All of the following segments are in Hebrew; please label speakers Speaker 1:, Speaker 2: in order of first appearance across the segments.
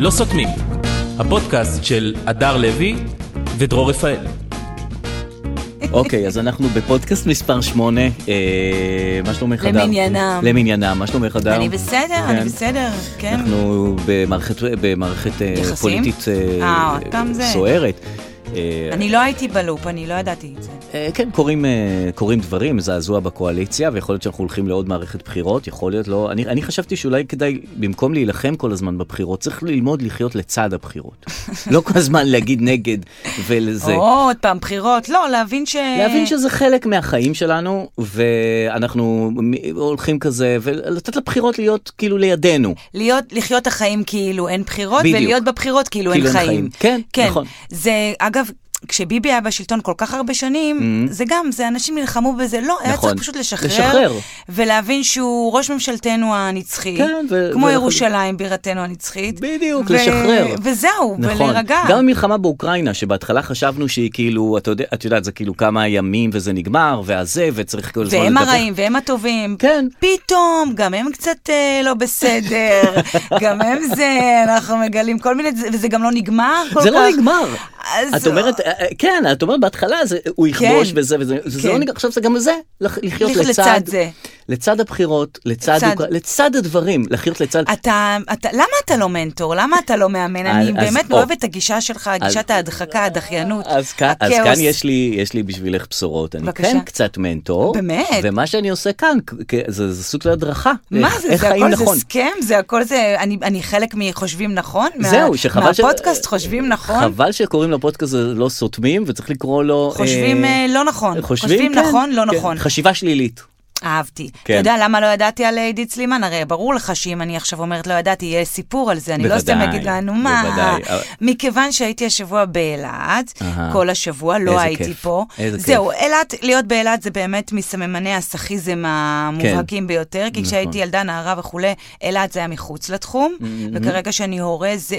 Speaker 1: לא סותמים, הפודקאסט של הדר לוי ודרור רפאל.
Speaker 2: אוקיי, אז אנחנו בפודקאסט מספר 8, אה, מה שלומך אדר?
Speaker 3: למניינם.
Speaker 2: למניינם, מה שלומך אדר?
Speaker 3: אני בסדר, אני
Speaker 2: כן.
Speaker 3: בסדר, כן.
Speaker 2: אנחנו במערכת, במערכת אה,
Speaker 3: יחסים?
Speaker 2: פוליטית אה,
Speaker 3: אה, עוד פעם זה.
Speaker 2: סוערת. אה,
Speaker 3: אני לא הייתי בלופ, אני לא ידעתי את זה.
Speaker 2: אה, כן, קורים, אה, קורים דברים, זעזוע בקואליציה, ויכול להיות שאנחנו הולכים לעוד מערכת בחירות, יכול להיות לא. אני, אני חשבתי שאולי כדאי, במקום להילחם כל הזמן בבחירות, צריך ללמוד לחיות לצד הבחירות. לא כל הזמן להגיד נגד ולזה.
Speaker 3: או, עוד פעם, בחירות. לא, להבין ש...
Speaker 2: להבין שזה חלק מהחיים שלנו, ואנחנו מ- הולכים כזה, ולתת לבחירות להיות כאילו לידינו.
Speaker 3: להיות, לחיות את החיים כאילו אין בחירות,
Speaker 2: בדיוק.
Speaker 3: ולהיות בבחירות כאילו,
Speaker 2: כאילו
Speaker 3: אין
Speaker 2: אין
Speaker 3: חיים.
Speaker 2: חיים. כן, נכון.
Speaker 3: זה, אגב... כשביבי היה בשלטון כל כך הרבה שנים,
Speaker 2: Mhm.
Speaker 3: זה גם, זה אנשים נלחמו בזה. לא, היה
Speaker 2: נכון.
Speaker 3: צריך פשוט לשחרר.
Speaker 2: לשחרר.
Speaker 3: ולהבין שהוא ראש ממשלתנו הנצחי.
Speaker 2: כן, ו-
Speaker 3: כמו
Speaker 2: ואנחנו-
Speaker 3: ירושלים בירתנו הנצחית.
Speaker 2: בדיוק, לשחרר. נכון.
Speaker 3: וזהו, ולהירגע.
Speaker 2: גם המלחמה באוקראינה, שבהתחלה חשבנו שהיא כאילו, אתה יודע, את יודעת, זה כאילו כמה ימים וזה נגמר, והזה, וצריך כל הזמן
Speaker 3: והם
Speaker 2: לדבר.
Speaker 3: הרעים, והם הטובים.
Speaker 2: כן.
Speaker 3: פתאום, גם הם קצת אה, לא בסדר, גם הם זה, אנחנו מגלים כל מיני, וזה גם לא נגמר כל כך.
Speaker 2: זה לא נגמר.
Speaker 3: אז-
Speaker 2: את אומרת, אה, אה, כן, את אומרת בהתחלה, זה- הוא יכבוש
Speaker 3: כן.
Speaker 2: וזה וזה, זה לא
Speaker 3: כן.
Speaker 2: נגמר, עכשיו זה גם זה, לח- לחיות
Speaker 3: לח-
Speaker 2: לצד,
Speaker 3: לצד זה.
Speaker 2: לצד הבחירות, לצד
Speaker 3: לצד-
Speaker 2: אוקרא- לצד הדברים, לחיות לצד,
Speaker 3: אתה, אתה, למה אתה לא מנטור? למה אתה לא מאמן?
Speaker 2: אז-
Speaker 3: אני
Speaker 2: אז-
Speaker 3: באמת
Speaker 2: או.
Speaker 3: אוהבת את הגישה שלך, גישת ההדחקה, הדחיינות,
Speaker 2: אז, כאן, אז כאן יש לי, יש לי בשבילך בשורות, אני
Speaker 3: בבקשה.
Speaker 2: כן קצת מנטור.
Speaker 3: באמת?
Speaker 2: ומה שאני עושה כאן, כ- כ- זה, זה סוג של הדרכה.
Speaker 3: מה
Speaker 2: איך-
Speaker 3: זה,
Speaker 2: איך
Speaker 3: זה
Speaker 2: חיים
Speaker 3: הכל
Speaker 2: נכון.
Speaker 3: זה סכם? זה הכל זה, אני, אני חלק מחושבים נכון? מה-
Speaker 2: זהו, שחבל ש-
Speaker 3: מהפודקאסט חושבים נכון?
Speaker 2: חבל שקוראים לפודקאסט הזה לא סותמים, וצריך לקרוא לו...
Speaker 3: חושבים
Speaker 2: אה,
Speaker 3: אה, לא נכון.
Speaker 2: חושבים,
Speaker 3: חושבים
Speaker 2: כן,
Speaker 3: נכון, לא
Speaker 2: כן.
Speaker 3: נכון.
Speaker 2: חשיבה שלילית.
Speaker 3: אהבתי.
Speaker 2: כן.
Speaker 3: כן. אתה יודע למה לא ידעתי על עידית סלימן? הרי ברור לך שאם אני עכשיו אומרת לא ידעתי, יהיה סיפור על זה, אני לא סתם
Speaker 2: בוודאי,
Speaker 3: אגיד לה, נו מה.
Speaker 2: בוודאי, אבל-
Speaker 3: מכיוון שהייתי השבוע באילת,
Speaker 2: אהה.
Speaker 3: כל השבוע, לא
Speaker 2: איזה
Speaker 3: הייתי
Speaker 2: כיף.
Speaker 3: פה.
Speaker 2: איזה
Speaker 3: זהו, אילת, להיות באילת זה באמת מסממני הסכיזם
Speaker 2: כן.
Speaker 3: המובהקים ביותר, כי
Speaker 2: נכון.
Speaker 3: כשהייתי ילדה, נערה וכולי, אילת זה היה מחוץ לתחום, וכרגע שאני הורה זה...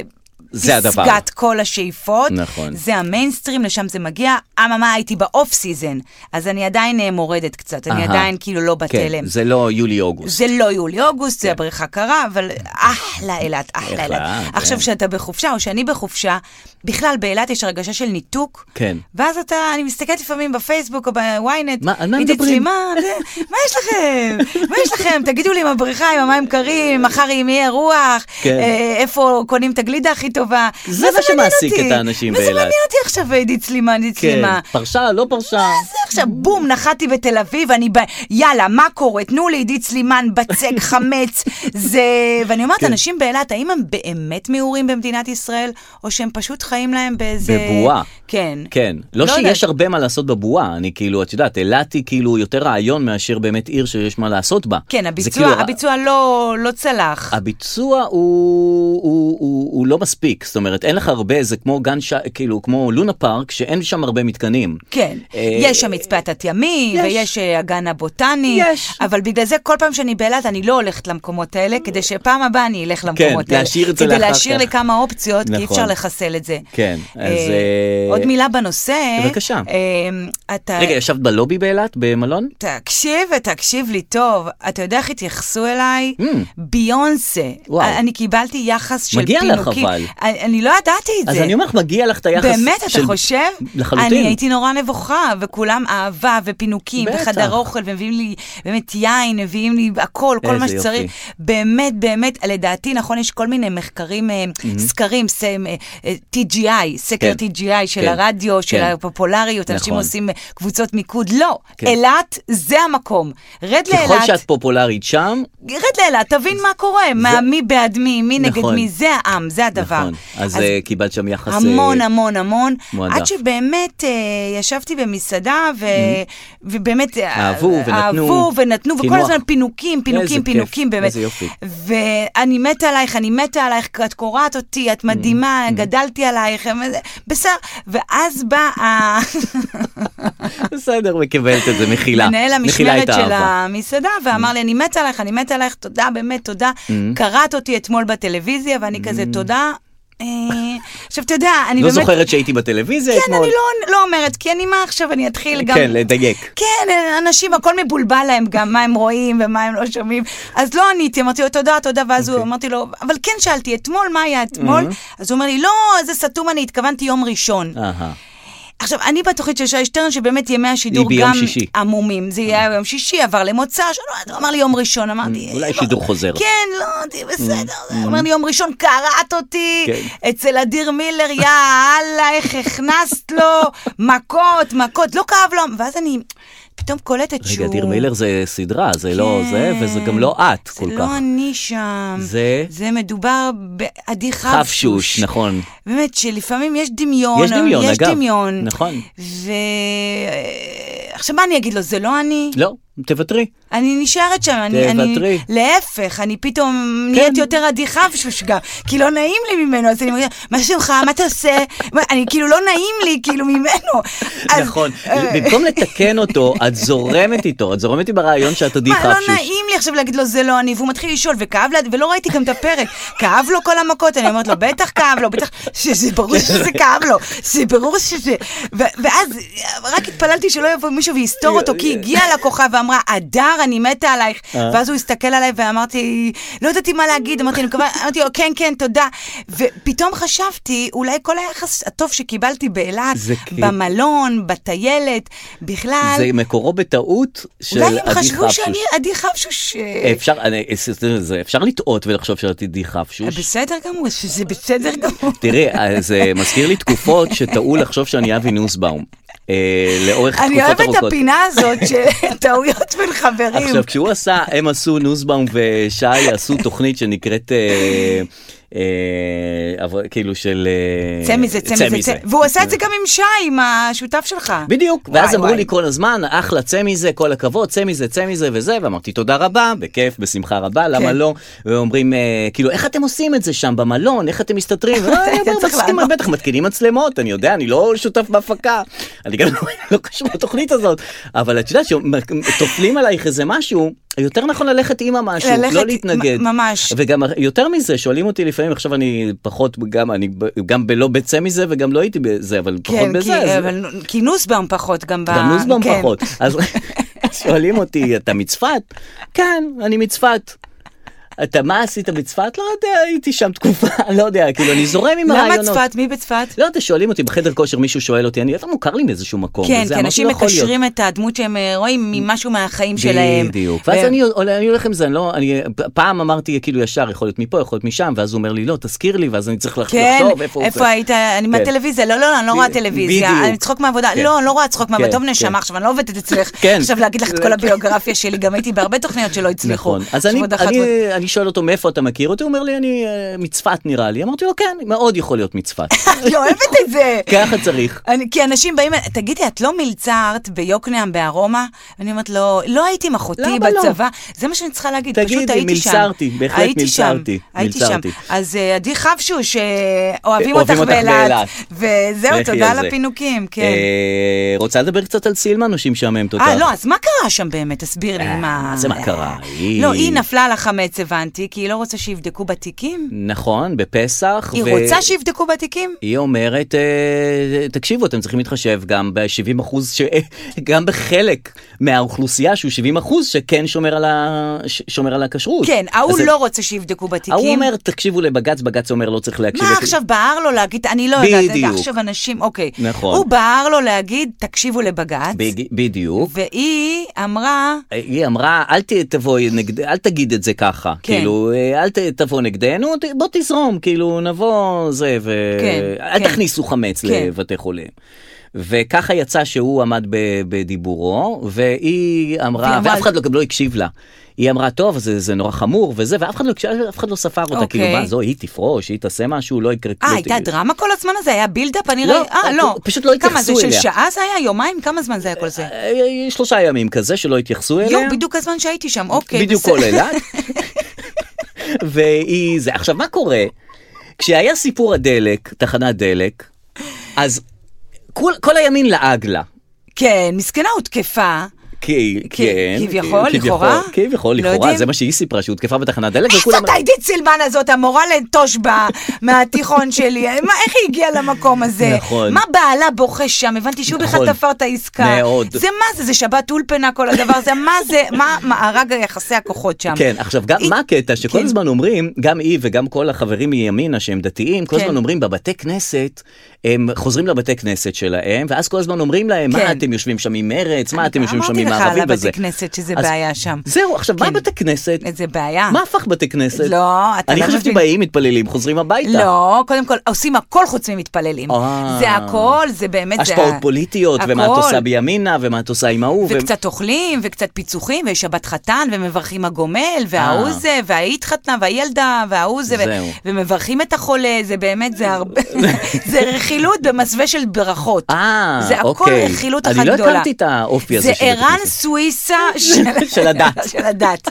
Speaker 2: זה הדבר.
Speaker 3: פסגת כל השאיפות,
Speaker 2: נכון.
Speaker 3: זה המיינסטרים, לשם זה מגיע. אממה, הייתי באוף סיזן, אז אני עדיין אה, מורדת קצת, אני
Speaker 2: אהה.
Speaker 3: עדיין כאילו לא בתלם.
Speaker 2: כן, זה כן. לא יולי-אוגוסט.
Speaker 3: זה לא יולי-אוגוסט, זה הבריכה קרה, אבל אחלה אילת, אחלה
Speaker 2: אחלה,
Speaker 3: אילת.
Speaker 2: כן.
Speaker 3: עכשיו, כשאתה בחופשה, או שאני בחופשה, בכלל באילת יש הרגשה של ניתוק.
Speaker 2: כן.
Speaker 3: ואז אתה, אני מסתכלת לפעמים בפייסבוק או בוויינט,
Speaker 2: מה- על מה
Speaker 3: עידית
Speaker 2: מדברים?
Speaker 3: סלימן, זה- מה יש לכם? מה יש לכם? תגידו לי אם הבריכה, אם המים קרים, מחר אם יהיה רוח,
Speaker 2: כן.
Speaker 3: אה, איפה קונים את הגלידה הכי טובה.
Speaker 2: זה מה
Speaker 3: מעניין
Speaker 2: שמעסיק
Speaker 3: אותי?
Speaker 2: את האנשים
Speaker 3: מה זה
Speaker 2: באילת.
Speaker 3: מעניין אותי עכשיו, עידית סלימן, עידית
Speaker 2: כן,
Speaker 3: סלימן?
Speaker 2: פרשה, לא פרשה.
Speaker 3: זה עכשיו, בום, נחתי בתל אביב, אני ב... יאללה, מה קורה? תנו לי עידית סלימן, בצק, חמץ. זה... ואני
Speaker 2: כן.
Speaker 3: אומרת, אנשים באילת, האם הם באמת מעורים במדינת ישראל, או שהם פשוט חיים להם באיזה...
Speaker 2: בבועה.
Speaker 3: כן.
Speaker 2: כן, לא,
Speaker 3: לא
Speaker 2: שיש
Speaker 3: יודעת.
Speaker 2: הרבה מה לעשות בבועה, אני כאילו, את יודעת, אילת היא כאילו יותר רעיון מאשר באמת עיר שיש מה לעשות בה.
Speaker 3: כן,
Speaker 2: זה
Speaker 3: הביצוע,
Speaker 2: כאילו-
Speaker 3: הביצוע לא, לא צלח.
Speaker 2: הביצוע הוא, הוא, הוא, הוא לא מספיק, זאת אומרת, אין לך הרבה, זה כמו גן, ש... כאילו, כמו לונה פארק, שאין שם הרבה מתקנים.
Speaker 3: כן,
Speaker 2: אה,
Speaker 3: יש שם מצפה התת-ימי,
Speaker 2: יש.
Speaker 3: ויש אה, הגן הבוטני,
Speaker 2: יש.
Speaker 3: אבל בגלל זה כל פעם שאני באילת אני לא הולכת למקומות האלה, כדי שפעם הבאה אני אלך למקומות האלה.
Speaker 2: כן, להשאיר את זה לאחר
Speaker 3: כדי להשאיר לי
Speaker 2: כך.
Speaker 3: כמה אופציות, כי אי
Speaker 2: נכון.
Speaker 3: אפשר לחסל את זה.
Speaker 2: כן, אז,
Speaker 3: אה,
Speaker 2: אה,
Speaker 3: עוד מילה בנושא.
Speaker 2: בבקשה.
Speaker 3: אה, אתה...
Speaker 2: רגע, ישבת בלובי באילת, במלון?
Speaker 3: תקשיב ותקשיב לי טוב, אתה יודע איך התייחסו אליי?
Speaker 2: Mm.
Speaker 3: ביונסה.
Speaker 2: וואו.
Speaker 3: אני קיבלתי יחס של
Speaker 2: מגיע
Speaker 3: פינוקים.
Speaker 2: לך, אבל.
Speaker 3: אני, אני לא ידעתי את
Speaker 2: אז
Speaker 3: זה.
Speaker 2: אני אומר לך, מגיע לך את היחס
Speaker 3: באמת,
Speaker 2: של...
Speaker 3: אתה חושב?
Speaker 2: לחלוטין.
Speaker 3: אני הייתי נורא נבוכה, וכולם אהבה ופינוקים,
Speaker 2: בטח.
Speaker 3: וחדר אוכל, ומביאים לי באמת יין, מביאים לי הכל, כל
Speaker 2: איזה
Speaker 3: מה שצריך.
Speaker 2: יופי.
Speaker 3: באמת, באמת, לדעתי, נכון, יש כל מיני מחקרים, אה, סקרים, ס- אה, אה, TGI, סקר
Speaker 2: כן.
Speaker 3: TGI של
Speaker 2: כן.
Speaker 3: הרדיו, של
Speaker 2: כן.
Speaker 3: הפופולריות, אנשים
Speaker 2: נכון.
Speaker 3: עושים אה, קבוצות מיקוד. לא,
Speaker 2: כן.
Speaker 3: אילת זה המקום. רד
Speaker 2: ככל
Speaker 3: לאילת.
Speaker 2: שאת פופולרית שם,
Speaker 3: רד לאילת, תבין מה קורה, מה- מי בעד מי, מי נגד
Speaker 2: נכון.
Speaker 3: מי, זה העם, זה הדבר.
Speaker 2: נכון, אז אה, קיבלת שם יחס... אה,
Speaker 3: המון המון המון,
Speaker 2: מועדף.
Speaker 3: עד שבאמת אה, ישבתי במסעדה ו... ובאמת אה,
Speaker 2: Mm-hmm. אהבו ונתנו.
Speaker 3: אהבו ונתנו,
Speaker 2: קינוח.
Speaker 3: וכל הזמן פינוקים,
Speaker 2: איזה
Speaker 3: פינוקים,
Speaker 2: כיף,
Speaker 3: פינוקים, באמת.
Speaker 2: איזה יופי.
Speaker 3: ואני מתה עלייך, אני מתה עלייך, את קורעת אותי, את
Speaker 2: Mm-hmm.
Speaker 3: מדהימה, גדלתי עלייך, אמ, זה- בסדר, ואז בא ה-
Speaker 2: בסדר, מקבלת את זה, מכילה.
Speaker 3: מנהל
Speaker 2: מכילה את
Speaker 3: המשמרת של
Speaker 2: האהבה.
Speaker 3: המסעדה
Speaker 2: Mm-hmm.
Speaker 3: ואמר לי, אני מתה עלייך, אני מתה עלייך, תודה, באמת, תודה. קראת אותי אתמול בטלוויזיה, ואני כזה, תודה. אה, עכשיו, אתה יודע, אני
Speaker 2: Mm-hmm. לא
Speaker 3: באמת...
Speaker 2: זוכרת שהייתי בטלוויזיה
Speaker 3: כן,
Speaker 2: אתמול.
Speaker 3: אני לא, לא אומרת, כי אני מה עכשיו, אני אתחיל גם...
Speaker 2: כן, לדייק.
Speaker 3: כן, אנשים, הכל מבולבל להם גם, מה הם רואים ומה הם לא שומעים. אז לא עניתי, אמרתי לו, תודה, תודה, ואז
Speaker 2: אוקיי.
Speaker 3: הוא, אמרתי לו, אבל כן שאלתי, אתמול, מה היה אתמול?
Speaker 2: Mm-hmm.
Speaker 3: אז הוא אומר לי, לא, איזה סתום אני, התכוונתי יום ראשון.
Speaker 2: אהה.
Speaker 3: עכשיו, אני בתוכנית של שי שטרן, שבאמת ימי השידור
Speaker 2: היא ביום
Speaker 3: גם
Speaker 2: שישי. אה.
Speaker 3: עמומים. זה היה יום שישי, עבר למוצא, שלא, הוא אמר לי יום ראשון, אמרתי...
Speaker 2: אולי
Speaker 3: "אה,
Speaker 2: שידור
Speaker 3: לא,
Speaker 2: חוזר." אה,
Speaker 3: כן, לא, תהיה בסדר. הוא אומר לי יום ראשון, קרעת אותי,
Speaker 2: כן.
Speaker 3: אצל אדיר מילר, יא אללה, איך הכנסת לו, מכות, מכות, לא כאב לו, ואז אני פתאום קולטת שהוא...
Speaker 2: רגע, דיר מילר זה סדרה, זה לא
Speaker 3: כן.
Speaker 2: זה, וזה גם לא את כל
Speaker 3: זה
Speaker 2: כך.
Speaker 3: לא אני שם.
Speaker 2: זה-
Speaker 3: זה מדובר בעדי
Speaker 2: חפשוש, נכון.
Speaker 3: באמת, שלפעמים יש דמיון.
Speaker 2: יש דמיון,
Speaker 3: יש
Speaker 2: אגב.
Speaker 3: דמיון.
Speaker 2: נכון.
Speaker 3: ו... עכשיו, מה אני אגיד לו? זה לא אני?
Speaker 2: לא, תוותרי.
Speaker 3: אני נשארת שם. אני,
Speaker 2: תוותרי. כן.
Speaker 3: אני... להפך, אני פתאום נהיית יותר עדיכה ושושגה. כי לא נעים לי ממנו, אז אני אומרת, מה שלומך? מה אתה עושה? מה- אני כאילו, לא נעים לי, כאילו, ממנו. אז-
Speaker 2: נכון.
Speaker 3: אה,
Speaker 2: במקום לתקן אותו, את זורמת איתו, את זורמת עם הרעיון שאת עדי
Speaker 3: מה, לא
Speaker 2: חפשוש.
Speaker 3: נעים לי עכשיו להגיד לו זה לא אני, והוא מתחיל לשאול, וכאב לה, ולא ראיתי גם את הפרק, כאב לו כל המכות, אני אומרת לו, בטח כאב לו, בטח, שזה ברור שזה כאב לו, זה ברור שזה, ו- ואז רק התפללתי שלא יבוא מישהו ויסתור אותו, כי הגיעה לקוחה ואמרה, הדר, אני מתה עלייך,
Speaker 2: אה.
Speaker 3: ואז הוא הסתכל עליי ואמרתי, לא ידעתי מה להגיד, אמרתי לו, "כמובן", אמרתי לו, כן, כן, תודה, ופתאום חשבתי, אולי כל היחס הטוב שקיבלתי באילת,
Speaker 2: זה כי-
Speaker 3: במלון, בטיילת, בכלל,
Speaker 2: זה מקורו בטעות של
Speaker 3: אולי הם
Speaker 2: עדי
Speaker 3: חשבו שאני
Speaker 2: חפשוש.
Speaker 3: עדי חפשוש. אה,
Speaker 2: אפשר, אני- זה- אפשר לטעות ולחשוב שאת עדי חפשוש.
Speaker 3: אה, בסדר גמור, שזה בסדר גמור.
Speaker 2: תראי, אה, זה מזכיר לי תקופות שטעו לחשוב שאני אבי נוסבאום. אה, לאורך תקופות
Speaker 3: אני
Speaker 2: ארוכות.
Speaker 3: אוהבת את הפינה הזאת של טעויות בין חברים.
Speaker 2: עכשיו, כשהוא עשה, הם עשו, נוסבאום ושי עשו תוכנית שנקראת... אה, אה, אבל- כאילו של... אה,
Speaker 3: צא מזה, צא מזה, צא. והוא עשה את זה גם עם שי, עם השותף שלך.
Speaker 2: בדיוק,
Speaker 3: וואי,
Speaker 2: ואז אמרו
Speaker 3: וואי.
Speaker 2: לי כל הזמן, אחלה, צא מזה, כל הכבוד, צא מזה, צא מזה וזה, ואמרתי תודה רבה, בכיף, בשמחה רבה, למה
Speaker 3: כן.
Speaker 2: לא? ואומרים, אה, כאילו, איך אתם עושים את זה שם במלון, איך אתם מסתתרים? "אה, אני אומר,
Speaker 3: צריך
Speaker 2: "מצלמה,
Speaker 3: לענות."
Speaker 2: בטח מתקינים מצלמות, אני יודע, אני לא שותף בהפקה, אני גם לא- לא קשור לתוכנית הזאת, אבל את יודעת שטופלים עלייך איזה משהו, יותר נכון ללכת עם המשהו,
Speaker 3: ללכת
Speaker 2: לא להתנגד.
Speaker 3: מ- ממש.
Speaker 2: וגם יותר מזה, שואלים אותי לפעמים, עכשיו אני פחות, גם אני ב- גם בלא בצא מזה וגם לא הייתי בזה, אבל פחות
Speaker 3: כן,
Speaker 2: בזה.
Speaker 3: כי-
Speaker 2: אז-
Speaker 3: אבל נו- כי נוסבאום פחות גם ב...
Speaker 2: גם נוסבאום
Speaker 3: כן.
Speaker 2: פחות. אז שואלים אותי, אתה מצפת? כן, אני מצפת. אתה, מה עשית בצפת? לא יודע, הייתי שם תקופה, לא יודע, כאילו, אני זורם עם
Speaker 3: למה
Speaker 2: הרעיונות.
Speaker 3: צפת? מי בצפת?
Speaker 2: לא יודע, שואלים אותי בחדר כושר, מישהו שואל אותי, אני, אתה מוכר לי מאיזשהו מקום.
Speaker 3: כן,
Speaker 2: וזה,
Speaker 3: כי
Speaker 2: אמרתי,
Speaker 3: אנשים
Speaker 2: "לא יכול להיות."
Speaker 3: מקשרים את הדמות שהם אה, רואים ממשהו מהחיים שלהם.
Speaker 2: בדיוק. ואז
Speaker 3: ו-
Speaker 2: אני הול- אני הולך עם זה, אני לא, אני פעם אמרתי כאילו ישר, יכול להיות מפה, יכול להיות משם, ואז הוא אומר לי, לא, תזכיר לי, ואז אני צריך לחשוב
Speaker 3: כן,
Speaker 2: איפה הוא זה. כן.
Speaker 3: איפה היית? אני מהטלוויזיה, לא, לא, לא, אני לא רואה
Speaker 2: ב-
Speaker 3: טלוויזיה,
Speaker 2: בדיוק.
Speaker 3: אני צחוק מהעבודה,
Speaker 2: כן.
Speaker 3: לא, אני לא רואה צחוק מהעבודה,
Speaker 2: כן,
Speaker 3: טוב
Speaker 2: כן.
Speaker 3: נשמה, עכשיו אני לא עובדת אצלך,
Speaker 2: כן.
Speaker 3: עכשיו להגיד לך את כל הביוגרפיה שלי, גם הייתי בהרבה תוכניות שלא הצליחו.
Speaker 2: נכון. אז אני,
Speaker 3: עכשיו עוד אחת
Speaker 2: אני,
Speaker 3: עוד-
Speaker 2: אני שואל אותו מאיפה אתה מכיר אותי, הוא אומר לי אני אה, מצפת נראה לי. אמרתי לו כן, מאוד יכול להיות מצפת.
Speaker 3: אני אוהבת את זה.
Speaker 2: ככה צריך.
Speaker 3: אני, כי אנשים באים, תגידי, את לא מלצרת ביוקנעם, בארומה? אני אומרת לו, לא הייתי עם אחותי
Speaker 2: למה לא?
Speaker 3: בצבא, זה מה שאני צריכה להגיד, פשוט
Speaker 2: תגידי,
Speaker 3: הייתי שם.
Speaker 2: מלצרתי, בהחלט
Speaker 3: הייתי שם,
Speaker 2: מלצרתי,
Speaker 3: הייתי
Speaker 2: מלצרתי.
Speaker 3: שם. אז אה, עדי חבשוש, אה,
Speaker 2: אוהבים
Speaker 3: אוהבים אותך
Speaker 2: אותך
Speaker 3: באילת.
Speaker 2: באילת.
Speaker 3: וזהו,
Speaker 2: לכי
Speaker 3: תודה
Speaker 2: על
Speaker 3: על
Speaker 2: זה.
Speaker 3: הפינוקים, כן.
Speaker 2: אה, רוצה לדבר קצת על סילמן או שהיא משעממת אותך?
Speaker 3: אה, לא, אז מה קרה שם באמת? תסביר לי
Speaker 2: אה,
Speaker 3: מה...
Speaker 2: זה מה קרה, היא-
Speaker 3: לא, היא נפלה על החמץ, הבנתי, כי היא לא רוצה שיבדקו בתיקים.
Speaker 2: נכון, בפסח.
Speaker 3: היא
Speaker 2: ו-
Speaker 3: רוצה שיבדקו בתיקים?
Speaker 2: היא אומרת, אה, תקשיבו, אתם צריכים להתחשב גם ב-70 אחוז, ש... גם בחלק מהאוכלוסייה שהוא 70 אחוז שכן שומר על, ה... ש- שומר על הכשרות.
Speaker 3: כן, ההוא
Speaker 2: אז
Speaker 3: לא רוצה שיבדקו בתיקים.
Speaker 2: ההוא אומר, תקשיבו לבג"ץ, בג"ץ אומר לא צריך להקשיב.
Speaker 3: מה
Speaker 2: לכ-
Speaker 3: עכשיו בער לו להגיד, אני לא יודעת,
Speaker 2: בדיוק.
Speaker 3: עכשיו אנשים, אוקיי.
Speaker 2: נכון.
Speaker 3: הוא בער לו להגיד, תקשיבו לבג"ץ,
Speaker 2: בג- בדיוק.
Speaker 3: והיא אמרה,
Speaker 2: היא אמרה, אל ת- תבואי נגד, אל תגיד את זה ככה.
Speaker 3: כן.
Speaker 2: כאילו, אה, אל ת- תבוא נגדנו, ת- בוא תזרום, כאילו, נבוא זה, ו...
Speaker 3: כן,
Speaker 2: אל
Speaker 3: כן.
Speaker 2: תכניסו חמץ
Speaker 3: כן.
Speaker 2: לבתי חולים. וככה יצא שהוא עמד ב- בדיבורו, והיא
Speaker 3: והיא
Speaker 2: אמרה,
Speaker 3: אמרה-
Speaker 2: ואף אחד לא- גם לא הקשיב לה. היא אמרה, טוב, זה, זה נורא חמור וזה, ואף אחד לא, הקשיב- אף אחד לא ספר אותה,
Speaker 3: אוקיי.
Speaker 2: כאילו, מה, זו, היא תפרוש, היא תעשה משהו, לא יקרה
Speaker 3: אה,
Speaker 2: לא
Speaker 3: הייתה
Speaker 2: ת-
Speaker 3: דרמה כל הזמן הזה? היה בילדאפ? אני
Speaker 2: לא,
Speaker 3: ראיתי, אה, לא.
Speaker 2: פשוט לא
Speaker 3: כמה זה,
Speaker 2: התייחסו
Speaker 3: של
Speaker 2: אליה.
Speaker 3: שעה זה היה? יומיים? כמה זמן זה היה כל זה?
Speaker 2: אה, אה, שלושה ימים כזה שלא התייחסו אליה.
Speaker 3: יואו, בדיוק הזמן שהייתי שם, אוקיי.
Speaker 2: אה, בדיוק
Speaker 3: בסדר.
Speaker 2: כל אילת. והיא זה. עכשיו, מה קורה? כשהיה סיפור הדלק, תחנת דלק, אז כל, כל הימין לעג לה.
Speaker 3: כן, מסכנה הותקפה.
Speaker 2: כי-
Speaker 3: כי-
Speaker 2: כן,
Speaker 3: כביכול,
Speaker 2: כי-
Speaker 3: לכאורה?
Speaker 2: כביכול,
Speaker 3: לא
Speaker 2: לכאורה,
Speaker 3: יודעים?
Speaker 2: זה מה שהיא סיפרה, שהותקפה בתחנת דלק,
Speaker 3: איך זאת עידית סילמן הזאת, המורה לנטוש בה מהתיכון שלי? מה, איך היא הגיעה למקום הזה?
Speaker 2: נכון.
Speaker 3: מה בעלה בוכה שם? הבנתי שהוא
Speaker 2: נכון.
Speaker 3: בכלל תפר את העסקה.
Speaker 2: מאוד.
Speaker 3: זה מה זה? זה שבת אולפנה כל הדבר הזה? מה זה? מה מארג יחסי הכוחות שם?
Speaker 2: כן, עכשיו, גם
Speaker 3: היא-
Speaker 2: מה הקטע? שכל
Speaker 3: כן.
Speaker 2: הזמן אומרים, גם היא וגם כל החברים מימינה שהם דתיים, כל
Speaker 3: כן.
Speaker 2: הזמן אומרים בבתי כנסת, הם חוזרים לבתי כנסת שלהם, ואז כל הזמן אומרים להם, מה
Speaker 3: כן.
Speaker 2: אתם יושבים שם עם מרץ, מה אתם יושבים שם
Speaker 3: אמרתי
Speaker 2: עם
Speaker 3: לך על
Speaker 2: הערבים
Speaker 3: הבתי
Speaker 2: וזה.
Speaker 3: כנסת שזה
Speaker 2: אז-
Speaker 3: בעיה שם.
Speaker 2: זהו, עכשיו, מה
Speaker 3: כן.
Speaker 2: בתי כנסת?
Speaker 3: איזה בעיה.
Speaker 2: מה הפך בתי כנסת?
Speaker 3: לא, אתה
Speaker 2: אני
Speaker 3: לא
Speaker 2: חשבתי
Speaker 3: מבין.
Speaker 2: באים, מתפללים, חוזרים הביתה.
Speaker 3: לא, קודם כל, עושים הכל חוץ ממתפללים.
Speaker 2: אה.
Speaker 3: זה הכל, זה באמת... זה
Speaker 2: השפעות
Speaker 3: ה-
Speaker 2: פוליטיות, ומה את
Speaker 3: הכל.
Speaker 2: עושה בימינה, ומה את עושה עם ההוא. ו-
Speaker 3: וקצת אוכלים, וקצת פיצוחים, ויש שבת חתן, ומברכים הגומל, וההוא
Speaker 2: אה.
Speaker 3: זה, וההיא התחתנה, והיא ילדה, וההוא זה, ו-
Speaker 2: זהו.
Speaker 3: ומברכים את החולה, זה באמת, זה הרבה, זה רכילות במסווה של ברכות.
Speaker 2: אה,
Speaker 3: זה הכל
Speaker 2: אוקיי.
Speaker 3: רכילות
Speaker 2: אני
Speaker 3: אחת
Speaker 2: לא
Speaker 3: גדולה.
Speaker 2: הכרתי את האופי הזה
Speaker 3: זה
Speaker 2: של בית
Speaker 3: ערן
Speaker 2: כנסת.
Speaker 3: סוויסה של,
Speaker 2: של הדת.
Speaker 3: של הדת.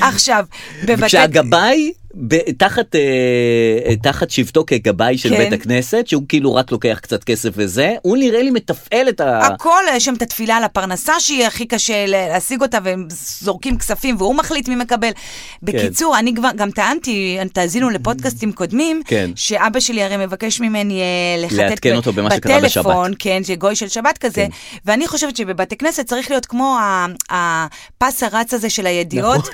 Speaker 3: עכשיו, בבתי...
Speaker 2: כשהגבאי, ב- תחת, אה, תחת שבטו כגבאי של
Speaker 3: כן.
Speaker 2: בית הכנסת, שהוא כאילו רק לוקח קצת כסף וזה, הוא נראה לי מתפעל את ה...
Speaker 3: הכל, יש שם את התפילה על הפרנסה שהיא הכי קשה ל- להשיג אותה, והם זורקים כספים והוא מחליט מי מקבל.
Speaker 2: כן.
Speaker 3: בקיצור, אני כבר גם טענתי, תאזינו לפודקאסטים קודמים,
Speaker 2: כן.
Speaker 3: שאבא שלי הרי מבקש ממני אה, לחטט
Speaker 2: לעדכן
Speaker 3: ב-
Speaker 2: אותו במה שקרה
Speaker 3: בטלפון,
Speaker 2: בשבת.
Speaker 3: כן, שגוי של שבת כזה, ואני חושבת שבבתי כנסת צריך להיות כמו ה- הפס הרץ הזה של הידיעות,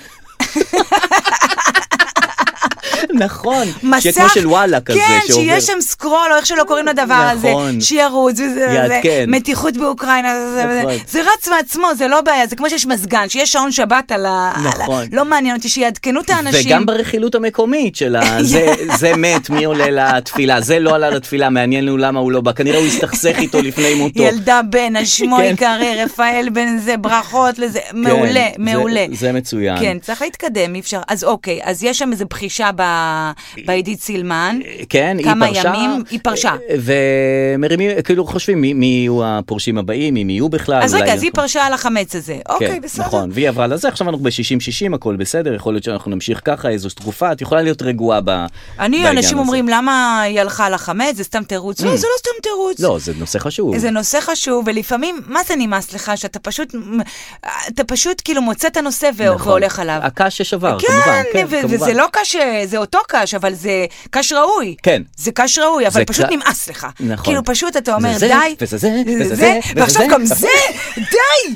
Speaker 2: נכון.
Speaker 3: מסך,
Speaker 2: שיהיה כמו של וואלה כזה,
Speaker 3: כן,
Speaker 2: שעובר.
Speaker 3: שיהיה שם סקרול, או איך שלא קוראים לדבר הזה,
Speaker 2: נכון.
Speaker 3: שירוץ, וזה, וזה,
Speaker 2: יעדכן.
Speaker 3: מתיחות באוקראינה, זה- זה-
Speaker 2: נכון.
Speaker 3: זה רץ מעצמו, זה לא בעיה, זה כמו שיש מזגן, שיש שעון שבת על ה... על ה-
Speaker 2: נכון.
Speaker 3: לא מעניין אותי, שיעדכנו את האנשים.
Speaker 2: וגם ברכילות המקומית של ה... זה, זה מת, מי עולה לתפילה, זה לא עלה לתפילה, מעניין לנו למה הוא לא בא, כנראה הוא הסתכסך איתו לפני מותו.
Speaker 3: ילדה בן, השמו
Speaker 2: כן.
Speaker 3: יקרא, רפאל בן זה, ברכות לזה, מעולה,
Speaker 2: זה-
Speaker 3: מעולה.
Speaker 2: זה מצוין.
Speaker 3: כן, צריך להתקדם, אי אפשר. אז אוקיי, אז יש שם איזו בחישה ב- בעידית סילמן.
Speaker 2: כן, היא
Speaker 3: כמה
Speaker 2: פרשה.
Speaker 3: ימים היא פרשה.
Speaker 2: ומרימים, כאילו חושבים מי, מי יהיו הפורשים הבאים, אם יהיו בכלל.
Speaker 3: אז
Speaker 2: אולי-
Speaker 3: רגע, אז היא פרשה על החמץ הזה. אוקיי, בסדר.
Speaker 2: נכון, והיא עברה לזה, עכשיו אנחנו ב-60-60, הכל בסדר, יכול להיות שאנחנו נמשיך ככה איזו תקופה, את יכולה להיות רגועה ב...
Speaker 3: אני,
Speaker 2: בעניין
Speaker 3: אנשים
Speaker 2: הזה. Mm.
Speaker 3: אומרים, למה היא הלכה על החמץ? זה סתם תירוץ. לא, זה לא סתם תירוץ.
Speaker 2: לא, זה נושא חשוב.
Speaker 3: זה נושא חשוב, ולפעמים, מה זה נמאס לך? שאתה פשוט, אתה פשוט כאילו מוצא את הנושא ו-
Speaker 2: נכון.
Speaker 3: והולך עליו.
Speaker 2: הקש ששבר, כמובן.
Speaker 3: כן,
Speaker 2: כן,
Speaker 3: ו-
Speaker 2: כמובן.
Speaker 3: וזה לא קש, זה אותו קש, אבל זה קש ראוי.
Speaker 2: כן.
Speaker 3: זה קש ראוי, אבל
Speaker 2: זה
Speaker 3: פשוט
Speaker 2: ק-
Speaker 3: נמאס לך.
Speaker 2: נכון.
Speaker 3: כאילו פשוט אתה אומר,
Speaker 2: זה זה,
Speaker 3: די.
Speaker 2: וזה זה, וזה זה, וזה
Speaker 3: ועכשיו
Speaker 2: זה."
Speaker 3: גם זה, די,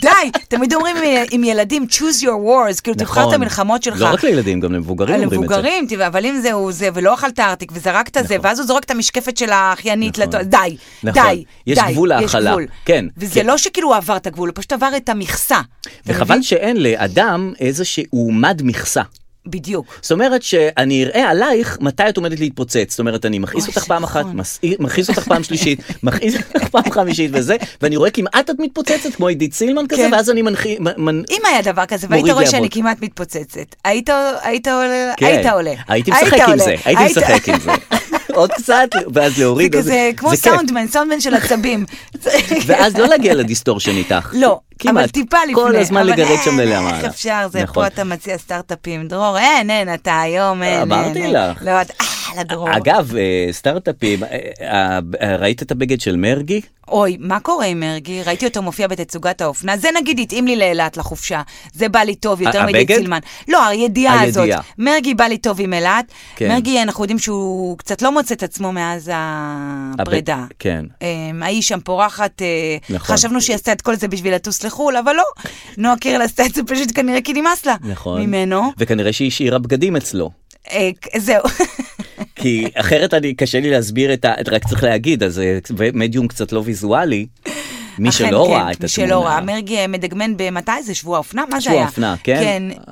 Speaker 3: די. תמיד אומרים עם- עם ילדים, choose your wars, כאילו תבחר את
Speaker 2: נכון.
Speaker 3: המלחמות שלך. אה,
Speaker 2: לא רק לילדים, גם למבוגרים אומרים את זה.
Speaker 3: למבוגרים, טבע, אבל אם זה הוא זה, ולא אכלת ארטיק וזרקת זה, ואז הוא זורק את המשקפת של האחיינית,
Speaker 2: נכון.
Speaker 3: לת- די,
Speaker 2: נכון.
Speaker 3: די,
Speaker 2: יש
Speaker 3: די,
Speaker 2: גבול
Speaker 3: יש
Speaker 2: להאכלה.
Speaker 3: גבול.
Speaker 2: כן,
Speaker 3: וזה
Speaker 2: כן.
Speaker 3: לא שכאילו הוא עבר את הגבול, הוא פשוט עבר את המכסה. אתה
Speaker 2: וחבל
Speaker 3: מבין?
Speaker 2: שאין לאדם איזשהו מד מכסה.
Speaker 3: בדיוק.
Speaker 2: זאת אומרת שאני אראה עלייך מתי את עומדת להתפוצץ. זאת אומרת, אני מכעיס
Speaker 3: אוי,
Speaker 2: אותך
Speaker 3: זה
Speaker 2: פעם אחת,
Speaker 3: נכון.
Speaker 2: מס- מכעיס אותך פעם שלישית, מכעיס אותך פעם חמישית וזה, ואני רואה כמעט את מתפוצצת כמו עידית סילמן כזה,
Speaker 3: כן. אה,
Speaker 2: ואז אני מנחי... מ- מנ-
Speaker 3: אם היה דבר כזה, והיית
Speaker 2: מוריד
Speaker 3: רואה שאני
Speaker 2: להבות.
Speaker 3: כמעט מתפוצצת, היית היית עולה?
Speaker 2: כן.
Speaker 3: היית עולה.
Speaker 2: הייתי משחק עם
Speaker 3: עולה.
Speaker 2: זה, הייתי
Speaker 3: היית-
Speaker 2: משחק עם זה. עוד קצת, ואז
Speaker 3: זה
Speaker 2: להוריד.
Speaker 3: כזה
Speaker 2: עוד-
Speaker 3: כמו
Speaker 2: זה כיף.
Speaker 3: סאונדמן, סאונדמן של עצבים. זה-
Speaker 2: ואז לא להגיע לדיסטורשן איתך.
Speaker 3: לא,
Speaker 2: כמעט.
Speaker 3: אבל טיפה לפני.
Speaker 2: כל הזמן
Speaker 3: אבל
Speaker 2: לגרד שם
Speaker 3: אין,
Speaker 2: ולמעלה.
Speaker 3: איך אפשר, זה
Speaker 2: נכון.
Speaker 3: פה אתה מציע סטארט-אפים, דרור, אין, אין, אתה היום, אין, אין.
Speaker 2: אמרתי
Speaker 3: אין.
Speaker 2: לך.
Speaker 3: לא, אתה, אה, לדרור.
Speaker 2: אגב, אה, סטארט-אפים, אה, אה, אה, ראית את הבגד של מרגי?
Speaker 3: אוי, מה קורה עם מרגי? ראיתי אותו מופיע בתצוגת האופנה. זה נגיד התאים לי לאילת לחופשה. זה בא לי טוב יותר
Speaker 2: ה-
Speaker 3: מעידית
Speaker 2: הבגד?
Speaker 3: סילמן. לא, הידיעה הזאת.
Speaker 2: הידיעה.
Speaker 3: מרגי בא לי טוב עם אילת.
Speaker 2: כן.
Speaker 3: מרגי, אנחנו יודעים שהוא קצת לא מוצא את עצמו מאז הפרידה.
Speaker 2: הבג- כן.
Speaker 3: אמ, ההיא שם פורחת, אה,
Speaker 2: נכון.
Speaker 3: חשבנו שהיא עשתה את כל זה בשביל לטוס לחו"ל, אבל לא. נועה קירל עשתה את זה פשוט כנראה כי נמאס לה.
Speaker 2: נכון.
Speaker 3: ממנו.
Speaker 2: וכנראה שהיא השאירה בגדים אצלו.
Speaker 3: אה, זהו.
Speaker 2: כי אחרת אני, קשה לי להסביר את ה... רק צריך להגיד, אז זה מדיום קצת לא ויזואלי. מי
Speaker 3: אכן,
Speaker 2: שלא
Speaker 3: כן,
Speaker 2: ראה את התמונה.
Speaker 3: מי שלא ראה, מרגי אה, מדגמן במתי זה? שבוע האופנה? מה זה
Speaker 2: שבוע
Speaker 3: היה?
Speaker 2: האופנה, כן. אה,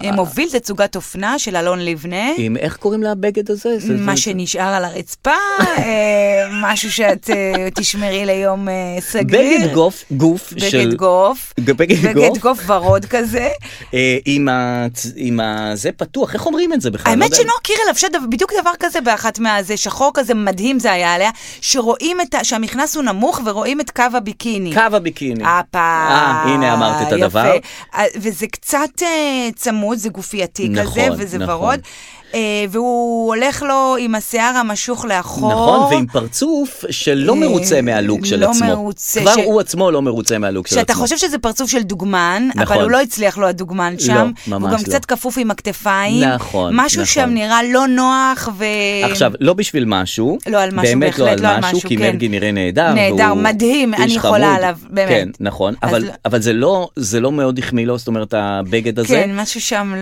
Speaker 3: כן, אה, מוביל תצוגת אופנה של אלון לבנה.
Speaker 2: עם איך קוראים לבגד הזה? זה-
Speaker 3: מה
Speaker 2: זה-
Speaker 3: שנשאר על הרצפה, אה, משהו שאת אה, תשמרי ליום אה, סגריר.
Speaker 2: בגד גוף, גוף של...
Speaker 3: בגד גוף.
Speaker 2: בגד גוף?
Speaker 3: בגד גוף ורוד כזה.
Speaker 2: אה, עם ה... עם ה... זה פתוח, איך אומרים את זה בכלל? לא
Speaker 3: האמת
Speaker 2: יודע.
Speaker 3: שנועה קירל לבשה דבר- בדיוק דבר כזה באחת מהזה, שחור כזה מדהים זה היה עליה, שרואים את, ה- שהמכנס הוא נמוך ורואים את קו הביקיני.
Speaker 2: קו הביקיני.
Speaker 3: הפה.
Speaker 2: כן. אה, הנה אמרת את
Speaker 3: יפה.
Speaker 2: הדבר.
Speaker 3: אה, וזה קצת אה, צמוד, זה גופייתי
Speaker 2: נכון,
Speaker 3: כזה, וזה
Speaker 2: נכון.
Speaker 3: ורוד. אה, והוא הולך לו עם השיער המשוך לאחור.
Speaker 2: נכון, ועם פרצוף שלא
Speaker 3: אה,
Speaker 2: מרוצה מהלוק של
Speaker 3: לא
Speaker 2: עצמו.
Speaker 3: מרוצה,
Speaker 2: כבר
Speaker 3: ש-
Speaker 2: הוא עצמו לא מרוצה מהלוק של עצמו.
Speaker 3: שאתה חושב שזה פרצוף של דוגמן,
Speaker 2: נכון.
Speaker 3: אבל הוא לא הצליח לו הדוגמן שם.
Speaker 2: ממש
Speaker 3: הוא גם
Speaker 2: לא.
Speaker 3: קצת כפוף עם הכתפיים.
Speaker 2: נכון,
Speaker 3: משהו
Speaker 2: נכון.
Speaker 3: שם נראה לא נוח ו...
Speaker 2: עכשיו, לא בשביל משהו,
Speaker 3: לא על משהו,
Speaker 2: באמת לא
Speaker 3: בהחלט
Speaker 2: על משהו, כי
Speaker 3: כן.
Speaker 2: מרגי נראה נהדר,
Speaker 3: נהדר,
Speaker 2: והוא
Speaker 3: מדהים,
Speaker 2: איש
Speaker 3: אני חולה
Speaker 2: חמוד.
Speaker 3: עליו, באמת.
Speaker 2: כן, נכון,
Speaker 3: אז
Speaker 2: אבל,
Speaker 3: לא-
Speaker 2: אבל זה, לא, זה לא מאוד החמיא לו, זאת אומרת, הבגד הזה,
Speaker 3: כן, משהו שם...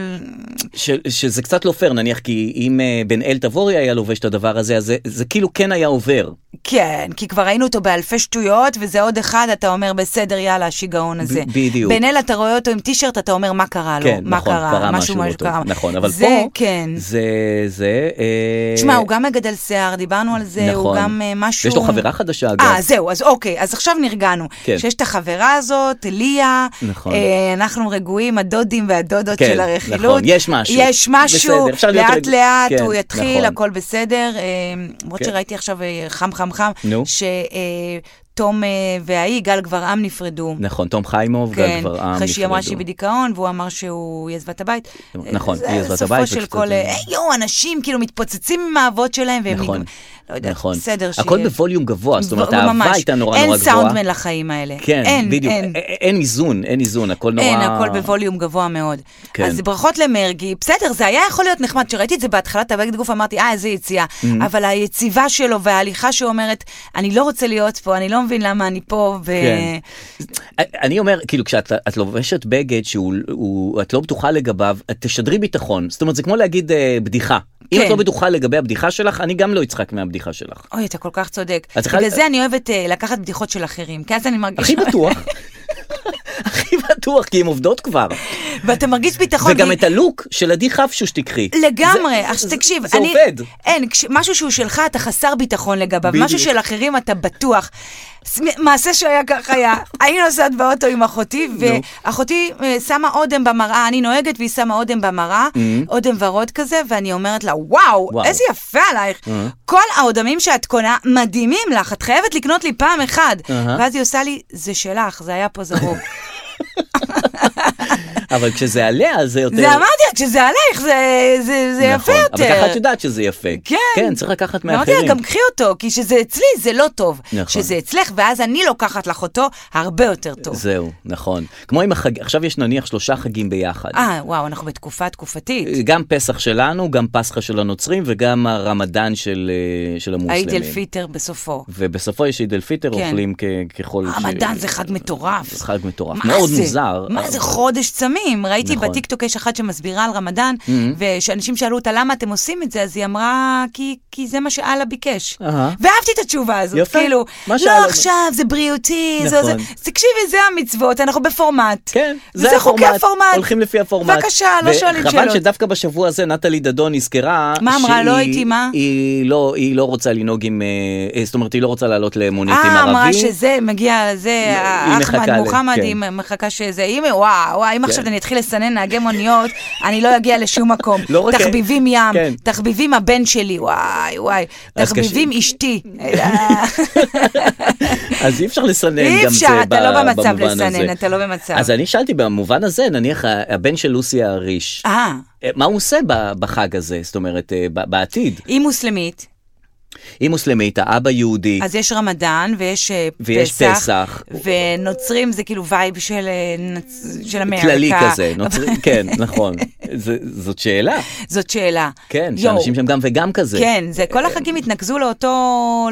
Speaker 2: ש, שזה קצת לא פייר, נניח, כי אם אה, בן אל תבורי היה לובש את הדבר הזה, אז זה, זה כאילו כן היה עובר.
Speaker 3: כן, כי כבר ראינו אותו באלפי שטויות, וזה עוד אחד, אתה אומר, בסדר, יאללה, השיגעון הזה.
Speaker 2: ב- בדיוק.
Speaker 3: בן אל אתה רואה אותו עם טישרט, אתה אומר, מה קרה לו?
Speaker 2: כן,
Speaker 3: לא, מה
Speaker 2: נכון,
Speaker 3: קרה?
Speaker 2: קרה משהו לא
Speaker 3: משהו
Speaker 2: טוב.
Speaker 3: קרה.
Speaker 2: נכון, אבל
Speaker 3: זה,
Speaker 2: פה,
Speaker 3: כן.
Speaker 2: זה, זה... אה,
Speaker 3: תשמע, הוא גם מגדל שיער, דיברנו על זה, הוא
Speaker 2: נכון.
Speaker 3: גם אה, משהו...
Speaker 2: ויש לו חברה חדשה, אגב.
Speaker 3: אה, זהו, אז אוקיי, אז עכשיו נרגענו.
Speaker 2: כן.
Speaker 3: שיש את החברה הזאת, ליה,
Speaker 2: נכון.
Speaker 3: אה, אנחנו רגועים, הדודים והדודות
Speaker 2: כן,
Speaker 3: של הרכילות.
Speaker 2: נכון, יש משהו.
Speaker 3: יש משהו,
Speaker 2: בסדר, אפשר להיות
Speaker 3: לאט
Speaker 2: רגוע.
Speaker 3: לאט
Speaker 2: כן,
Speaker 3: הוא יתחיל,
Speaker 2: נכון.
Speaker 3: הכל בסדר. אה, למרות
Speaker 2: כן.
Speaker 3: שראיתי עכשיו אה, חם חם חם,
Speaker 2: נו.
Speaker 3: שתום אה, והאי, גל גברעם נפרדו.
Speaker 2: נכון, תום חיימוב, גל
Speaker 3: כן,
Speaker 2: גברעם נפרדו.
Speaker 3: אחרי שהיא אמרה שהיא בדיכאון, והוא אמר שהוא יעזב את הבית.
Speaker 2: נכון,
Speaker 3: זה
Speaker 2: היא עזבה את הבית
Speaker 3: סופו של
Speaker 2: וקצת-
Speaker 3: כל, אה, יואו, אנשים כאילו מתפוצצים עם האהבות שלהם, והם
Speaker 2: נכון,
Speaker 3: נגמ- לא יודעת,
Speaker 2: נכון.
Speaker 3: בסדר,
Speaker 2: הכל בווליום גבוה, זאת אומרת,
Speaker 3: ו- ממש.
Speaker 2: האהבה הייתה נורא נורא
Speaker 3: אין
Speaker 2: גבוהה.
Speaker 3: סאונדמן לחיים האלה.
Speaker 2: כן,
Speaker 3: אין,
Speaker 2: בדיוק.
Speaker 3: אין.
Speaker 2: א- א- אין איזון, אין איזון, הכל נורא...
Speaker 3: אין, הכל בווליום גבוה מאוד.
Speaker 2: כן.
Speaker 3: אז ברכות למרגי, בסדר, זה היה יכול להיות נחמד. כשראיתי את זה בהתחלת הבגד גוף, אמרתי, אה, איזה יציאה.
Speaker 2: Mm-hmm.
Speaker 3: אבל היציבה שלו וההליכה שאומרת, אני לא רוצה להיות פה, אני לא מבין למה אני פה, ו...
Speaker 2: כן. אני אומר, כאילו, כשאת את לובשת בגד שהוא- הוא- את לא בטוחה לגביו, את תשדרי ביטחון. זאת אומרת, זה כמו להגיד אה, בדיחה. אם
Speaker 3: כן.
Speaker 2: את לא בטוחה לגבי הבדיחה שלך, אני גם לא אצחק מהבדיחה שלך.
Speaker 3: אוי, אתה כל כך צודק.
Speaker 2: את צריכה-
Speaker 3: בגלל זה אני אוהבת אה, לקחת בדיחות של אחרים, כי אז אני
Speaker 2: הכי
Speaker 3: מרגישה...
Speaker 2: בטוח. הכי בטוח, כי הן עובדות כבר.
Speaker 3: ואתה מרגיש ביטחון.
Speaker 2: וגם
Speaker 3: נכון, והיא-
Speaker 2: את הלוק של עדי חפשוש תקחי.
Speaker 3: לגמרי,
Speaker 2: זה-
Speaker 3: אז
Speaker 2: זה-
Speaker 3: תקשיב,
Speaker 2: זה
Speaker 3: אני...
Speaker 2: עובד.
Speaker 3: אין, כש- משהו שהוא שלך, אתה חסר ביטחון לגביו,
Speaker 2: בדיוק.
Speaker 3: משהו של אחרים אתה בטוח. ס- מעשה שהיה כך היה, אני נוסעת באוטו עם אחותי, ואחותי אה, שמה אודם במראה, אני נוהגת והיא שמה אודם במראה, אודם ורוד כזה, ואני אומרת לה, וואו,
Speaker 2: Mm-hmm. וואו. Mm-hmm.
Speaker 3: איזה יפה עלייך. כל האודמים שאת קונה מדהימים לך, את חייבת לקנות לי פעם אחת.
Speaker 2: Mm-hmm.
Speaker 3: ואז היא עושה לי, זה שלך, זה היה פה זרוק.
Speaker 2: אבל כשזה עליה, זה יותר...
Speaker 3: זה אמרתי לך, שזה עלייך, זה- זה זה יפה
Speaker 2: נכון,
Speaker 3: יותר.
Speaker 2: אבל ככה את יודעת שזה יפה.
Speaker 3: כן.
Speaker 2: כן, צריך לקחת
Speaker 3: אמרתי לה,
Speaker 2: מאחרים.
Speaker 3: גם קחי אותו, כי שזה אצלי זה לא טוב.
Speaker 2: נכון.
Speaker 3: שזה אצלך, ואז אני לוקחת לך אותו, הרבה יותר טוב.
Speaker 2: זהו, נכון. כמו עם החג... עכשיו יש נניח שלושה חגים ביחד.
Speaker 3: אה, וואו, אנחנו בתקופה תקופתית.
Speaker 2: גם פסח שלנו, גם פסחא של הנוצרים וגם הרמדאן של, אה, של המוסלמים.
Speaker 3: העיד אל פיטר בסופו.
Speaker 2: ובסופו יש עיד אל פיטר,
Speaker 3: כן.
Speaker 2: אוכלים כ... ככל... ש-
Speaker 3: רמדאן זה חג מטורף.
Speaker 2: זה חג מטורף.
Speaker 3: מה
Speaker 2: מאוד
Speaker 3: זה?
Speaker 2: מוזר.
Speaker 3: מה זה חודש צמים? ראיתי
Speaker 2: נכון. Mm-hmm.
Speaker 3: בטיקטוק יש אחת שמסבירה על רמדאן, ושאנשים שאלו אותה למה אתם עושים את זה, אז היא אמרה, "כי- כי זה מה שאללה ביקש.
Speaker 2: אהה.
Speaker 3: ואהבתי את התשובה הזאת.
Speaker 2: יפה.
Speaker 3: כאילו,
Speaker 2: מה
Speaker 3: לא
Speaker 2: שאללה-
Speaker 3: עכשיו, זה בריאותי, זה...
Speaker 2: נכון.
Speaker 3: זה- תקשיבי, זה המצוות, אנחנו בפורמט.
Speaker 2: כן,
Speaker 3: זה חוקי הפורמט.
Speaker 2: הולכים לפי הפורמט.
Speaker 3: בבקשה, לא שואלים
Speaker 2: וחבל
Speaker 3: שאלות.
Speaker 2: שדווקא בשבוע הזה נטלי דדון נזכרה...
Speaker 3: מה אמרה?
Speaker 2: שהיא-
Speaker 3: לא הייתי, מה?
Speaker 2: היא לא, היא לא רוצה לנהוג עם... אה, זאת אומרת, היא לא רוצה לעלות למונית עם
Speaker 3: אה,
Speaker 2: ערבי.
Speaker 3: אמרה שזה, מגיע זה, אה,
Speaker 2: היא
Speaker 3: אחמד
Speaker 2: מחכה ל-
Speaker 3: מוחמד,
Speaker 2: כן.
Speaker 3: היא מחכה שזה, אם, וואו, וואו, אם עכשיו אני אתחיל לסנן נהגי מוניות, אני לא אגיע לשום מקום.
Speaker 2: לא רק-
Speaker 3: תחביבים ים,
Speaker 2: כן.
Speaker 3: תחביבים הבן שלי, וואי, וואי,
Speaker 2: אז
Speaker 3: תחביבים
Speaker 2: קשה.
Speaker 3: אשתי. אה,
Speaker 2: אז אי אפשר לסנן
Speaker 3: אי
Speaker 2: גם
Speaker 3: אפשר,
Speaker 2: זה
Speaker 3: אתה לא
Speaker 2: ב-
Speaker 3: במצב
Speaker 2: במובן
Speaker 3: לסנן,
Speaker 2: הזה.
Speaker 3: אתה לא במצב.
Speaker 2: אז אני שאלתי במובן הזה, נניח ה- הבן של לוסי האריש,
Speaker 3: אה,
Speaker 2: אה, מה הוא עושה ב- בחג הזה, זאת אומרת, אה, ב- בעתיד?
Speaker 3: היא מוסלמית,
Speaker 2: היא מוסלמית, האבא יהודי,
Speaker 3: אז יש רמדאן ויש אה,
Speaker 2: ויש פסח.
Speaker 3: ונוצרים זה כאילו וייב של אה, נצ- של אמריקה.
Speaker 2: כללי כזה, נוצרי, כן, נכון. זה- זאת שאלה,
Speaker 3: זאת שאלה.
Speaker 2: כן,
Speaker 3: יואו,
Speaker 2: שאנשים שם גם וגם כזה.
Speaker 3: כן, זה כל החגים התנקזו לאותו,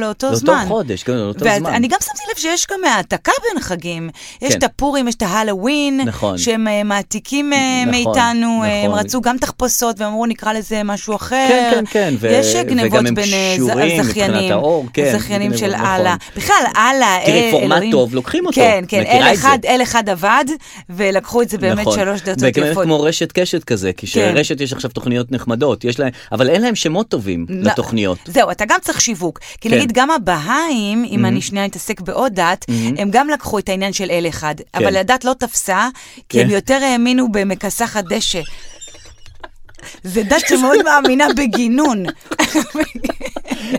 Speaker 3: לאותו
Speaker 2: אה, לאותו
Speaker 3: זמן.
Speaker 2: חודש, כן, לאותו
Speaker 3: ואת-
Speaker 2: זמן.
Speaker 3: אני גם שמתי לב שיש גם העתקה בין החגים. יש
Speaker 2: כן.
Speaker 3: את הפורים, יש את ההלווין,
Speaker 2: נכון.
Speaker 3: שהם אה, מעתיקים אה,
Speaker 2: נכון,
Speaker 3: מאיתנו, אה, הם
Speaker 2: נכון.
Speaker 3: רצו גם תחפושות, והם אמרו נקרא לזה משהו אחר.
Speaker 2: כן, כן, כן, ו-
Speaker 3: יש אה,
Speaker 2: וגם
Speaker 3: גנבות
Speaker 2: הם
Speaker 3: בין אה, ז-
Speaker 2: קשורים
Speaker 3: הזכיינים.
Speaker 2: מבחינת האור, כן,
Speaker 3: הזכיינים
Speaker 2: גנבות,
Speaker 3: של
Speaker 2: נכון.
Speaker 3: אללה. בכלל, אללה,
Speaker 2: תראי,
Speaker 3: אה,
Speaker 2: פורמט
Speaker 3: אלוהים.
Speaker 2: טוב, לוקחים אותו.
Speaker 3: כן, כן,
Speaker 2: מכירה
Speaker 3: אל
Speaker 2: את זה.
Speaker 3: אחד, אל אחד עבד, ולקחו את זה באמת
Speaker 2: נכון.
Speaker 3: שלוש דתות
Speaker 2: וכן,
Speaker 3: יפות.
Speaker 2: כמו רשת קשת כזה, כי
Speaker 3: כן.
Speaker 2: שלרשת יש עכשיו תוכניות נחמדות, יש להם, אבל אין להם שמות טובים
Speaker 3: לא.
Speaker 2: לתוכניות.
Speaker 3: זהו, אתה גם צריך שיווק. כי
Speaker 2: כן. Mm-hmm.
Speaker 3: נגיד גם הבהאים, אם אני שנייה אתעסק בעוד דת, הם גם לקחו את העניין של אל אחד. אבל הדת לא תפסה, כי
Speaker 2: כן.
Speaker 3: הם יותר האמינו במכסחת דשא. זה דת שמאוד מאמינה בגינון.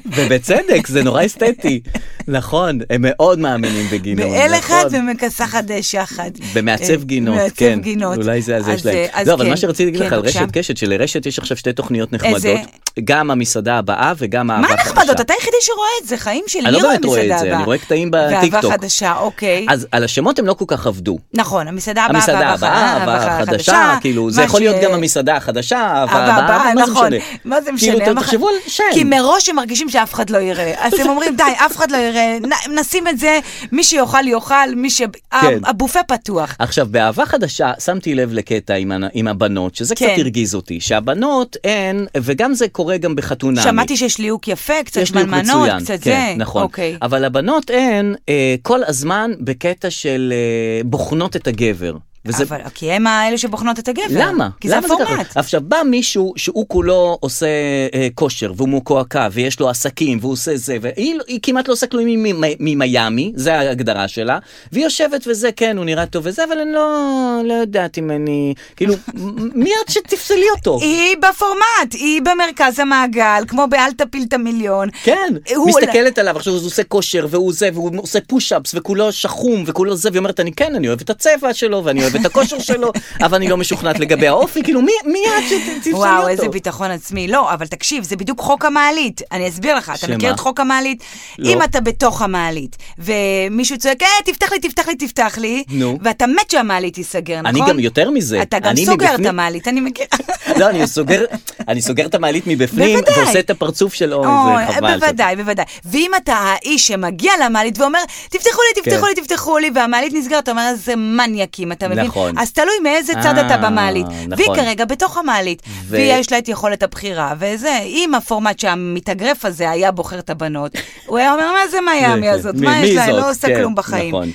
Speaker 2: ובצדק, זה נורא אסתטי. נכון, הם מאוד מאמינים בגינון.
Speaker 3: באל אחד
Speaker 2: נכון.
Speaker 3: ומכסחת שחד.
Speaker 2: במעצב
Speaker 3: אה,
Speaker 2: גינות,
Speaker 3: מעצב
Speaker 2: כן.
Speaker 3: גינות.
Speaker 2: אולי זה הזה
Speaker 3: אז,
Speaker 2: שלהם.
Speaker 3: אה, אז
Speaker 2: לא, אבל
Speaker 3: כן.
Speaker 2: מה שרציתי להגיד
Speaker 3: כן,
Speaker 2: לך על
Speaker 3: בבקשה.
Speaker 2: רשת קשת, שלרשת יש עכשיו שתי תוכניות נחמדות.
Speaker 3: איזה?
Speaker 2: גם המסעדה הבאה וגם אהבה
Speaker 3: מה
Speaker 2: חדשה.
Speaker 3: נחמדות? אתה היחידי שרואה את זה, חיים שלי.
Speaker 2: אני
Speaker 3: מי
Speaker 2: לא באמת רואה את
Speaker 3: מסעדה
Speaker 2: זה,
Speaker 3: הבאה?
Speaker 2: אני רואה קטעים
Speaker 3: ואהבה
Speaker 2: בטיקטוק.
Speaker 3: חדשה, אוקיי.
Speaker 2: אז על השמות הם לא כל כך עבדו.
Speaker 3: נכון, המסעדה הבאה,
Speaker 2: המסעדה הבאה, הבאה החדשה, כאילו, זה
Speaker 3: מה
Speaker 2: יכול להיות
Speaker 3: ש-
Speaker 2: גם המסעדה החדשה, הבאה,
Speaker 3: הבאה,
Speaker 2: הבאה, מה זה
Speaker 3: נכון.
Speaker 2: משנה?
Speaker 3: מה זה משנה?
Speaker 2: כאילו,
Speaker 3: מה-
Speaker 2: תחשבו על שם.
Speaker 3: כי מראש הם מרגישים שאף אחד לא יראה. אז הם אומרים, די, אף אחד לא יראה, נ- נשים את זה, מי שיאכל יאכל, מי ש...
Speaker 2: כן.
Speaker 3: הבופה פתוח.
Speaker 2: עכשיו, באהבה חדשה, שמתי לב לקטע עם, הנ- עם הבנות, שזה
Speaker 3: כן.
Speaker 2: קצת הרגיז אותי, שהבנות הן, וגם זה קורה גם בחתונה.
Speaker 3: שמעתי שיש ליהוק יפה, קצת
Speaker 2: יש דיוק
Speaker 3: מנמנות,
Speaker 2: מצוין,
Speaker 3: קצת
Speaker 2: כן,
Speaker 3: זה.
Speaker 2: נכון.
Speaker 3: אוקיי.
Speaker 2: אבל הבנות הן אה, כל הזמן בקטע של אה, בוחנות את הגבר. וזה
Speaker 3: אבל כי הם האלה שבוחנות את הגבר.
Speaker 2: למה?
Speaker 3: כי זה
Speaker 2: למה
Speaker 3: הפורמט.
Speaker 2: ככה? עכשיו, בא מישהו שהוא כולו עושה אה, כושר, והוא מוקועקע, ויש לו עסקים, והוא עושה זה, והיא לא- היא כמעט לא עושה כלום ממ- ממיאמי, זה ההגדרה שלה, והיא יושבת וזה, כן, הוא נראה טוב וזה, אבל אני לא, לא יודעת אם אני... כאילו, מ- מי את שתפסלי אותו?
Speaker 3: היא בפורמט, היא במרכז המעגל, כמו באל תפיל את המיליון.
Speaker 2: כן,
Speaker 3: אה, הוא-
Speaker 2: מסתכלת עליו, עכשיו הוא עושה כושר, והוא זה, והוא עושה פוש-אפס, וכולו שחום, וכולו זה, והיא אומרת, אני כן, אני אוהב את הצבע שלו, ואני אוהב את הכושר שלו, אבל אני לא משוכנעת לגבי האופי, כאילו, מי מי את שתפסלי אותו?
Speaker 3: וואו, איזה ביטחון עצמי. לא, אבל תקשיב, זה בדיוק חוק המעלית. אני אסביר לך, אתה
Speaker 2: שמה?
Speaker 3: מכיר את חוק המעלית?
Speaker 2: לא.
Speaker 3: אם אתה בתוך המעלית, ומישהו צועק, אה, תפתח לי, תפתח לי, תפתח לי,
Speaker 2: נו.
Speaker 3: ואתה מת שהמעלית תיסגר, נכון?
Speaker 2: אני גם יותר מזה.
Speaker 3: אתה גם
Speaker 2: אני
Speaker 3: סוגר את
Speaker 2: מבפנים-
Speaker 3: המעלית, אני מכיר.
Speaker 2: לא, אני סוגר, אני סוגר את המעלית מבפנים,
Speaker 3: בוודאי.
Speaker 2: ועושה את הפרצוף של אוי,
Speaker 3: אוי,
Speaker 2: זה חבל.
Speaker 3: בוודאי, בוודאי. ואם אתה האיש שמגיע למעלית ואומר, תפתחו לי, תפתחו
Speaker 2: כן.
Speaker 3: לי, תפתחו לי, והמעלית נסגרת, אתה אומר, איזה מניאקים, אתה מבין?
Speaker 2: נכון.
Speaker 3: אז תלוי מאיזה צד
Speaker 2: אה,
Speaker 3: אתה במעלית. והיא
Speaker 2: נכון.
Speaker 3: כרגע בתוך המעלית,
Speaker 2: ו-
Speaker 3: ויש לה את יכולת הבחירה, וזה, אם הפורמט שהמתאגרף הזה היה בוחר את הבנות, הוא היה אומר, מה זה מיאמי הזאת?
Speaker 2: מי-
Speaker 3: מה
Speaker 2: כן. מי
Speaker 3: יש לה? היא
Speaker 2: זאת?
Speaker 3: לא עושה
Speaker 2: כן,
Speaker 3: כלום בחיים.
Speaker 2: נכון.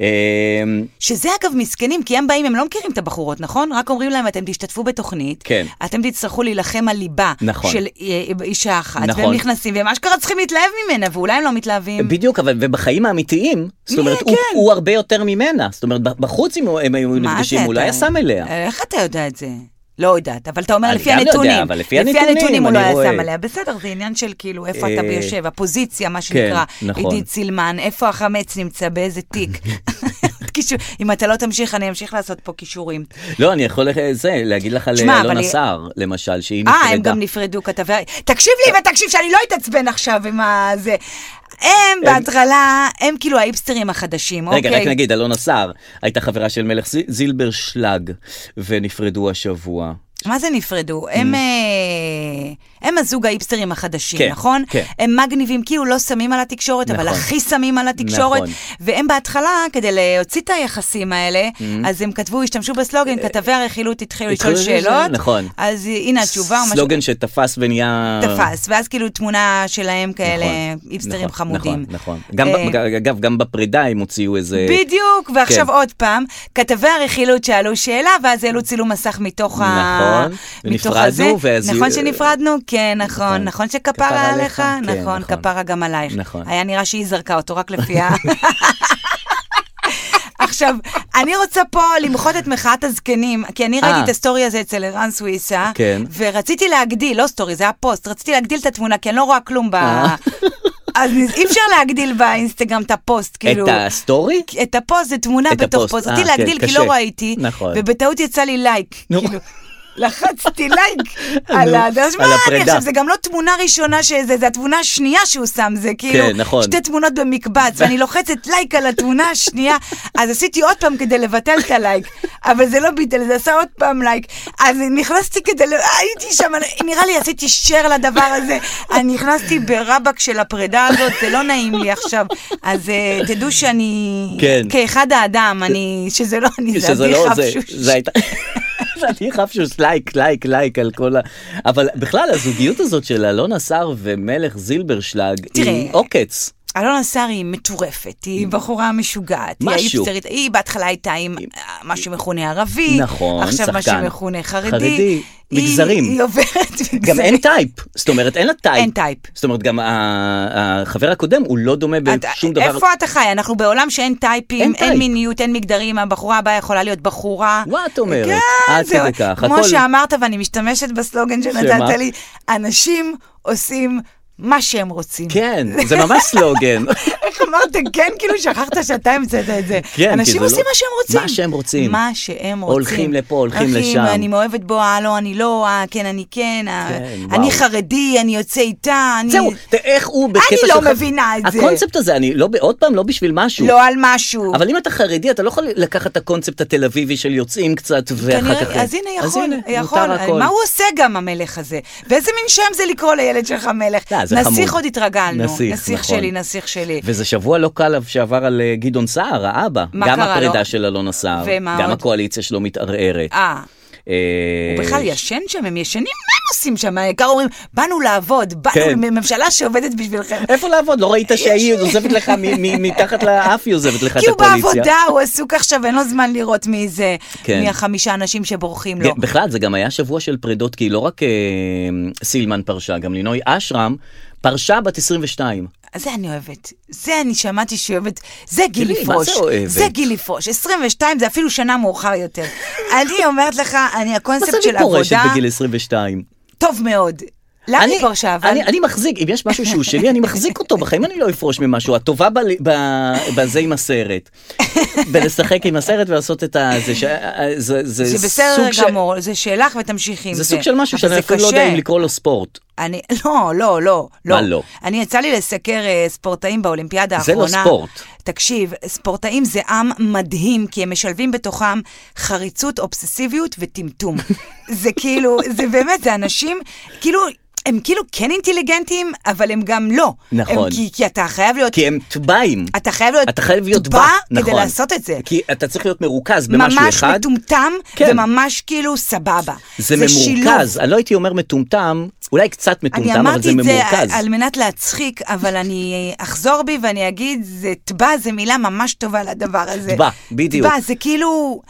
Speaker 2: אמ,
Speaker 3: שזה אגב מסכנים, כי הם באים, הם לא מכירים את הבחורות, נכון? רק אומרים להם, אתם תשתתפו בתוכנית,
Speaker 2: כן.
Speaker 3: אתם תצטרכו להילחם על ליבה
Speaker 2: נכון.
Speaker 3: של אה, אישה אחת,
Speaker 2: נכון.
Speaker 3: והם נכנסים, והם אשכרה צריכים להתלהב ממנה, ואולי הם לא מתלהבים.
Speaker 2: בדיוק, אבל ובחיים האמיתיים, זאת אומרת, הוא-
Speaker 3: כן.
Speaker 2: הוא הרבה יותר ממנה. זאת אומרת, בחוץ אם הם היו
Speaker 3: מה
Speaker 2: נפגשים,
Speaker 3: זה
Speaker 2: אולי
Speaker 3: אתה-
Speaker 2: היה שם אליה.
Speaker 3: איך אתה יודע את זה? לא יודעת, אבל אתה אומר
Speaker 2: אני
Speaker 3: לפי
Speaker 2: גם לא יודע,
Speaker 3: הנתונים.
Speaker 2: אבל לפי הנתונים,
Speaker 3: הוא
Speaker 2: אני
Speaker 3: לא היה
Speaker 2: רואה.
Speaker 3: שם עליה. בסדר, זה עניין של כאילו, איפה אתה
Speaker 2: אה,
Speaker 3: יושב, הפוזיציה, מה
Speaker 2: כן,
Speaker 3: שנקרא.
Speaker 2: נכון.
Speaker 3: עידית סילמן, איפה החמץ נמצא, באיזה תיק. קישור- אם אתה לא תמשיך, אני אמשיך לעשות פה קישורים.
Speaker 2: לא, אני יכול אה, זה, להגיד לך על
Speaker 3: שמע,
Speaker 2: אה,
Speaker 3: אבל
Speaker 2: אלונה
Speaker 3: היא-
Speaker 2: סער, למשל, שהיא נפרדה.
Speaker 3: אה, הם גם נפרדו, כתבי... תקשיב לי ותקשיב שאני לא אתעצבן עכשיו עם הזה. הם בהתחלה, הם כאילו האיפסטרים החדשים,
Speaker 2: רגע, רק
Speaker 3: אוקיי?
Speaker 2: נגיד, אלונה סער הייתה חברה של מלך זיל- זילבר שלג, ונפרדו השבוע.
Speaker 3: מה זה נפרדו? הם, אה, הם הזוג האיפסטרים החדשים,
Speaker 2: Mm. כן,
Speaker 3: נכון?
Speaker 2: כן.
Speaker 3: הם מגניבים, כאילו לא שמים על התקשורת, אבל
Speaker 2: נכון.
Speaker 3: הכי שמים על התקשורת.
Speaker 2: נכון.
Speaker 3: והם בהתחלה, כדי להוציא את היחסים האלה, אז הם כתבו, השתמשו בסלוגן, כתבי הרכילות התחילו לשאול
Speaker 2: Mm. אה, התחילו לשאול,
Speaker 3: שאלות.
Speaker 2: נכון.
Speaker 3: אז הנה התשובה. או משהו-
Speaker 2: סלוגן שתפס ונהיה...
Speaker 3: תפס, ואז כאילו תמונה שלהם כאלה, איפסטרים
Speaker 2: נכון,
Speaker 3: חמודים.
Speaker 2: נכון, נכון. גם, ב-
Speaker 3: אה,
Speaker 2: ג- אגב, גם בפרידה הם הוציאו איזה...
Speaker 3: בדיוק, ועכשיו
Speaker 2: אה, כן.
Speaker 3: עוד פעם, כתבי הרכילות שאלו שאלה, ואז העלו צילום מסך מתוך ה...
Speaker 2: נכון,
Speaker 3: מתוך
Speaker 2: ונפרדנו,
Speaker 3: הזה.
Speaker 2: ואז-
Speaker 3: נכון שנפרדנו? כן, נכון. נכון שכפרה
Speaker 2: כפרה
Speaker 3: עליך?
Speaker 2: עליך? כן,
Speaker 3: נכון,
Speaker 2: נכון.
Speaker 3: כפרה גם עלייך.
Speaker 2: נכון.
Speaker 3: היה נראה שהיא זרקה אותו רק לפי ה... עכשיו, אני רוצה פה למחות את מחאת הזקנים, כי אני ראיתי
Speaker 2: אה.
Speaker 3: את הסטורי הזה אצל ערן סוויסה,
Speaker 2: כן.
Speaker 3: ורציתי להגדיל, לא סטורי, זה היה פוסט, רציתי להגדיל את התמונה, כי אני לא רואה כלום ב...
Speaker 2: אה.
Speaker 3: אז אי אפשר להגדיל באינסטגרם את הפוסט, כאילו...
Speaker 2: את הסטורי?
Speaker 3: את הפוסט, זה תמונה
Speaker 2: את
Speaker 3: בתוך
Speaker 2: הפוסט,
Speaker 3: פוסט.
Speaker 2: אה,
Speaker 3: רציתי
Speaker 2: כן,
Speaker 3: להגדיל כי
Speaker 2: קשה.
Speaker 3: לא ראיתי,
Speaker 2: נכון.
Speaker 3: ובטעות יצא לי לייק.
Speaker 2: נו.
Speaker 3: כאילו, לחצתי לייק על
Speaker 2: נו,
Speaker 3: ה... אז
Speaker 2: על
Speaker 3: מה אני
Speaker 2: הפרידה.
Speaker 3: עכשיו, זה גם לא תמונה ראשונה שזה, זה התמונה השנייה שהוא שם, זה כאילו,
Speaker 2: כן, נכון.
Speaker 3: שתי תמונות במקבץ, ואני לוחצת לייק על התמונה השנייה, אז עשיתי עוד פעם כדי לבטל את הלייק, אבל זה לא ביטל, זה עשה עוד פעם לייק. אז נכנסתי כדי, ל- הייתי שם, נראה לי עשיתי share לדבר הזה, אני נכנסתי ברבק של הפרידה הזאת, זה לא נעים לי עכשיו. אז אה, תדעו שאני,
Speaker 2: כן.
Speaker 3: כאחד האדם, אני, שזה לא אני, זה
Speaker 2: שזה
Speaker 3: אביך
Speaker 2: לא זה,
Speaker 3: אפשוש.
Speaker 2: זה הייתה... זה אני חפשוש לייק, לייק, לייק על כל ה... אבל בכלל, הזוגיות הזאת של אלונה סער ומלך זילבר שלג
Speaker 3: תראה,
Speaker 2: היא עוקץ.
Speaker 3: אלונה שר היא מטורפת, היא בחורה משוגעת, היא
Speaker 2: משהו.
Speaker 3: האיפסטרית, היא בהתחלה הייתה עם אה, מה שמכונה ערבי,
Speaker 2: נכון,
Speaker 3: עכשיו מה
Speaker 2: שחקן.
Speaker 3: שמכונה חרדי,
Speaker 2: חרדי.
Speaker 3: היא-
Speaker 2: מגזרים.
Speaker 3: היא עוברת מגזרים.
Speaker 2: גם אין טייפ, זאת אומרת אין לה טייפ.
Speaker 3: אין טייפ.
Speaker 2: זאת אומרת גם ה- החבר הקודם הוא לא דומה
Speaker 3: אתה-
Speaker 2: בשום דבר.
Speaker 3: איפה אתה חי? אנחנו בעולם שאין טייפים,
Speaker 2: אין
Speaker 3: אין,
Speaker 2: טייפ.
Speaker 3: מיניות, אין מגדרים, הבחורה הבאה יכולה להיות בחורה.
Speaker 2: מה את אומרת?
Speaker 3: כן,
Speaker 2: עד
Speaker 3: זה-
Speaker 2: כדי כך.
Speaker 3: כמו
Speaker 2: הכל-
Speaker 3: שאמרת, ואני משתמשת בסלוגן שנתת
Speaker 2: שמה?
Speaker 3: לי, אנשים עושים מה שהם רוצים.
Speaker 2: כן, זה ממש סלוגן.
Speaker 3: איך אמרת כן, כאילו שכחת שאתה המצאת את זה.
Speaker 2: כי זה
Speaker 3: אנשים
Speaker 2: לא-
Speaker 3: עושים מה שהם רוצים.
Speaker 2: מה שהם רוצים.
Speaker 3: מה שהם רוצים.
Speaker 2: הולכים לפה, הולכים לשם.
Speaker 3: אני מאוהבת בו, אה, לא, אני לא, אה, כן, אני כן, אה,
Speaker 2: כן, וואו.
Speaker 3: אני חרדי, אני יוצא איתה, אני...
Speaker 2: זהו, ת- איך הוא בקטע
Speaker 3: אני
Speaker 2: של...
Speaker 3: לא
Speaker 2: חב-
Speaker 3: מבינה את זה.
Speaker 2: הקונספט הזה, אני לא, ב- עוד פעם, לא בשביל משהו.
Speaker 3: לא על משהו.
Speaker 2: אבל אם אתה חרדי, אתה לא יכול לקחת את הקונספט התל אביבי של יוצאים קצת, ואחר כך... כן.
Speaker 3: כנראה, אז הנה, יכול,
Speaker 2: הנה,
Speaker 3: יכול.
Speaker 2: מותר הכל.
Speaker 3: מה הוא עושה גם, המלך הזה? ואיזה מין שם זה לקרוא לילד שלך מלך?
Speaker 2: לא, זה
Speaker 3: נסיך
Speaker 2: חמוד.
Speaker 3: עוד התרגלנו.
Speaker 2: נסיך, נכון.
Speaker 3: שלי, נסיך שלי.
Speaker 2: וזה שבוע לא קל שעבר על אה, גדעון סער, האבא.
Speaker 3: מה
Speaker 2: גם
Speaker 3: קרה
Speaker 2: הפרידה
Speaker 3: לו?
Speaker 2: של אלונה סער.
Speaker 3: ומה
Speaker 2: גם
Speaker 3: עוד?
Speaker 2: הקואליציה שלו מתערערת.
Speaker 3: אה,
Speaker 2: אה,
Speaker 3: הוא בכלל ישן שם, הם ישנים? מה הם עושים שם? העיקר אומרים, באנו לעבוד, באנו
Speaker 2: כן.
Speaker 3: ממשלה שעובדת בשבילכם.
Speaker 2: איפה לעבוד? לא ראית שהיא עוזבת לך, מ- מ- מתחת לאף היא עוזבת לך את
Speaker 3: כי הוא
Speaker 2: הקואליציה.
Speaker 3: בעבודה, הוא עסוק עכשיו, אין לו זמן לראות מי זה,
Speaker 2: כן.
Speaker 3: מי החמישה אנשים שבורחים לו.
Speaker 2: ג- בכלל, זה גם היה שבוע של פרידות, כי לא רק אה, סילמן פרשה, גם לינוי אשרם פרשה בת 22.
Speaker 3: זה אני אוהבת. זה אני שמעתי שהיא אוהבת. זה גילי
Speaker 2: תראי, מה
Speaker 3: פרוש.
Speaker 2: זה אוהבת?
Speaker 3: זה גילי פרוש. 22 זה אפילו שנה מאוחר יותר. אני אומרת לך, אני
Speaker 2: מה זה
Speaker 3: הקונספט
Speaker 2: אני
Speaker 3: של
Speaker 2: פורשת
Speaker 3: עבודה,
Speaker 2: בגיל 22?
Speaker 3: טוב מאוד. למה היא פרשה אבל?
Speaker 2: אני, אני מחזיק, אם יש משהו שהוא שלי, אני מחזיק אותו, בחיים אני לא אפרוש ממשהו. הטובה ב, ב, בזה עם הסרט. בלשחק עם הסרט ולעשות את ה... זה, ש, זה, זה,
Speaker 3: זה בסדר
Speaker 2: סוג
Speaker 3: גמור, זה שלך ותמשיכי עם
Speaker 2: זה
Speaker 3: זה.
Speaker 2: סוג של משהו
Speaker 3: אבל
Speaker 2: שאני
Speaker 3: זה
Speaker 2: אפילו לא יודע
Speaker 3: קשה.
Speaker 2: אם לקרוא לו ספורט.
Speaker 3: אני, לא, לא, לא, לא.
Speaker 2: מה לא?
Speaker 3: אני יצא לי לסקר אה, ספורטאים באולימפיאדה
Speaker 2: זה לא
Speaker 3: האחרונה.
Speaker 2: ספורט.
Speaker 3: תקשיב, ספורטאים זה עם מדהים, כי הם משלבים בתוכם חריצות, אובססיביות וטמטום. זה כאילו, זה באמת, זה אנשים, כאילו... הם כאילו כן אינטליגנטים, אבל הם גם לא.
Speaker 2: נכון.
Speaker 3: הם, כי, כי אתה חייב להיות...
Speaker 2: כי הם טבעים.
Speaker 3: אתה חייב להיות...
Speaker 2: אתה חייב להיות
Speaker 3: טבע
Speaker 2: בא,
Speaker 3: כדי
Speaker 2: נכון.
Speaker 3: לעשות את זה.
Speaker 2: כי אתה צריך להיות מרוכז במשהו
Speaker 3: ממש
Speaker 2: אחד.
Speaker 3: מטומטם,
Speaker 2: כן.
Speaker 3: וממש כאילו סבבה.
Speaker 2: זה
Speaker 3: שילוב.
Speaker 2: ממורכז, אני לא הייתי אומר מטומטם, אולי קצת
Speaker 3: אני
Speaker 2: מטומטם, אבל
Speaker 3: אמרתי
Speaker 2: זה
Speaker 3: את זה
Speaker 2: ממורכז.
Speaker 3: על מנת להצחיק, אבל אני אחזור בי ואני אגיד, זה טבע, זו מילה ממש טובה לדבר הזה.
Speaker 2: טבע, בדיוק.
Speaker 3: טבע, זה כאילו...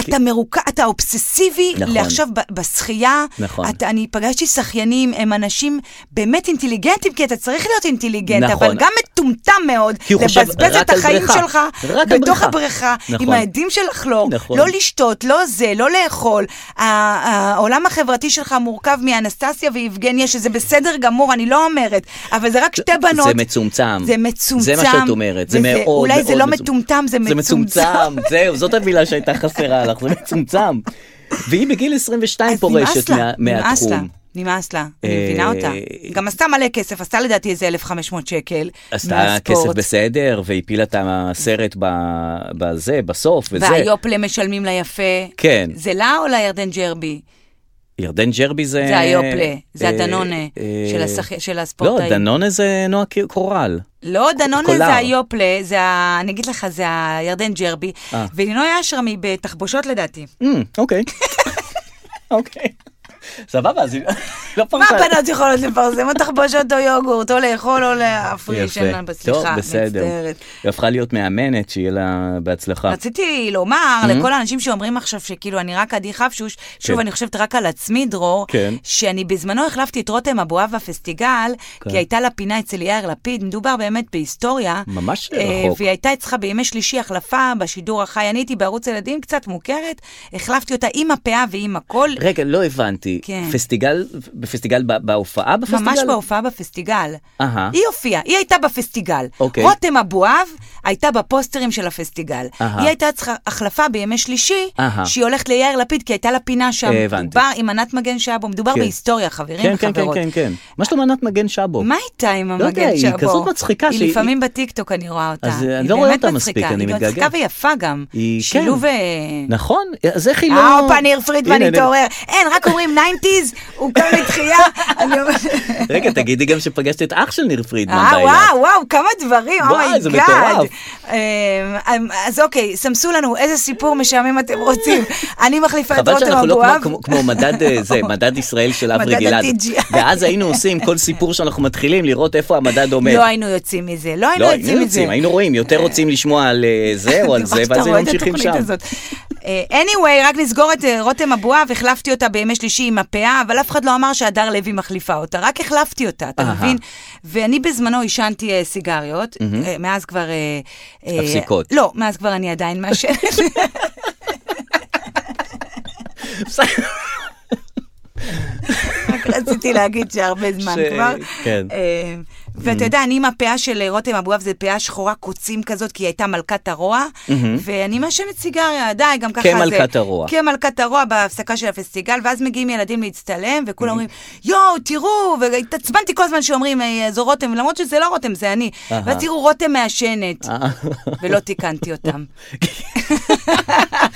Speaker 3: אתה מרוכ... אתה אובססיבי
Speaker 2: נכון.
Speaker 3: לעכשיו ב- בשחייה.
Speaker 2: נכון.
Speaker 3: אתה, אני פגשתי שחיינים, הם אנשים באמת אינטליגנטים, כי אתה צריך להיות אינטליגנט,
Speaker 2: נכון.
Speaker 3: אבל גם מטומטם מאוד,
Speaker 2: כי הוא חושב
Speaker 3: לבזבז
Speaker 2: רק
Speaker 3: את
Speaker 2: על
Speaker 3: החיים
Speaker 2: בריכה.
Speaker 3: שלך
Speaker 2: רק על
Speaker 3: בתוך
Speaker 2: בריכה.
Speaker 3: הבריכה, עם
Speaker 2: נכון.
Speaker 3: העדים של לחלור,
Speaker 2: נכון.
Speaker 3: לא לשתות, לא זה, לא לאכול. ה- העולם החברתי שלך מורכב מאנסטסיה ויבגניה, שזה בסדר גמור, אני לא אומרת, אבל זה רק שתי בנות.
Speaker 2: זה מצומצם.
Speaker 3: זה מצומצם.
Speaker 2: זה מה שאת אומרת, זה
Speaker 3: וזה-
Speaker 2: מאוד מאוד
Speaker 3: אולי זה לא
Speaker 2: מצומצם.
Speaker 3: מטומטם, זה
Speaker 2: זה מצומצם,
Speaker 3: מצומצם.
Speaker 2: זהו, זאת המילה שהייתה חסרה לך, זה מצומצם. והיא בגיל 22
Speaker 3: אז נמאס
Speaker 2: פורשת
Speaker 3: לה,
Speaker 2: מה-
Speaker 3: נמאס לה,
Speaker 2: מהתחום.
Speaker 3: נמאס לה, אני
Speaker 2: אה,
Speaker 3: מבינה אותה. גם עשתה מלא כסף, עשתה לדעתי איזה 1,500 שקל.
Speaker 2: עשתה
Speaker 3: מהספורט.
Speaker 2: כסף בסדר, והפילה את הסרט ב- בזה, בסוף, וזה.
Speaker 3: והיופלה משלמים לה יפה.
Speaker 2: כן.
Speaker 3: זה לה או לירדן ג'רבי?
Speaker 2: ירדן ג'רבי זה...
Speaker 3: זה היופלה, זה
Speaker 2: אה,
Speaker 3: הדנונה
Speaker 2: אה,
Speaker 3: של השח- של
Speaker 2: לא,
Speaker 3: הספורטאים.
Speaker 2: דנונה זה נועה ק- קורל.
Speaker 3: לא, דנונה
Speaker 2: קולר.
Speaker 3: זה היופלה, זה ה... אני אגיד לך, זה הירדן ג'רבי,
Speaker 2: אה.
Speaker 3: ולינוי אשרם היא בתחבושות לדעתי.
Speaker 2: אמ, אוקיי. אוקיי. סבבה, אז היא לא
Speaker 3: מה
Speaker 2: פרשה.
Speaker 3: הבנות יכולות לפרסם? או תחבושות או יוגורט, או לאכול או להפריש,
Speaker 2: יפה.
Speaker 3: אין לנו-
Speaker 2: טוב,
Speaker 3: סליחה,
Speaker 2: בסדר.
Speaker 3: מצטערת.
Speaker 2: היא הפכה להיות מאמנת, שיהיה לה בהצלחה.
Speaker 3: רציתי לומר לכל האנשים שאומרים עכשיו שכאילו אני רק עדי חפשוש, שוב
Speaker 2: Mm-hmm. כן.
Speaker 3: אני חושבת רק על עצמי דרור,
Speaker 2: כן.
Speaker 3: שאני בזמנו החלפתי את רותם אבואב בפסטיגל,
Speaker 2: כן.
Speaker 3: כי הייתה לה פינה אצל יאיר לפיד, מדובר באמת בהיסטוריה.
Speaker 2: ממש
Speaker 3: אה,
Speaker 2: רחוק.
Speaker 3: והיא הייתה אצלך בימי שלישי החלפה בשידור החי, אני הייתי בערוץ ילדים קצת מוכרת, החלפתי אותה עם הפאה ועם הכל,
Speaker 2: רגע, לא הבנתי.
Speaker 3: כן.
Speaker 2: פסטיגל, בפסטיגל, ב- בהופעה בפסטיגל?
Speaker 3: ממש בהופעה בפסטיגל.
Speaker 2: אהה.
Speaker 3: היא הופיעה, היא הייתה בפסטיגל.
Speaker 2: אוקיי.
Speaker 3: רותם אבואב הייתה בפוסטרים של הפסטיגל.
Speaker 2: אהה.
Speaker 3: היא הייתה צריכה החלפה בימי שלישי,
Speaker 2: אהה.
Speaker 3: שהיא הולכת ליאיר לפיד, כי הייתה לה פינה שם.
Speaker 2: הבנתי.
Speaker 3: מדובר עם ענת מגן שבו, מדובר
Speaker 2: כן.
Speaker 3: בהיסטוריה, חברים
Speaker 2: כן, כן, כן,
Speaker 3: וחברות.
Speaker 2: כן, כן. מה שלום ענת מגן שבו?
Speaker 3: מה הייתה עם המגן
Speaker 2: לא יודע, היא
Speaker 3: שבו?
Speaker 2: כזאת מצחיקה
Speaker 3: היא
Speaker 2: שהיא-
Speaker 3: לפעמים בטיקטוק, אני רואה אותה.
Speaker 2: אז, אה, אני
Speaker 3: היא
Speaker 2: לא רואה
Speaker 3: באמת
Speaker 2: אותה
Speaker 3: מצחיקה.
Speaker 2: מספיק, אני
Speaker 3: היא גם
Speaker 2: מתגעגע.
Speaker 3: מצחיקה ויפה גם.
Speaker 2: היא-
Speaker 3: שילוב...
Speaker 2: כן.
Speaker 3: אה,
Speaker 2: נכון, אז איך היא לא...
Speaker 3: אה, הופה, ניר פרידמן
Speaker 2: הנה,
Speaker 3: התעורר. אין, רק אומרים 90's, הוא קם לתחייה. אני אומרת...
Speaker 2: הנה. רגע, תגידי גם שפגשת את אח של ניר פרידמן
Speaker 3: אה,
Speaker 2: באילת.
Speaker 3: וואו, וואו, כמה דברים,
Speaker 2: וואי,
Speaker 3: אומייגאד.
Speaker 2: זה מטורף.
Speaker 3: אז אוקיי, סמסו לנו איזה סיפור משעמם אתם רוצים. אני מחליפה את
Speaker 2: חבל
Speaker 3: רותם
Speaker 2: שאנחנו לא
Speaker 3: אבואב.
Speaker 2: כמו, כמו, כמו מדד אה, זה, מדד ישראל של אברי
Speaker 3: מדד
Speaker 2: גלעד.
Speaker 3: ה-TGI.
Speaker 2: ואז היינו עושים כל סיפור שאנחנו מתחילים לראות איפה המדד עומד.
Speaker 3: לא היינו יוצאים מזה, לא היינו
Speaker 2: לא,
Speaker 3: יוצאים מזה.
Speaker 2: היינו רואים, יותר רוצים לשמוע על אה, זה או על זה,
Speaker 3: ממש,
Speaker 2: ואז
Speaker 3: אתה
Speaker 2: היינו
Speaker 3: רואה את
Speaker 2: ממשיכים
Speaker 3: התוכנית
Speaker 2: שם.
Speaker 3: הזאת. אה, anyway, רק נסגור את אה, רותם אבואב, החלפתי אותה בימי שלישי עם הפאה, אבל אף אחד לא אמר שהדר לוי מחליפה אותה, רק החלפתי אותה, אתה
Speaker 2: אהה.
Speaker 3: מבין? ואני בזמנו עישנתי אה, סיגריות, אה, מאז כבר... אה, אה,
Speaker 2: מפסיקות.
Speaker 3: לא, מאז כבר אני עדיין מעשנת. רק רציתי להגיד שהרבה זמן
Speaker 2: ש-
Speaker 3: כבר.
Speaker 2: כן.
Speaker 3: אה,
Speaker 2: Mm-hmm.
Speaker 3: ואתה יודע, אני עם הפאה של אה, רותם אבואב, זה פאה שחורה קוצים כזאת, כי היא הייתה מלכת הרוע, ואני מעשנת סיגריה, די, גם ככה זה...
Speaker 2: Mm-hmm. כמלכת הרוע.
Speaker 3: כמלכת הרוע בהפסקה של הפסטיגל, ואז מגיעים ילדים להצטלם,
Speaker 2: Mm-hmm.
Speaker 3: וכולם אומרים, יואו, תראו, והתעצבנתי כל הזמן שאומרים, "אה, זו רותם, למרות שזה לא רותם, זה אני.
Speaker 2: אהה.
Speaker 3: ואז תראו, רותם מעשנת,
Speaker 2: אה.
Speaker 3: ולא תיקנתי אותם.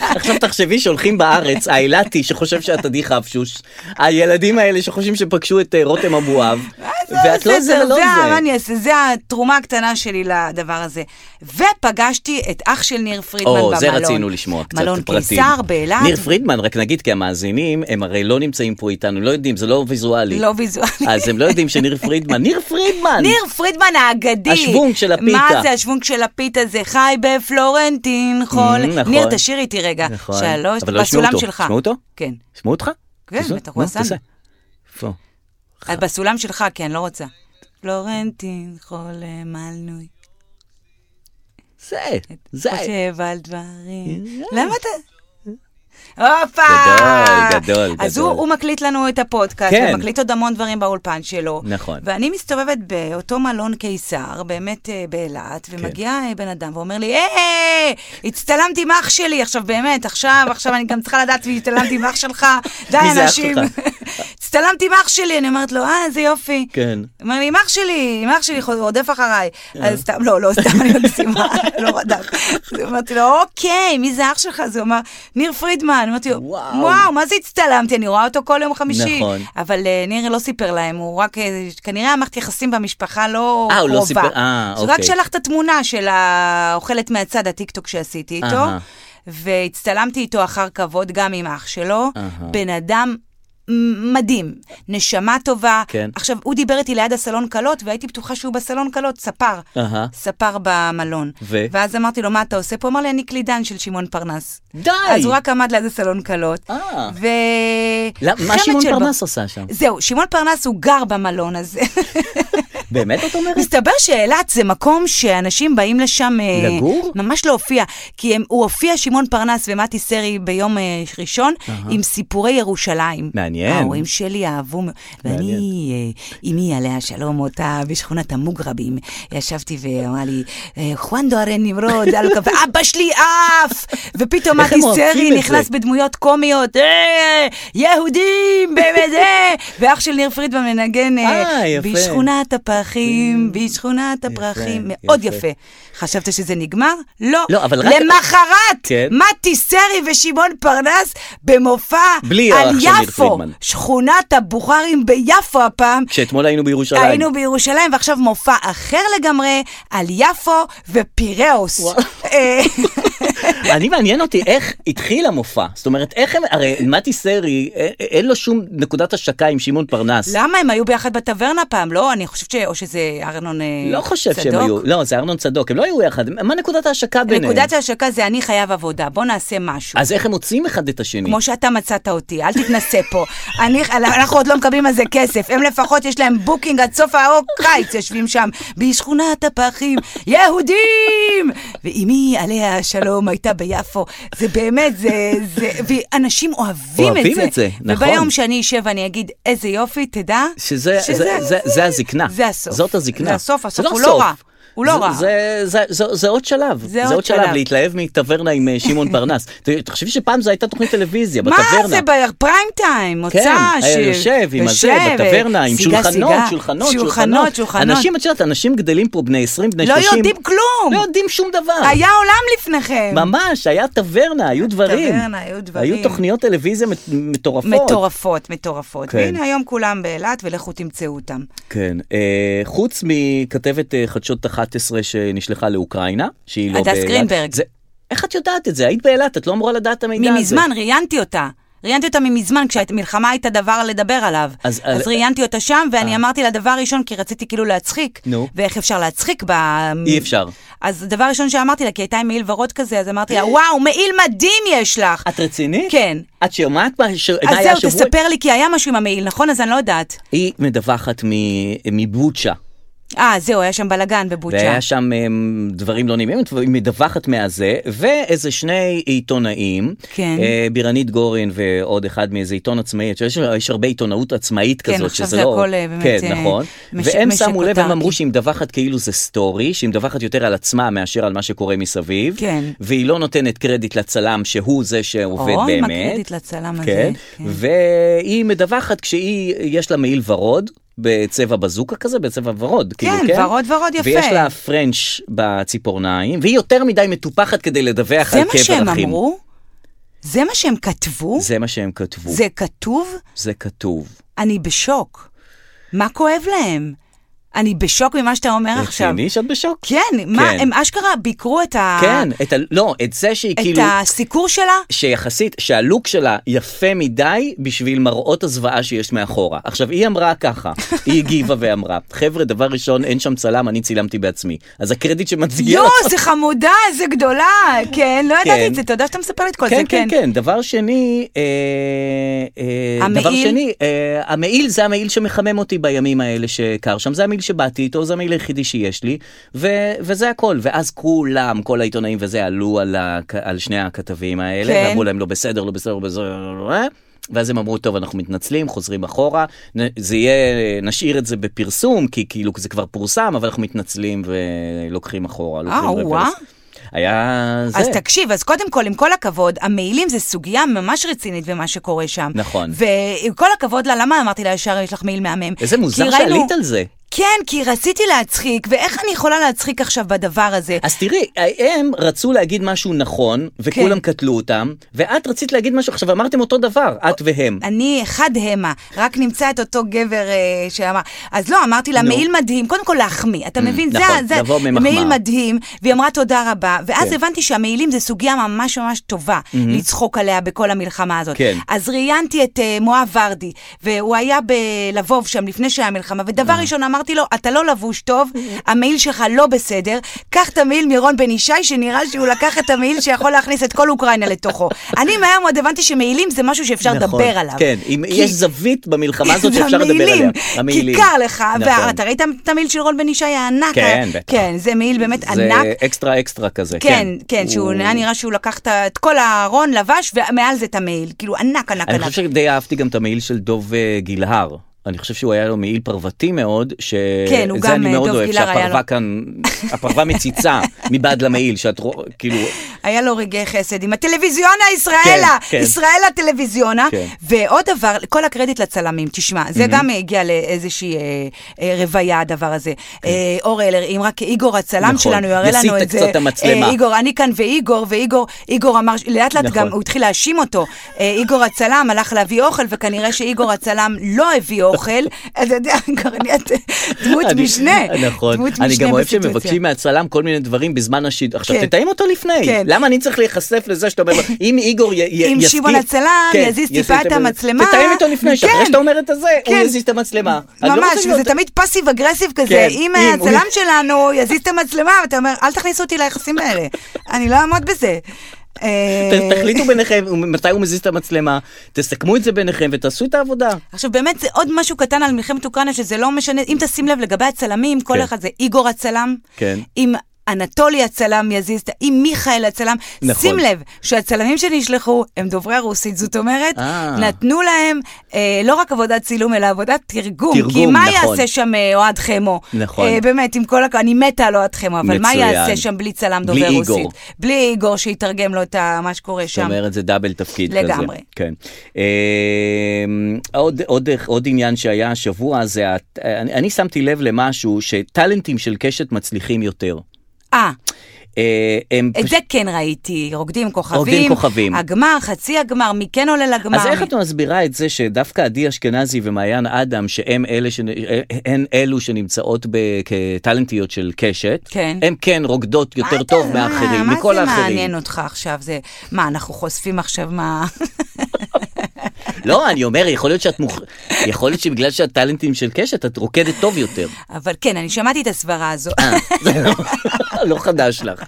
Speaker 2: עכשיו תחשבי שהולכים בארץ, האילתי שחושב שאת עדי חפשוש, הילדים האלה שחושבים שפגשו את אה, רותם אבואב, ואת לא זה ולא
Speaker 3: אה, זה. ה- מה
Speaker 2: זה.
Speaker 3: אני אעשה? זה התרומה הקטנה שלי לדבר הזה. ופגשתי את אח של ניר פרידמן במלון.
Speaker 2: או, זה רצינו לשמוע קצת
Speaker 3: מלון
Speaker 2: פרטים.
Speaker 3: קיסר באילת.
Speaker 2: ניר פרידמן, רק נגיד, כי המאזינים, הם הרי לא נמצאים פה איתנו, לא יודעים, זה לא ויזואלי.
Speaker 3: לא ויזואלי.
Speaker 2: אז הם לא יודעים שניר פרידמן, ניר פרידמן!
Speaker 3: ניר פרידמן האגדי.
Speaker 2: השוונג של הפיתה.
Speaker 3: מה זה השוונג של הפיתה? זה חי בפלורנטין חול.
Speaker 2: Mm, נכון.
Speaker 3: ניר, תשאיר איתי רגע.
Speaker 2: נכון.
Speaker 3: שלוש,
Speaker 2: אבל לא ישמעו
Speaker 3: בסולם
Speaker 2: אותו.
Speaker 3: שלך.
Speaker 2: ישמעו אותו?
Speaker 3: כן.
Speaker 2: שמעו אותך?
Speaker 3: כן,
Speaker 2: תעשו.
Speaker 3: בטח, הוא
Speaker 2: נו,
Speaker 3: עשה
Speaker 2: תעשה.
Speaker 3: לי.
Speaker 2: פה. אה.
Speaker 3: אז בסולם שלך, כי אני לא רוצה. פלורנטין אה, חולם על נוי.
Speaker 2: זה, זה.
Speaker 3: חושב על דברים.
Speaker 2: יאללה.
Speaker 3: למה אתה... הופה!
Speaker 2: גדול, גדול,
Speaker 3: אז
Speaker 2: גדול.
Speaker 3: הוא, הוא מקליט לנו את הפודקאסט,
Speaker 2: כן.
Speaker 3: הוא מקליט עוד המון דברים באולפן שלו.
Speaker 2: נכון.
Speaker 3: ואני מסתובבת באותו מלון קיסר, באמת אה, באילת,
Speaker 2: כן.
Speaker 3: ומגיע אה, בן אדם ואומר לי, היי, הצטלמתי עם אח שלי, עכשיו באמת, עכשיו, עכשיו אני גם צריכה לדעת שהצטלמתי עם אח שלך, די
Speaker 2: מי זה אח
Speaker 3: אנשים. הצטלמתי עם אח שלי, אני אומרת לו, אה, איזה יופי.
Speaker 2: כן.
Speaker 3: אומר לי, עם אח שלי, עם אח שלי חוז- רודף אחריי. אז סתם, לא, לא, סתם, אני מגזימה, לא רדף. אז אמרתי לו, אוקיי, מי זה אח שלך? אז הוא אמר, ניר פרידמן. אמרתי לו,
Speaker 2: וואו.
Speaker 3: וואו, מה זה הצטלמתי? אני רואה אותו כל יום חמישי.
Speaker 2: נכון.
Speaker 3: אבל אה, ניר לא סיפר להם, הוא רק, אה, כנראה המערכת יחסים במשפחה לא
Speaker 2: אה, הוא לא
Speaker 3: קרובה.
Speaker 2: סיפר- אה,
Speaker 3: אז הוא רק
Speaker 2: אוקיי.
Speaker 3: שלח את התמונה של האוכלת מהצד, הטיקטוק שעשיתי איתו.
Speaker 2: אהה.
Speaker 3: והצטלמתי איתו אחר כבוד גם עם אח שלו,
Speaker 2: אהה.
Speaker 3: בן אדם מ- מדהים, נשמה טובה.
Speaker 2: כן.
Speaker 3: עכשיו, הוא דיבר איתי ליד הסלון קלות, והייתי בטוחה שהוא בסלון קלות, ספר.
Speaker 2: אהה.
Speaker 3: ספר במלון.
Speaker 2: ו?
Speaker 3: ואז אמרתי לו, מה אתה עושה פה? הוא אמר לי, אני קלידן של שמעון פרנס.
Speaker 2: די!
Speaker 3: אז הוא רק עמד ליד הסלון קלות.
Speaker 2: אה.
Speaker 3: ו...
Speaker 2: למה- לא, מה
Speaker 3: חמד
Speaker 2: שמעון
Speaker 3: של-
Speaker 2: פרנס עשה שם?
Speaker 3: זהו, שמעון פרנס הוא גר במלון הזה.
Speaker 2: באמת את אומרת?
Speaker 3: מסתבר שאילת זה מקום שאנשים באים לשם... אה,
Speaker 2: לגור?
Speaker 3: ממש להופיע. כי הם, הוא הופיע, שמעון פרנס ומתי סרי ביום אה, ראשון, עם סיפורי ירושלים.
Speaker 2: מעניין.
Speaker 3: ההורים שלי אהבו... מ- ואני, אה, אמי עליה שלום, אותה בשכונת המוגרבים, ישבתי ואמרה לי, אה, חואן דוארן נמרוד, על כף- אבא שלי עף! ופתאום
Speaker 2: איך
Speaker 3: מתי
Speaker 2: הם אוהבים את
Speaker 3: סרי
Speaker 2: זה?
Speaker 3: נכנס בדמויות קומיות, "אה, יהודים, באמת, אה! ואח של ניר פרידמן מנגן, אה,
Speaker 2: אה, יפה.
Speaker 3: בשכונת הפרחים, בשכונת הפרחים,
Speaker 2: יפה.
Speaker 3: מאוד יפה. חשבת שזה נגמר? לא.
Speaker 2: לא, אבל רק-
Speaker 3: למחרת,
Speaker 2: כן.
Speaker 3: מתי סרי ושמעון פרנס במופע
Speaker 2: בלי
Speaker 3: על
Speaker 2: האח של ניר
Speaker 3: יפו,
Speaker 2: פרידמן.
Speaker 3: שכונת הבוכרים ביפו הפעם.
Speaker 2: כשאתמול היינו בירושלים.
Speaker 3: היינו בירושלים, ועכשיו מופע אחר לגמרי על יפו ופיראוס. אה,
Speaker 2: אני מעניין אותי איך התחיל המופע. זאת אומרת, איך הם, הרי מתי סרי, אה, אה, אין לו שום נקודת השקה עם שמעון פרנס.
Speaker 3: למה הם היו ביחד בטברנה פעם, לא? אני חושבת ש... או שזה ארנון אה, צדוק.
Speaker 2: לא חושב שהם היו, לא, זה ארנון צדוק, הם לא היו יחד, מה נקודת ההשקה ביניהם?
Speaker 3: נקודת ההשקה זה אני חייב עבודה, בוא נעשה משהו.
Speaker 2: אז איך הם מוצאים אחד את השני?
Speaker 3: כמו שאתה מצאת אותי, אל תתנסה פה. אני, אנחנו עוד לא מקבלים על זה כסף. הם לפחות, יש להם בוקינג עד סוף הקיץ, יושבים שם, בשכונת הפחים, יהודים! ואימי, עליה השלום, הייתה ביפו. זה באמת, זה... זה ואנשים אוהבים את זה.
Speaker 2: אוהבים את זה, נכון.
Speaker 3: וביום שאני אשב אני אגיד, איזה יופי, תדע.
Speaker 2: שזה, שזה... זה, זה, זה הזקנה.
Speaker 3: זה הסוף.
Speaker 2: זאת הזקנה.
Speaker 3: זה הסוף, הסוף
Speaker 2: זה
Speaker 3: הוא
Speaker 2: לא
Speaker 3: לא
Speaker 2: סוף.
Speaker 3: רע. הוא לא
Speaker 2: זה,
Speaker 3: רע.
Speaker 2: זה, זה, זה, זה עוד שלב. זה,
Speaker 3: עוד
Speaker 2: עוד שלב.
Speaker 3: שלב.
Speaker 2: להתלהב מטברנה עם אה, שמעון פרנס. ת- תחשבי שפעם זו הייתה תוכנית טלוויזיה,
Speaker 3: מה
Speaker 2: בטברנה.
Speaker 3: זה בפריים טיים, מוצא,
Speaker 2: כן, היה יושב עם הזה,
Speaker 3: יושב, אה,
Speaker 2: בטברנה, עם
Speaker 3: סיגה,
Speaker 2: שולחנות,
Speaker 3: סיגה.
Speaker 2: שולחנות,
Speaker 3: שולחנות, שולחנות.
Speaker 2: אנשים, את יודעת, אנשים גדלים פה בני 20, בני
Speaker 3: לא
Speaker 2: 30.
Speaker 3: יודעים כלום.
Speaker 2: לא יודעים שום דבר.
Speaker 3: היה עולם לפניכם.
Speaker 2: ממש, היה טברנה, היו דברים.
Speaker 3: טברנה, היו דברים.
Speaker 2: היו תוכניות טלוויזיה מט- מטורפות.
Speaker 3: מטורפות, מטורפות.
Speaker 2: כן.
Speaker 3: והנה היום כולם באילת, ולכו תמצאו אותם.
Speaker 2: כן. אה, חוץ מכתבת אה, חדשות 11 שנשלחה לאוקראינה, שהיא לא
Speaker 3: הדס
Speaker 2: באילת.
Speaker 3: גרינברג.
Speaker 2: זה- איך את יודעת את זה? היית באילת, את לא אמורה לדעת את המידע הזה.
Speaker 3: ממזמן ראיינתי אותה. ראיינתי אותה מזמן, כשהמלחמה הייתה דבר לדבר עליו.
Speaker 2: אז-
Speaker 3: אז,
Speaker 2: על-
Speaker 3: אז ראיינתי אותה שם, ואני
Speaker 2: אה.
Speaker 3: אמרתי לה דבר ראשון, כי רציתי כאילו להצחיק.
Speaker 2: נו.
Speaker 3: ואיך אפשר להצחיק ב...
Speaker 2: אי אפשר. אה.
Speaker 3: אז דבר ראשון שאמרתי לה, כי הייתה עם מעיל ורוד כזה, אז אמרתי לה, וואו, מעיל מדהים יש לך.
Speaker 2: את רצינית?
Speaker 3: כן.
Speaker 2: את שמעת מה ש- מה
Speaker 3: אז
Speaker 2: היה
Speaker 3: זהו,
Speaker 2: השבוע?
Speaker 3: תספר לי, כי היה משהו עם המעיל, נכון? אז אני לא יודעת.
Speaker 2: היא מדווחת מ- מבוצ'ה.
Speaker 3: אה, זהו, היה שם בלאגן בבוצ'ה.
Speaker 2: והיה שם אמ, דברים לא נעימים, היא מדווחת מהזה, ואיזה שני עיתונאים,
Speaker 3: כן.
Speaker 2: אה, בירנית גורן ועוד אחד מאיזה עיתון עצמאי, את יודעת שיש- יש הרבה עיתונאות עצמאית
Speaker 3: כן,
Speaker 2: כזאת,
Speaker 3: עכשיו
Speaker 2: שזה
Speaker 3: זה
Speaker 2: לא...
Speaker 3: הכל, אה, באמת,
Speaker 2: כן,
Speaker 3: אה,
Speaker 2: נכון.
Speaker 3: משק-
Speaker 2: והם
Speaker 3: משק
Speaker 2: שמו לב, הם
Speaker 3: אוטרקי.
Speaker 2: אמרו שהיא מדווחת כאילו זה סטורי, שהיא מדווחת יותר על עצמה מאשר על מה שקורה מסביב,
Speaker 3: כן.
Speaker 2: והיא לא נותנת קרדיט לצלם שהוא זה שעובד
Speaker 3: אוי,
Speaker 2: באמת.
Speaker 3: מה קרדיט לצלם הזה,
Speaker 2: כן,
Speaker 3: כן.
Speaker 2: והיא מדווחת כשהיא, יש לה מעיל ורוד. בצבע בזוקה כזה, בצבע ורוד.
Speaker 3: כן,
Speaker 2: כאילו, כן,
Speaker 3: ורוד ורוד יפה.
Speaker 2: ויש לה פרנץ' בציפורניים, והיא יותר מדי מטופחת כדי לדווח
Speaker 3: זה
Speaker 2: על
Speaker 3: מה
Speaker 2: קבר אחים.
Speaker 3: שהם אמרו? זה מה שהם כתבו?
Speaker 2: זה מה שהם כתבו. זה,
Speaker 3: זה כתוב?
Speaker 2: זה כתוב.
Speaker 3: אני בשוק. מה כואב להם? אני בשוק ממה שאתה אומר עכשיו.
Speaker 2: רציני שאת בשוק?
Speaker 3: כן, מה,
Speaker 2: כן.
Speaker 3: הם אשכרה ביקרו את ה...
Speaker 2: כן, את ה... לא, את זה שהיא
Speaker 3: את
Speaker 2: כאילו...
Speaker 3: הסיקור שלה?
Speaker 2: שיחסית, שהלוק שלה יפה מדי בשביל מראות הזוועה שיש מאחורה. עכשיו, היא אמרה ככה, היא הגיבה ואמרה, חבר'ה, דבר ראשון, אין שם צלם, אני צילמתי בעצמי. אז הקרדיט שמגיע...
Speaker 3: יואו, זה חמודה, זה גדולה. כן, לא
Speaker 2: כן.
Speaker 3: ידעתי את זה, תודה שאתה מספר לי את כל זה,
Speaker 2: כן, כן, כן. דבר שני, אה, אה,
Speaker 3: המעיל?
Speaker 2: דבר שני, אה, המעיל זה המעיל שמחמם אותי בימים האלה שקר שם, זה המעיל שבאתי איתו, זה המעיל היחידי שיש לי, ו- וזה הכל. ואז כולם, כל העיתונאים וזה, עלו על, ה- על שני הכתבים האלה,
Speaker 3: כן.
Speaker 2: ואמרו להם לא בסדר, לא בסדר, לא בסדר, לא, לא, לא." ואז הם אמרו, טוב, אנחנו מתנצלים, חוזרים אחורה, נ- זה יהיה, נשאיר את זה בפרסום, כי כאילו זה כבר פורסם, אבל אנחנו מתנצלים ולוקחים אחורה, לוקחים
Speaker 3: אה,
Speaker 2: רוורס.
Speaker 3: וואו.
Speaker 2: היה זה.
Speaker 3: אז תקשיב, אז קודם כל, עם כל הכבוד, המעילים זה סוגיה ממש רצינית במה שקורה שם.
Speaker 2: נכון.
Speaker 3: ועם כל הכבוד לה, למה אמרתי לה ישר, יש לך מעיל מהמם?
Speaker 2: איזה
Speaker 3: כי
Speaker 2: מוזר
Speaker 3: ראינו-
Speaker 2: שעלית על זה.
Speaker 3: כן, כי רציתי להצחיק, ואיך אני יכולה להצחיק עכשיו בדבר הזה?
Speaker 2: אז תראי, הם רצו להגיד משהו נכון, וכולם
Speaker 3: כן.
Speaker 2: קטלו אותם, ואת רצית להגיד משהו, עכשיו אמרתם אותו דבר, את והם.
Speaker 3: אני חד המה, רק נמצא את אותו גבר אה, שאמר. אז לא, אמרתי לה,
Speaker 2: נו.
Speaker 3: מעיל מדהים, קודם כל להחמיא, אתה מבין? זה-
Speaker 2: נכון,
Speaker 3: זה
Speaker 2: לבוא ממחמאה.
Speaker 3: מעיל מדהים, והיא אמרה תודה רבה, ואז
Speaker 2: כן. Mm-hmm.
Speaker 3: הבנתי שהמעילים זה סוגיה ממש ממש טובה לצחוק עליה בכל המלחמה הזאת.
Speaker 2: כן.
Speaker 3: אז ראיינתי את אה, מואב ורדי, והוא היה בלבוב שם לפני שהיה מלחמה, ודבר
Speaker 2: Mm-hmm.
Speaker 3: ראשון אמרתי לו, אתה לא לבוש טוב, המעיל שלך לא בסדר, קח את המעיל מרון בן ישי, שנראה שהוא לקח את המעיל שיכול להכניס את כל אוקראינה לתוכו. אני מהר מאוד הבנתי שמעילים זה משהו שאפשר
Speaker 2: נכון,
Speaker 3: לדבר עליו.
Speaker 2: כן, אם
Speaker 3: כי-
Speaker 2: יש זווית במלחמה הזאת
Speaker 3: זה
Speaker 2: שאפשר לדבר עליה. נכון.
Speaker 3: המעילים, כי קר לך, ואתה ראית את המעיל של רון בן ישי הענק?
Speaker 2: כן, בטח.
Speaker 3: ה- כן, זה מעיל באמת ענק.
Speaker 2: זה אקסטרה אקסטרה כזה,
Speaker 3: כן, כן,
Speaker 2: הוא-
Speaker 3: שהוא היה נראה שהוא לקח את ה- את כל הארון, לבש, ומעל זה את המעיל. כאילו, ענק, ענק,
Speaker 2: אני
Speaker 3: ענק.
Speaker 2: חושב שדי אהבתי גם את המעיל של דוב אה, גילהר. אני חושב שהוא היה לו מעיל פרוותי מאוד, ש...
Speaker 3: כן, הוא
Speaker 2: את זה
Speaker 3: גם,
Speaker 2: אני
Speaker 3: אה,
Speaker 2: מאוד
Speaker 3: דוב
Speaker 2: אוהב,
Speaker 3: גילהר היה לו.
Speaker 2: שהפרווה כאן, הפרווה מציצה מבעד למעיל, שאת רואה, כאילו,
Speaker 3: היה לו רגעי חסד עם הטלוויזיונה ישראלה,
Speaker 2: כן, כן.
Speaker 3: ישראלה טלוויזיונה.
Speaker 2: כן.
Speaker 3: אה? ועוד דבר, כל הקרדיט לצלמים, תשמע, זה גם הגיע לאיזושהי אה, אה, רוויה, הדבר הזה. אה, אור אלר, אם רק איגור הצלם
Speaker 2: כן. נכון.
Speaker 3: שלנו יראה
Speaker 2: יסיט
Speaker 3: לנו את
Speaker 2: את
Speaker 3: זה.
Speaker 2: קצת המצלמה.
Speaker 3: אה, איגור, אני כאן ואיגור, ואיגור, איגור אמר, לאט לאט
Speaker 2: נכון.
Speaker 3: גם הוא התחיל להאשים אותו. אה, איגור הצלם הלך להביא אוכל, וכנראה שאיגור הצלם לא הביא אוכל. אתה יודע, כבר נהיית דמות
Speaker 2: אני-
Speaker 3: משנה.
Speaker 2: נכון.
Speaker 3: דמות
Speaker 2: אני
Speaker 3: משנה
Speaker 2: גם אוהב
Speaker 3: בסיטואציה.
Speaker 2: שמבקשים מהצלם כל מיני דברים בזמן השידור. עכשיו,
Speaker 3: כן.
Speaker 2: תתאם אותו לפני.
Speaker 3: כן.
Speaker 2: למה אני צריך להיחשף לזה שאתה אומר, לו, אם איגור י- י-
Speaker 3: אם
Speaker 2: יסכים-
Speaker 3: שמעון הצלם
Speaker 2: כן,
Speaker 3: יזיז
Speaker 2: יזיז
Speaker 3: טיפה את המצלמה-
Speaker 2: תתאם איתו לפני, שאחרי
Speaker 3: כן.
Speaker 2: שאתה אומר את הזה, הוא
Speaker 3: כן.
Speaker 2: יזיז את המצלמה. אני לא רוצה
Speaker 3: ממש,
Speaker 2: להיות-
Speaker 3: וזה תמיד פאסיב אגרסיב
Speaker 2: כן,
Speaker 3: כזה, אם
Speaker 2: אם הוא-
Speaker 3: הצלם שלנו יזיז את המצלמה, ואתה אומר, אל תכניסו אותי ליחסים האלה, אני לא אעמוד בזה. אה,
Speaker 2: ת- תחליטו ביניכם מתי הוא מזיז את המצלמה, תסכמו את זה ביניכם ותעשו את העבודה.
Speaker 3: עכשיו באמת זה עוד משהו קטן על מלחמת אוקראינה, שזה לא משנה, אם תשים לב לגבי הצלמים, כל
Speaker 2: כן.
Speaker 3: אחד זה איגור הצלם,
Speaker 2: כן.
Speaker 3: אם אנטולי הצלם יזיז, את ה- אם מיכאל הצלם,
Speaker 2: נכון.
Speaker 3: שים לב שהצלמים שנשלחו הם דוברי רוסית, זאת אומרת,
Speaker 2: אה.
Speaker 3: נתנו להם אה, לא רק עבודת צילום, אלא עבודת תרגום. כי
Speaker 2: תרגום,
Speaker 3: מה
Speaker 2: נכון.
Speaker 3: יעשה שם אה, אוהד חמו?
Speaker 2: נכון.
Speaker 3: אה, באמת, עם כל הכבוד, אני מתה על אוהד חמו, אבל מה
Speaker 2: מצוין.
Speaker 3: יעשה שם בלי צלם
Speaker 2: בלי
Speaker 3: דובר
Speaker 2: איגור.
Speaker 3: רוסית? בלי איגור שיתרגם לו את ה- מה שקורה
Speaker 2: זאת
Speaker 3: שם.
Speaker 2: אומרת, זה דאבל תפקיד כזה.
Speaker 3: לגמרי.
Speaker 2: כן. אמ, עוד- עוד- עוד עניין שהיה השבוע זה, הת- אני אני שמתי לב למשהו שטאלנטים של קשת מצליחים יותר.
Speaker 3: אה,
Speaker 2: אה, הם
Speaker 3: את זה כן ראיתי, רוקדים כוכבים.
Speaker 2: רוקדים כוכבים.
Speaker 3: הגמר, חצי הגמר, מי כן עולה לגמר.
Speaker 2: אז איך
Speaker 3: מי-
Speaker 2: את מסבירה את זה שדווקא עדי אשכנזי ומעיין אדם, שהם אלה, שנ... הן אלו שנמצאות ב... כטאלנטיות של קשת,
Speaker 3: כן.
Speaker 2: הם כן רוקדות
Speaker 3: מה
Speaker 2: יותר
Speaker 3: אתה-
Speaker 2: טוב
Speaker 3: מה-
Speaker 2: מאחרים,
Speaker 3: מה
Speaker 2: מכל
Speaker 3: זה
Speaker 2: האחרים.
Speaker 3: מעניין אותך עכשיו? זה, מה, אנחנו חושפים עכשיו מה...
Speaker 2: לא, אני אומר, יכול להיות שאת מוכ... יכול להיות שבגלל שהטאלנטים של קשת, את רוקדת טוב יותר.
Speaker 3: אבל כן, אני שמעתי את הסברה הזו.
Speaker 2: אה, זה לא- לא חדש לך.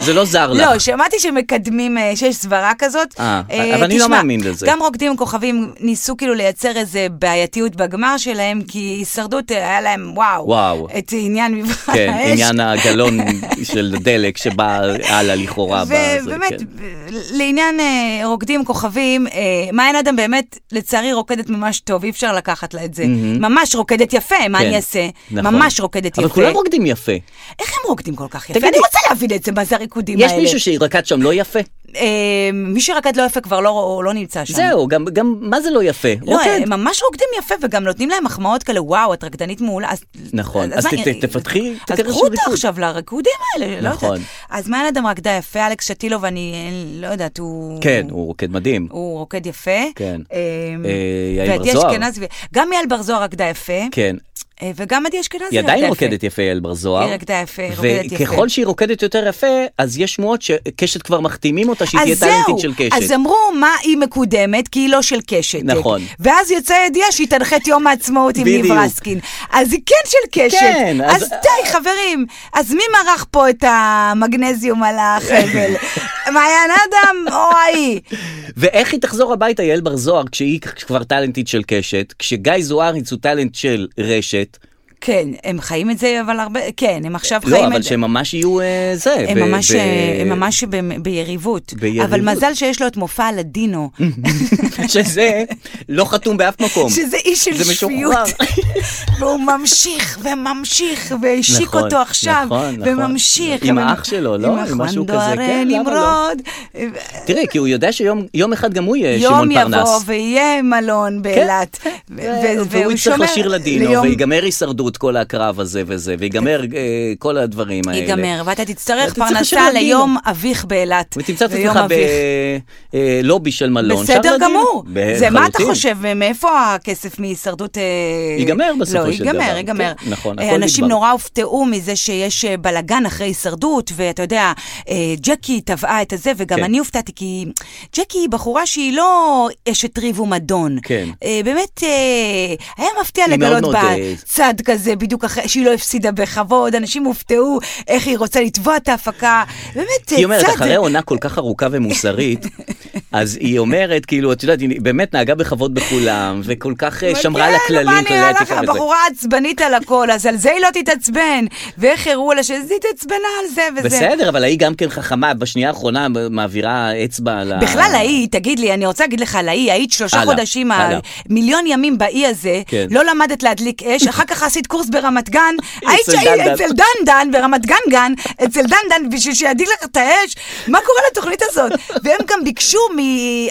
Speaker 2: זה לא זר לך.
Speaker 3: לא, שמעתי שמקדמים, אה, שיש סברה כזאת.
Speaker 2: אה,
Speaker 3: אה,
Speaker 2: אבל אני לא
Speaker 3: תשמע,
Speaker 2: מאמין לזה.
Speaker 3: גם רוקדים עם כוכבים ניסו כאילו לייצר איזה בעייתיות בגמר שלהם, כי הישרדות אה, היה להם, וואו.
Speaker 2: וואו.
Speaker 3: את עניין מבחן
Speaker 2: כן,
Speaker 3: האש.
Speaker 2: עניין הגלון של הדלק שבא הלאה לכאורה. בזה,
Speaker 3: ובאמת,
Speaker 2: כן.
Speaker 3: ב- לעניין אה, רוקדים עם כוכבים, אה, מעיין אדם באמת, לצערי, רוקדת ממש טוב, אי אפשר לקחת לה את זה. ממש רוקדת יפה, מה
Speaker 2: כן,
Speaker 3: אני אעשה?
Speaker 2: נכון.
Speaker 3: ממש רוקדת
Speaker 2: אבל
Speaker 3: יפה.
Speaker 2: כולם רוקדים יפה.
Speaker 3: איך הם רוקדים כל כך יפה?
Speaker 2: תגידי-
Speaker 3: אני רוצה להבין את זה, מה זה הריקודים
Speaker 2: יש
Speaker 3: האלה.
Speaker 2: מישהו שרקד שם לא יפה?
Speaker 3: אה, מי שרקד לא יפה כבר לא לא נמצא שם.
Speaker 2: זהו, גם- גם מה זה לא יפה?
Speaker 3: לא,
Speaker 2: רוקד.
Speaker 3: הם ממש רוקדים יפה, וגם נותנים להם מחמאות כאלה, וואו, את רקדנית מעולה. אז-
Speaker 2: נכון, אז
Speaker 3: אני-
Speaker 2: ת- ת- תפתחי את
Speaker 3: אז
Speaker 2: הקרש
Speaker 3: קחו אותה
Speaker 2: בריקוד.
Speaker 3: עכשיו לריקודים האלה, לא
Speaker 2: נכון.
Speaker 3: יודעת. אז מעיין אדם רקדה יפה, אלכס שטילוב, אני אה, לא יודעת, הוא...
Speaker 2: כן, הוא רוקד מדהים.
Speaker 3: הוא רוקד יפה.
Speaker 2: כן.
Speaker 3: אמ,
Speaker 2: אה, יעל
Speaker 3: ועדי
Speaker 2: בר זוהר.
Speaker 3: אשכנזי, ו- גם יעל בר זוהר רקדה יפה,
Speaker 2: כן.
Speaker 3: אה, וגם עדי אשכנזי רקדה
Speaker 2: היא
Speaker 3: יפה.
Speaker 2: עדיין רוקדת יפה, יעל בר זוהר.
Speaker 3: היא רקדה יפה, היא רוקדת יפה.
Speaker 2: וככל שהיא רוקדת יותר יפה, אז יש שמועות שקשת כבר מחתימים אותה שהיא תהיה
Speaker 3: אז
Speaker 2: טאלנטית של
Speaker 3: זהו,
Speaker 2: קשת.
Speaker 3: אז אמרו מה היא מקודמת, כי היא לא של קשת.
Speaker 2: נכון.
Speaker 3: ואז יוצאה ידיעה שהיא תנחה את יום העצמאות עם ניב
Speaker 2: בדיוק.
Speaker 3: רסקין. אז היא כן של קשת.
Speaker 2: כן, אז-
Speaker 3: אז די, חברים, אז מי מרח פה את המגנזיום על החבל? מעיין אדם או ההיא?
Speaker 2: ואיך היא תחזור הביתה, יעל בר זוהר, כשהיא כבר טאלנטית של קשת, כשגיא זוארץ הוא טאלנט של רשת,
Speaker 3: כן, הם חיים את זה, אבל הרבה, כן, הם עכשיו חיים את
Speaker 2: לא,
Speaker 3: זה.
Speaker 2: אבל שהם ממש יהיו אה, זה.
Speaker 3: הם
Speaker 2: ב-
Speaker 3: ממש,
Speaker 2: ב-
Speaker 3: אה, הם ממש ב- ביריבות.
Speaker 2: ביריבות.
Speaker 3: אבל מזל שיש לו את מופע הלדינו,
Speaker 2: שזה לא חתום באף מקום.
Speaker 3: שזה איש של
Speaker 2: זה
Speaker 3: שפיות.
Speaker 2: משוחרר.
Speaker 3: והוא ממשיך וממשיך, והשיק
Speaker 2: נכון,
Speaker 3: אותו עכשיו,
Speaker 2: נכון, נכון.
Speaker 3: וממשיך.
Speaker 2: עם
Speaker 3: וממ-
Speaker 2: האח שלו, לא?
Speaker 3: עם
Speaker 2: עם
Speaker 3: אחואן
Speaker 2: משהו כזה,
Speaker 3: דוארן,
Speaker 2: כן, למה לא?
Speaker 3: נמרוד.
Speaker 2: תראה, כי הוא יודע שיום יום אחד גם הוא יהיה
Speaker 3: יום
Speaker 2: שמעון פרנס. כן,
Speaker 3: יבוא ויהיה מלון באילת. ו- ו-
Speaker 2: והוא יצטרך
Speaker 3: שומר
Speaker 2: לשיר לדינו,
Speaker 3: ליום-
Speaker 2: ויגמר הישרדות כל הקרב הזה וזה, ויגמר אה, כל הדברים האלה.
Speaker 3: ייגמר, ואתה תצטרך
Speaker 2: ואתה צריך לשיר
Speaker 3: פרנסה
Speaker 2: לדינו.
Speaker 3: ליום אביך באילת.
Speaker 2: ותמצא את
Speaker 3: ליום
Speaker 2: עצמך
Speaker 3: אביך.
Speaker 2: בלובי של מלון. שר
Speaker 3: בסדר
Speaker 2: לדינו.
Speaker 3: גמור.
Speaker 2: ב-
Speaker 3: זה מה אתה
Speaker 2: לחלוטין.
Speaker 3: חושב, אה, מאיפה הכסף מהישרדות... אה,
Speaker 2: ייגמר בסופו של
Speaker 3: לא,
Speaker 2: דבר.
Speaker 3: ייגמר, ייגמר.
Speaker 2: כן, נכון,
Speaker 3: אה,
Speaker 2: הכל
Speaker 3: אנשים
Speaker 2: נגמר.
Speaker 3: נורא הופתעו מזה שיש אה, בלגן אחרי הישרדות, ואתה יודע, אה, ג'קי טבעה את הזה, וגם
Speaker 2: כן.
Speaker 3: אני הופתעתי, כי ג'קי היא בחורה שהיא לא אשת ריב ומדון.
Speaker 2: כן.
Speaker 3: אה, באמת, אה, היה מפתיע
Speaker 2: היא מאוד
Speaker 3: לגלות
Speaker 2: מאוד,
Speaker 3: בה
Speaker 2: אה,
Speaker 3: צד כזה, בדיוק אחרי, שהיא לא הפסידה בכבוד, אנשים הופתעו איך היא רוצה לתבוע את ההפקה. באמת, אה,
Speaker 2: כי
Speaker 3: צד...
Speaker 2: היא אומרת, אחרי עונה כל כך ארוכה ומוסרית, אז היא אומרת, כאילו, את יודעת, היא באמת נהגה בכבוד בכולם, וכל כך אה,
Speaker 3: אבל
Speaker 2: שמרה
Speaker 3: כן,
Speaker 2: על הכללים,
Speaker 3: מה
Speaker 2: כללי
Speaker 3: נראה לך,
Speaker 2: התקשורת. וזה.
Speaker 3: הבחורה עצבנית על הכל, אז על זה היא לא תתעצבן. ואיך הראו לה שזה היא התעצבנה על זה וזה.
Speaker 2: בסדר, אבל היא גם כן חכמה, בשנייה האחרונה מעבירה אצבע על ה...
Speaker 3: בכלל האי, תגיד לי, אני רוצה להגיד לך על האי, היית שלושה
Speaker 2: הלאה,
Speaker 3: חודשים,
Speaker 2: הלאה.
Speaker 3: מיליון ימים באי הזה,
Speaker 2: כן.
Speaker 3: לא למדת להדליק אש, אחר כך עשית קורס ברמת גן, היית
Speaker 2: אצל
Speaker 3: שהיית
Speaker 2: דנדן.
Speaker 3: אצל דנדן, ברמת גן גן, אצל דנדן, בשביל שידליק לך את האש, מה קורה לתוכנית הזאת? והם גם ביקשו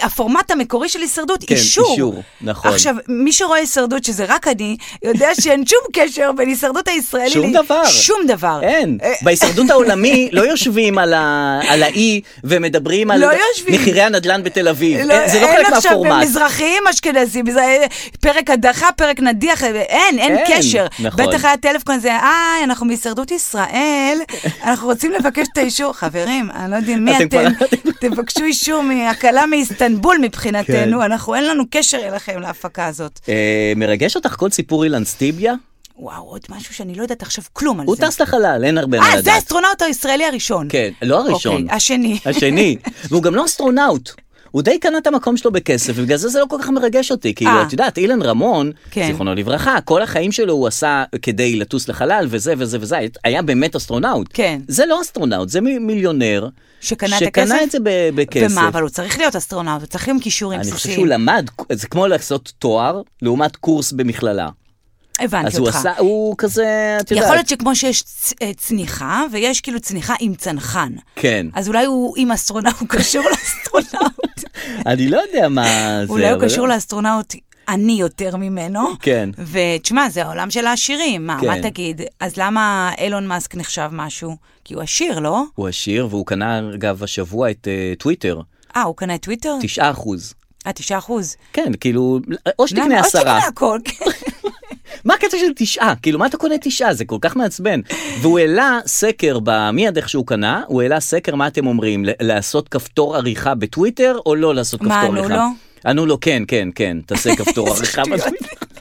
Speaker 3: מהפורמט המקורי של הישרדות,
Speaker 2: כן,
Speaker 3: אישור.
Speaker 2: אישור, נכון.
Speaker 3: עכשיו, מי שרואה הישרדות, שזה רק אני, יודע שאין שום קשר בין הישרדות הישראלית,
Speaker 2: שום דבר.
Speaker 3: שום דבר.
Speaker 2: אין.
Speaker 3: אה,
Speaker 2: בהישרדות העולמי לא יושבים על ה- על האי ומדברים על
Speaker 3: לא יושבים.
Speaker 2: מחירי הנדלן בתל אביב.
Speaker 3: לא,
Speaker 2: אין- זה לא חלק
Speaker 3: אין עכשיו
Speaker 2: מהפורמט.
Speaker 3: מזרחיים אשכנזים, זה פרק הדחה, פרק נדיח, אין, אין
Speaker 2: אין,
Speaker 3: קשר.
Speaker 2: נכון.
Speaker 3: בטח היה טלפון הזה, אה, אנחנו מהישרדות ישראל, אנחנו רוצים לבקש את האישור. חברים, אני לא יודעים מי
Speaker 2: אתם
Speaker 3: אתם,
Speaker 2: כבר-
Speaker 3: תבקשו אישור מהקלה מאיסטנבול
Speaker 2: כן.
Speaker 3: מבחינתנו, אנחנו, אין לנו קשר אליכם להפקה הזאת.
Speaker 2: אה, מרגש אותך כל סיפור אילן סטיביה?
Speaker 3: וואו, עוד משהו שאני לא יודעת עכשיו כלום על
Speaker 2: הוא
Speaker 3: זה.
Speaker 2: טס לחלל, אין הרבה מה
Speaker 3: אה, זה
Speaker 2: לדעת.
Speaker 3: האסטרונאוט הישראלי הראשון.
Speaker 2: כן, לא הראשון.
Speaker 3: אוקיי, השני.
Speaker 2: השני. והוא גם לא אסטרונאוט. הוא די קנה את המקום שלו בכסף, ובגלל זה זה לא כל כך מרגש אותי. כאילו,
Speaker 3: אה.
Speaker 2: את יודעת, אילן רמון,
Speaker 3: כן.
Speaker 2: זיכרונו לברכה, כל החיים שלו הוא עשה כדי לטוס לחלל, וזה וזה וזה, היה באמת אסטרונאוט.
Speaker 3: כן.
Speaker 2: זה לא אסטרונאוט, זה מ- מיליונר.
Speaker 3: שקנה את הכסף?
Speaker 2: שקנה את זה ב- בכסף.
Speaker 3: ומה, אבל הוא צריך להיות אסטרונאוט, הוא צריך עם כישורים
Speaker 2: כן, אני חושב
Speaker 3: בסיסיים.
Speaker 2: שהוא למד, זה כמו לעשות תואר, לעומת קורס במכללה.
Speaker 3: הבנתי אותך.
Speaker 2: אז הוא עשה, הוא כזה, את יודעת.
Speaker 3: יכול להיות שכמו שיש צ- אה, צניחה, ויש כאילו צניחה עם צנחן.
Speaker 2: כן.
Speaker 3: אז אולי הוא עם אסטרונאוט, הוא קשור לאסטרונאוט.
Speaker 2: אני לא יודע מה זה.
Speaker 3: אולי הוא לא
Speaker 2: אבל- לא.
Speaker 3: קשור לאסטרונאוט עני יותר ממנו.
Speaker 2: כן.
Speaker 3: ותשמע, זה העולם של העשירים, מה, מה
Speaker 2: כן.
Speaker 3: תגיד? אז למה אילון מאסק נחשב משהו? כי הוא עשיר, לא?
Speaker 2: הוא עשיר, והוא קנה, אגב, השבוע את אה, טוויטר,
Speaker 3: אה, הוא קנה את טוויטר?
Speaker 2: 9 אחוז.
Speaker 3: אה, תשעה אחוז.
Speaker 2: כן, כאילו, או
Speaker 3: למה?
Speaker 2: שתקנה
Speaker 3: עוד
Speaker 2: עשרה.
Speaker 3: תקנה הכל, כן.
Speaker 2: מה הקטע של תשעה? כאילו, מה אתה קונה תשעה? זה כל כך מעצבן. והוא העלה סקר, במיד איך שהוא קנה, הוא העלה סקר, מה אתם אומרים? ל- לעשות כפתור עריכה בטוויטר, או לא לעשות
Speaker 3: מה
Speaker 2: כפתור
Speaker 3: ענו
Speaker 2: עריכה?
Speaker 3: לו?
Speaker 2: ענו לו, כן, כן, כן, תעשה כפתור עריכה.
Speaker 3: שטויות.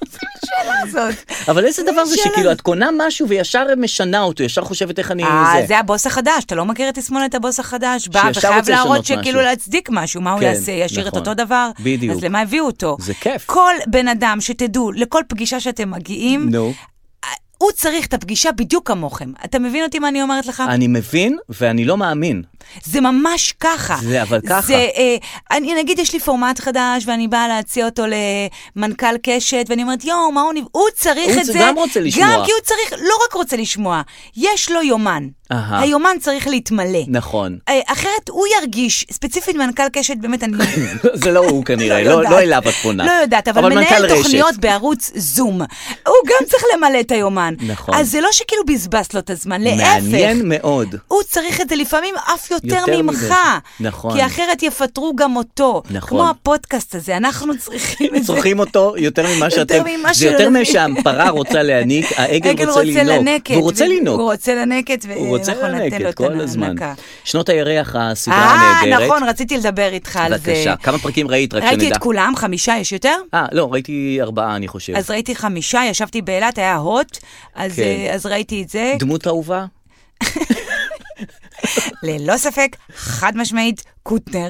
Speaker 3: השאלה הזאת.
Speaker 2: אבל איזה דבר זה
Speaker 3: שאלה.
Speaker 2: שכאילו, את קונה משהו וישר משנה אותו, ישר חושבת איך אני...
Speaker 3: אה,
Speaker 2: זה.
Speaker 3: זה הבוס החדש, אתה לא מכיר את תסמונת הבוס החדש, בא
Speaker 2: שישר
Speaker 3: וחייב
Speaker 2: רוצה
Speaker 3: להראות
Speaker 2: לשנות
Speaker 3: שכאילו
Speaker 2: משהו.
Speaker 3: להצדיק משהו, מה הוא
Speaker 2: כן,
Speaker 3: יעשה, ישאיר את
Speaker 2: נכון.
Speaker 3: אותו דבר?
Speaker 2: בדיוק.
Speaker 3: אז למה הביאו אותו?
Speaker 2: זה כיף.
Speaker 3: כל בן אדם שתדעו, לכל פגישה שאתם מגיעים,
Speaker 2: נו.
Speaker 3: הוא צריך את הפגישה בדיוק כמוכם. אתה מבין אותי מה אני אומרת לך?
Speaker 2: אני מבין, ואני לא מאמין.
Speaker 3: זה ממש ככה.
Speaker 2: זה אבל ככה.
Speaker 3: זה, אה, אני נגיד, יש לי פורמט חדש, ואני באה להציע אותו למנכ"ל קשת, ואני אומרת, יואו, מה הוא נב... הוא צריך
Speaker 2: הוא
Speaker 3: את
Speaker 2: צ-
Speaker 3: זה.
Speaker 2: גם רוצה לשמוע.
Speaker 3: גם כי הוא צריך, לא רק רוצה לשמוע, יש לו יומן.
Speaker 2: אהה.
Speaker 3: היומן צריך להתמלא.
Speaker 2: נכון.
Speaker 3: אה, אחרת הוא ירגיש, ספציפית מנכ"ל קשת, באמת אני...
Speaker 2: זה לא הוא כנראה,
Speaker 3: לא
Speaker 2: לא-
Speaker 3: יודעת.
Speaker 2: לא אליו את פונה.
Speaker 3: לא יודעת, אבל
Speaker 2: מנכ"ל
Speaker 3: מנהל
Speaker 2: רשת.
Speaker 3: תוכניות בערוץ זום, הוא גם צריך למלא את היומן.
Speaker 2: נכון.
Speaker 3: אז זה לא שכאילו בזבזת לו את הזמן, להפך.
Speaker 2: מעניין מאוד.
Speaker 3: הוא צריך את זה לפעמים אף יותר,
Speaker 2: יותר מזה.
Speaker 3: ממך.
Speaker 2: נכון.
Speaker 3: כי אחרת יפטרו גם אותו.
Speaker 2: נכון.
Speaker 3: כמו הפודקאסט הזה, אנחנו צריכים את זה.
Speaker 2: צורכים אותו יותר ממה
Speaker 3: יותר
Speaker 2: שאתם,
Speaker 3: ממה
Speaker 2: זה יותר
Speaker 3: שזה-
Speaker 2: משהפרה רוצה להעניק, העגל רוצה לנהוג,
Speaker 3: לנקת,
Speaker 2: והוא רוצה
Speaker 3: ו-
Speaker 2: לנהוג,
Speaker 3: הוא רוצה לנקת, ו-
Speaker 2: הוא רוצה
Speaker 3: נכון, לתת לו
Speaker 2: להעניק
Speaker 3: את
Speaker 2: כל הזמן.
Speaker 3: ההנקה.
Speaker 2: שנות הירח, הסדרה
Speaker 3: אה,
Speaker 2: הנהדרת.
Speaker 3: נכון, רציתי לדבר איתך על זה.
Speaker 2: בבקשה, כמה פרקים ראית רק
Speaker 3: ראיתי
Speaker 2: שנדע?
Speaker 3: את כולם, חמישה יש יותר?
Speaker 2: אה, לא, ראיתי ארבעה אני חושב.
Speaker 3: אז ראיתי חמישה, ישבתי באילת, היה הוט, אז,
Speaker 2: כן.
Speaker 3: אה, אז ראיתי את זה.
Speaker 2: דמות אהובה?
Speaker 3: ללא ספק, חד משמעית, קוטנר.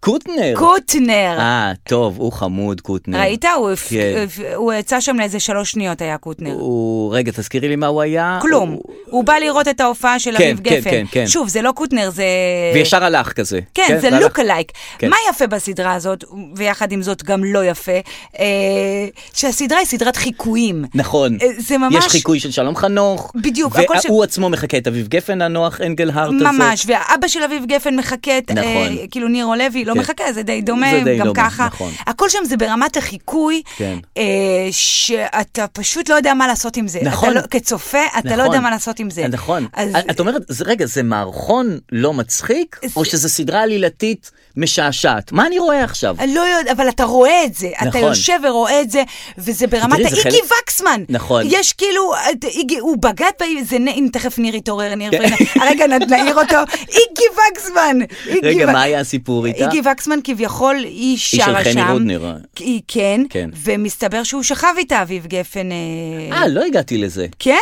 Speaker 2: קוטנר.
Speaker 3: קוטנר.
Speaker 2: אה, טוב, הוא חמוד, קוטנר.
Speaker 3: ראית? הוא הפ-
Speaker 2: כן.
Speaker 3: הפ- הוא יצא שם לאיזה שלוש שניות היה קוטנר.
Speaker 2: הוא, רגע, תזכירי לי מה הוא היה.
Speaker 3: כלום.
Speaker 2: הוא-
Speaker 3: הוא בא לראות את ההופעה של
Speaker 2: כן,
Speaker 3: אביב
Speaker 2: כן,
Speaker 3: גפן.
Speaker 2: כן, כן.
Speaker 3: שוב, זה לא קוטנר, זה...
Speaker 2: וישר הלך כזה.
Speaker 3: כן, זה
Speaker 2: והלך.
Speaker 3: לוק אלייק.
Speaker 2: כן.
Speaker 3: מה יפה בסדרה הזאת, ויחד עם זאת גם לא יפה, אה, שהסדרה היא סדרת חיקויים.
Speaker 2: נכון.
Speaker 3: אה, זה ממש-
Speaker 2: יש חיקוי של שלום חנוך.
Speaker 3: בדיוק, הכל ש-
Speaker 2: והוא עצמו מחקה את אביב גפן הנוח, אנגלהארט הזה.
Speaker 3: ממש, והאבא של אביב גפן מחכה את,
Speaker 2: נכון.
Speaker 3: אה, כאילו ניר לוי לא
Speaker 2: כן.
Speaker 3: מחכה, זה די דומה,
Speaker 2: זה די
Speaker 3: גם
Speaker 2: דומה,
Speaker 3: ככה.
Speaker 2: נכון.
Speaker 3: הכל שם זה ברמת החיקוי,
Speaker 2: כן.
Speaker 3: אה, שאתה פשוט לא יודע מה לעשות עם זה.
Speaker 2: נכון.
Speaker 3: אתה לא, כצופה, אתה לא
Speaker 2: נכון.
Speaker 3: יודע מה לעשות עם זה.
Speaker 2: נכון.
Speaker 3: אז
Speaker 2: את- את אומרת, זה- רגע, זה מערכון לא מצחיק, או שזה סדרה עלילתית משעשעת? מה אני רואה עכשיו?
Speaker 3: אני לא יודעת, אבל אתה רואה את זה. אתה
Speaker 2: נכון.
Speaker 3: יושב ורואה את זה, וזה ברמת
Speaker 2: תראי, זה
Speaker 3: האיגי
Speaker 2: חלק-
Speaker 3: וקסמן.
Speaker 2: נכון.
Speaker 3: יש כאילו, את- איגי- הוא בגד, ב- זה נ- הנה, תכף ניר יתעורר, ניר
Speaker 2: כן.
Speaker 3: פרינה. רגע, נ- נעיר אותו. איגי וקסמן. איגי
Speaker 2: רגע,
Speaker 3: ו-
Speaker 2: מה היה הסיפור איתה?
Speaker 3: איגי וקסמן כביכול, היא
Speaker 2: היא של
Speaker 3: שרה
Speaker 2: חמי
Speaker 3: שם.
Speaker 2: רודנר. אה.
Speaker 3: היא כן,
Speaker 2: כן.
Speaker 3: ומסתבר שהוא שכב איתה, אביב גפן. אה,
Speaker 2: אה, לא הגעתי לזה.
Speaker 3: כן,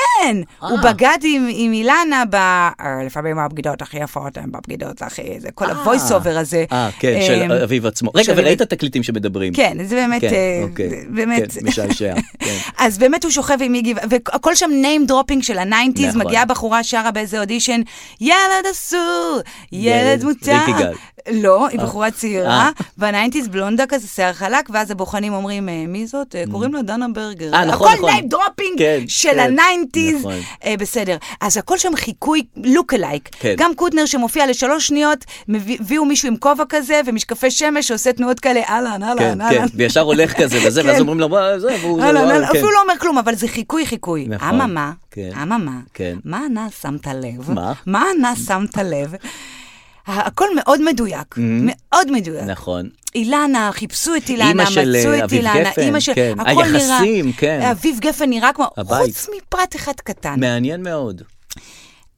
Speaker 2: אה.
Speaker 3: הוא בגד עם, עם אילנה ב... אה, לפעמים הבגידות הכי יפות הן בבגידות הכי... זה כל
Speaker 2: אה.
Speaker 3: הוויס אובר הזה.
Speaker 2: אה, כן,
Speaker 3: אמ,
Speaker 2: של אביב עצמו.
Speaker 3: של
Speaker 2: רגע,
Speaker 3: אביב-
Speaker 2: וראית את התקליטים שמדברים.
Speaker 3: כן, זה באמת,
Speaker 2: כן,
Speaker 3: אה,
Speaker 2: אוקיי.
Speaker 3: זה באמת.
Speaker 2: כן, משעשע, כן.
Speaker 3: אז באמת הוא שוכב עם איגי, והכל שם name dropping של הניינטיז,
Speaker 2: נכון.
Speaker 3: מגיעה בחורה שרה באיזה אודישן, ילד אסור, ילד
Speaker 2: ילד,
Speaker 3: מותר.
Speaker 2: ריקי גל.
Speaker 3: לא, היא בחורה צעירה,
Speaker 2: אה.
Speaker 3: והניינטיז בלונדה כזה, שיער חלק, ואז הבוחנים אומרים, "אה, מי זאת? אה, קוראים לה דנה ברגר.
Speaker 2: Mm-hmm. אה, נכון, נכון.
Speaker 3: הכל name dropping
Speaker 2: כן,
Speaker 3: של
Speaker 2: כן,
Speaker 3: הניינטיז.
Speaker 2: נכון.
Speaker 3: אה, בסדר. אז הכל שם חיקוי לוק אלייק.
Speaker 2: כן.
Speaker 3: גם קוטנר שמופיע לשלוש שניות, מביא- הביאו מישהו עם כובע כזה, ומשקפי שמש, שעושה תנועות כאלה, אהלן,
Speaker 2: כן,
Speaker 3: אהלן,
Speaker 2: כן,
Speaker 3: אהלן.
Speaker 2: וישר הולך כזה וזה,
Speaker 3: כן.
Speaker 2: ואז אומרים לו, "מה, זה, והוא... זה,
Speaker 3: אהלן,
Speaker 2: וואו,
Speaker 3: אהלן,
Speaker 2: כן.
Speaker 3: אפילו לא אומר כלום, אבל זה חיקוי חיקוי.
Speaker 2: נכון,
Speaker 3: אממה,
Speaker 2: כן.
Speaker 3: אממה,
Speaker 2: כן.
Speaker 3: מה נא שמת לב?
Speaker 2: מה?
Speaker 3: מה נא שמת לב? ה- הכל מאוד מדויק, מאוד מדויק.
Speaker 2: Mm-hmm. נכון.
Speaker 3: אילנה, חיפשו את אילנה,
Speaker 2: אימא של,
Speaker 3: מצאו
Speaker 2: אה,
Speaker 3: את
Speaker 2: אביב
Speaker 3: אילנה,
Speaker 2: גפן,
Speaker 3: אימא של...
Speaker 2: כן.
Speaker 3: הכל נראה-
Speaker 2: היחסים, כן.
Speaker 3: אביב גפן נראה כמו...
Speaker 2: הבית.
Speaker 3: חוץ מפרט אחד קטן.
Speaker 2: מעניין מאוד.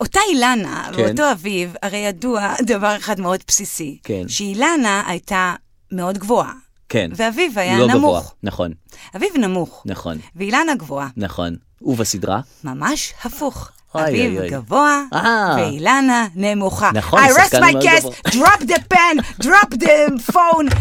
Speaker 3: אותה אילנה
Speaker 2: כן.
Speaker 3: ואותו אביב, הרי ידוע דבר אחד מאוד בסיסי.
Speaker 2: כן.
Speaker 3: שאילנה הייתה מאוד גבוהה.
Speaker 2: כן.
Speaker 3: ואביב היה
Speaker 2: לא
Speaker 3: נמוך.
Speaker 2: גבוה. נכון,
Speaker 3: אביב נמוך.
Speaker 2: נכון,
Speaker 3: ואילנה גבוהה.
Speaker 2: נכון. ובסדרה?
Speaker 3: ממש הפוך.
Speaker 2: אוי,
Speaker 3: אביב
Speaker 2: אוי, אוי.
Speaker 3: גבוה,
Speaker 2: אה.
Speaker 3: ואילנה נמוכה.
Speaker 2: נכון,
Speaker 3: I rest
Speaker 2: שחקן
Speaker 3: my
Speaker 2: מאוד
Speaker 3: case,
Speaker 2: גבוה.
Speaker 3: drop the pen, drop the phone.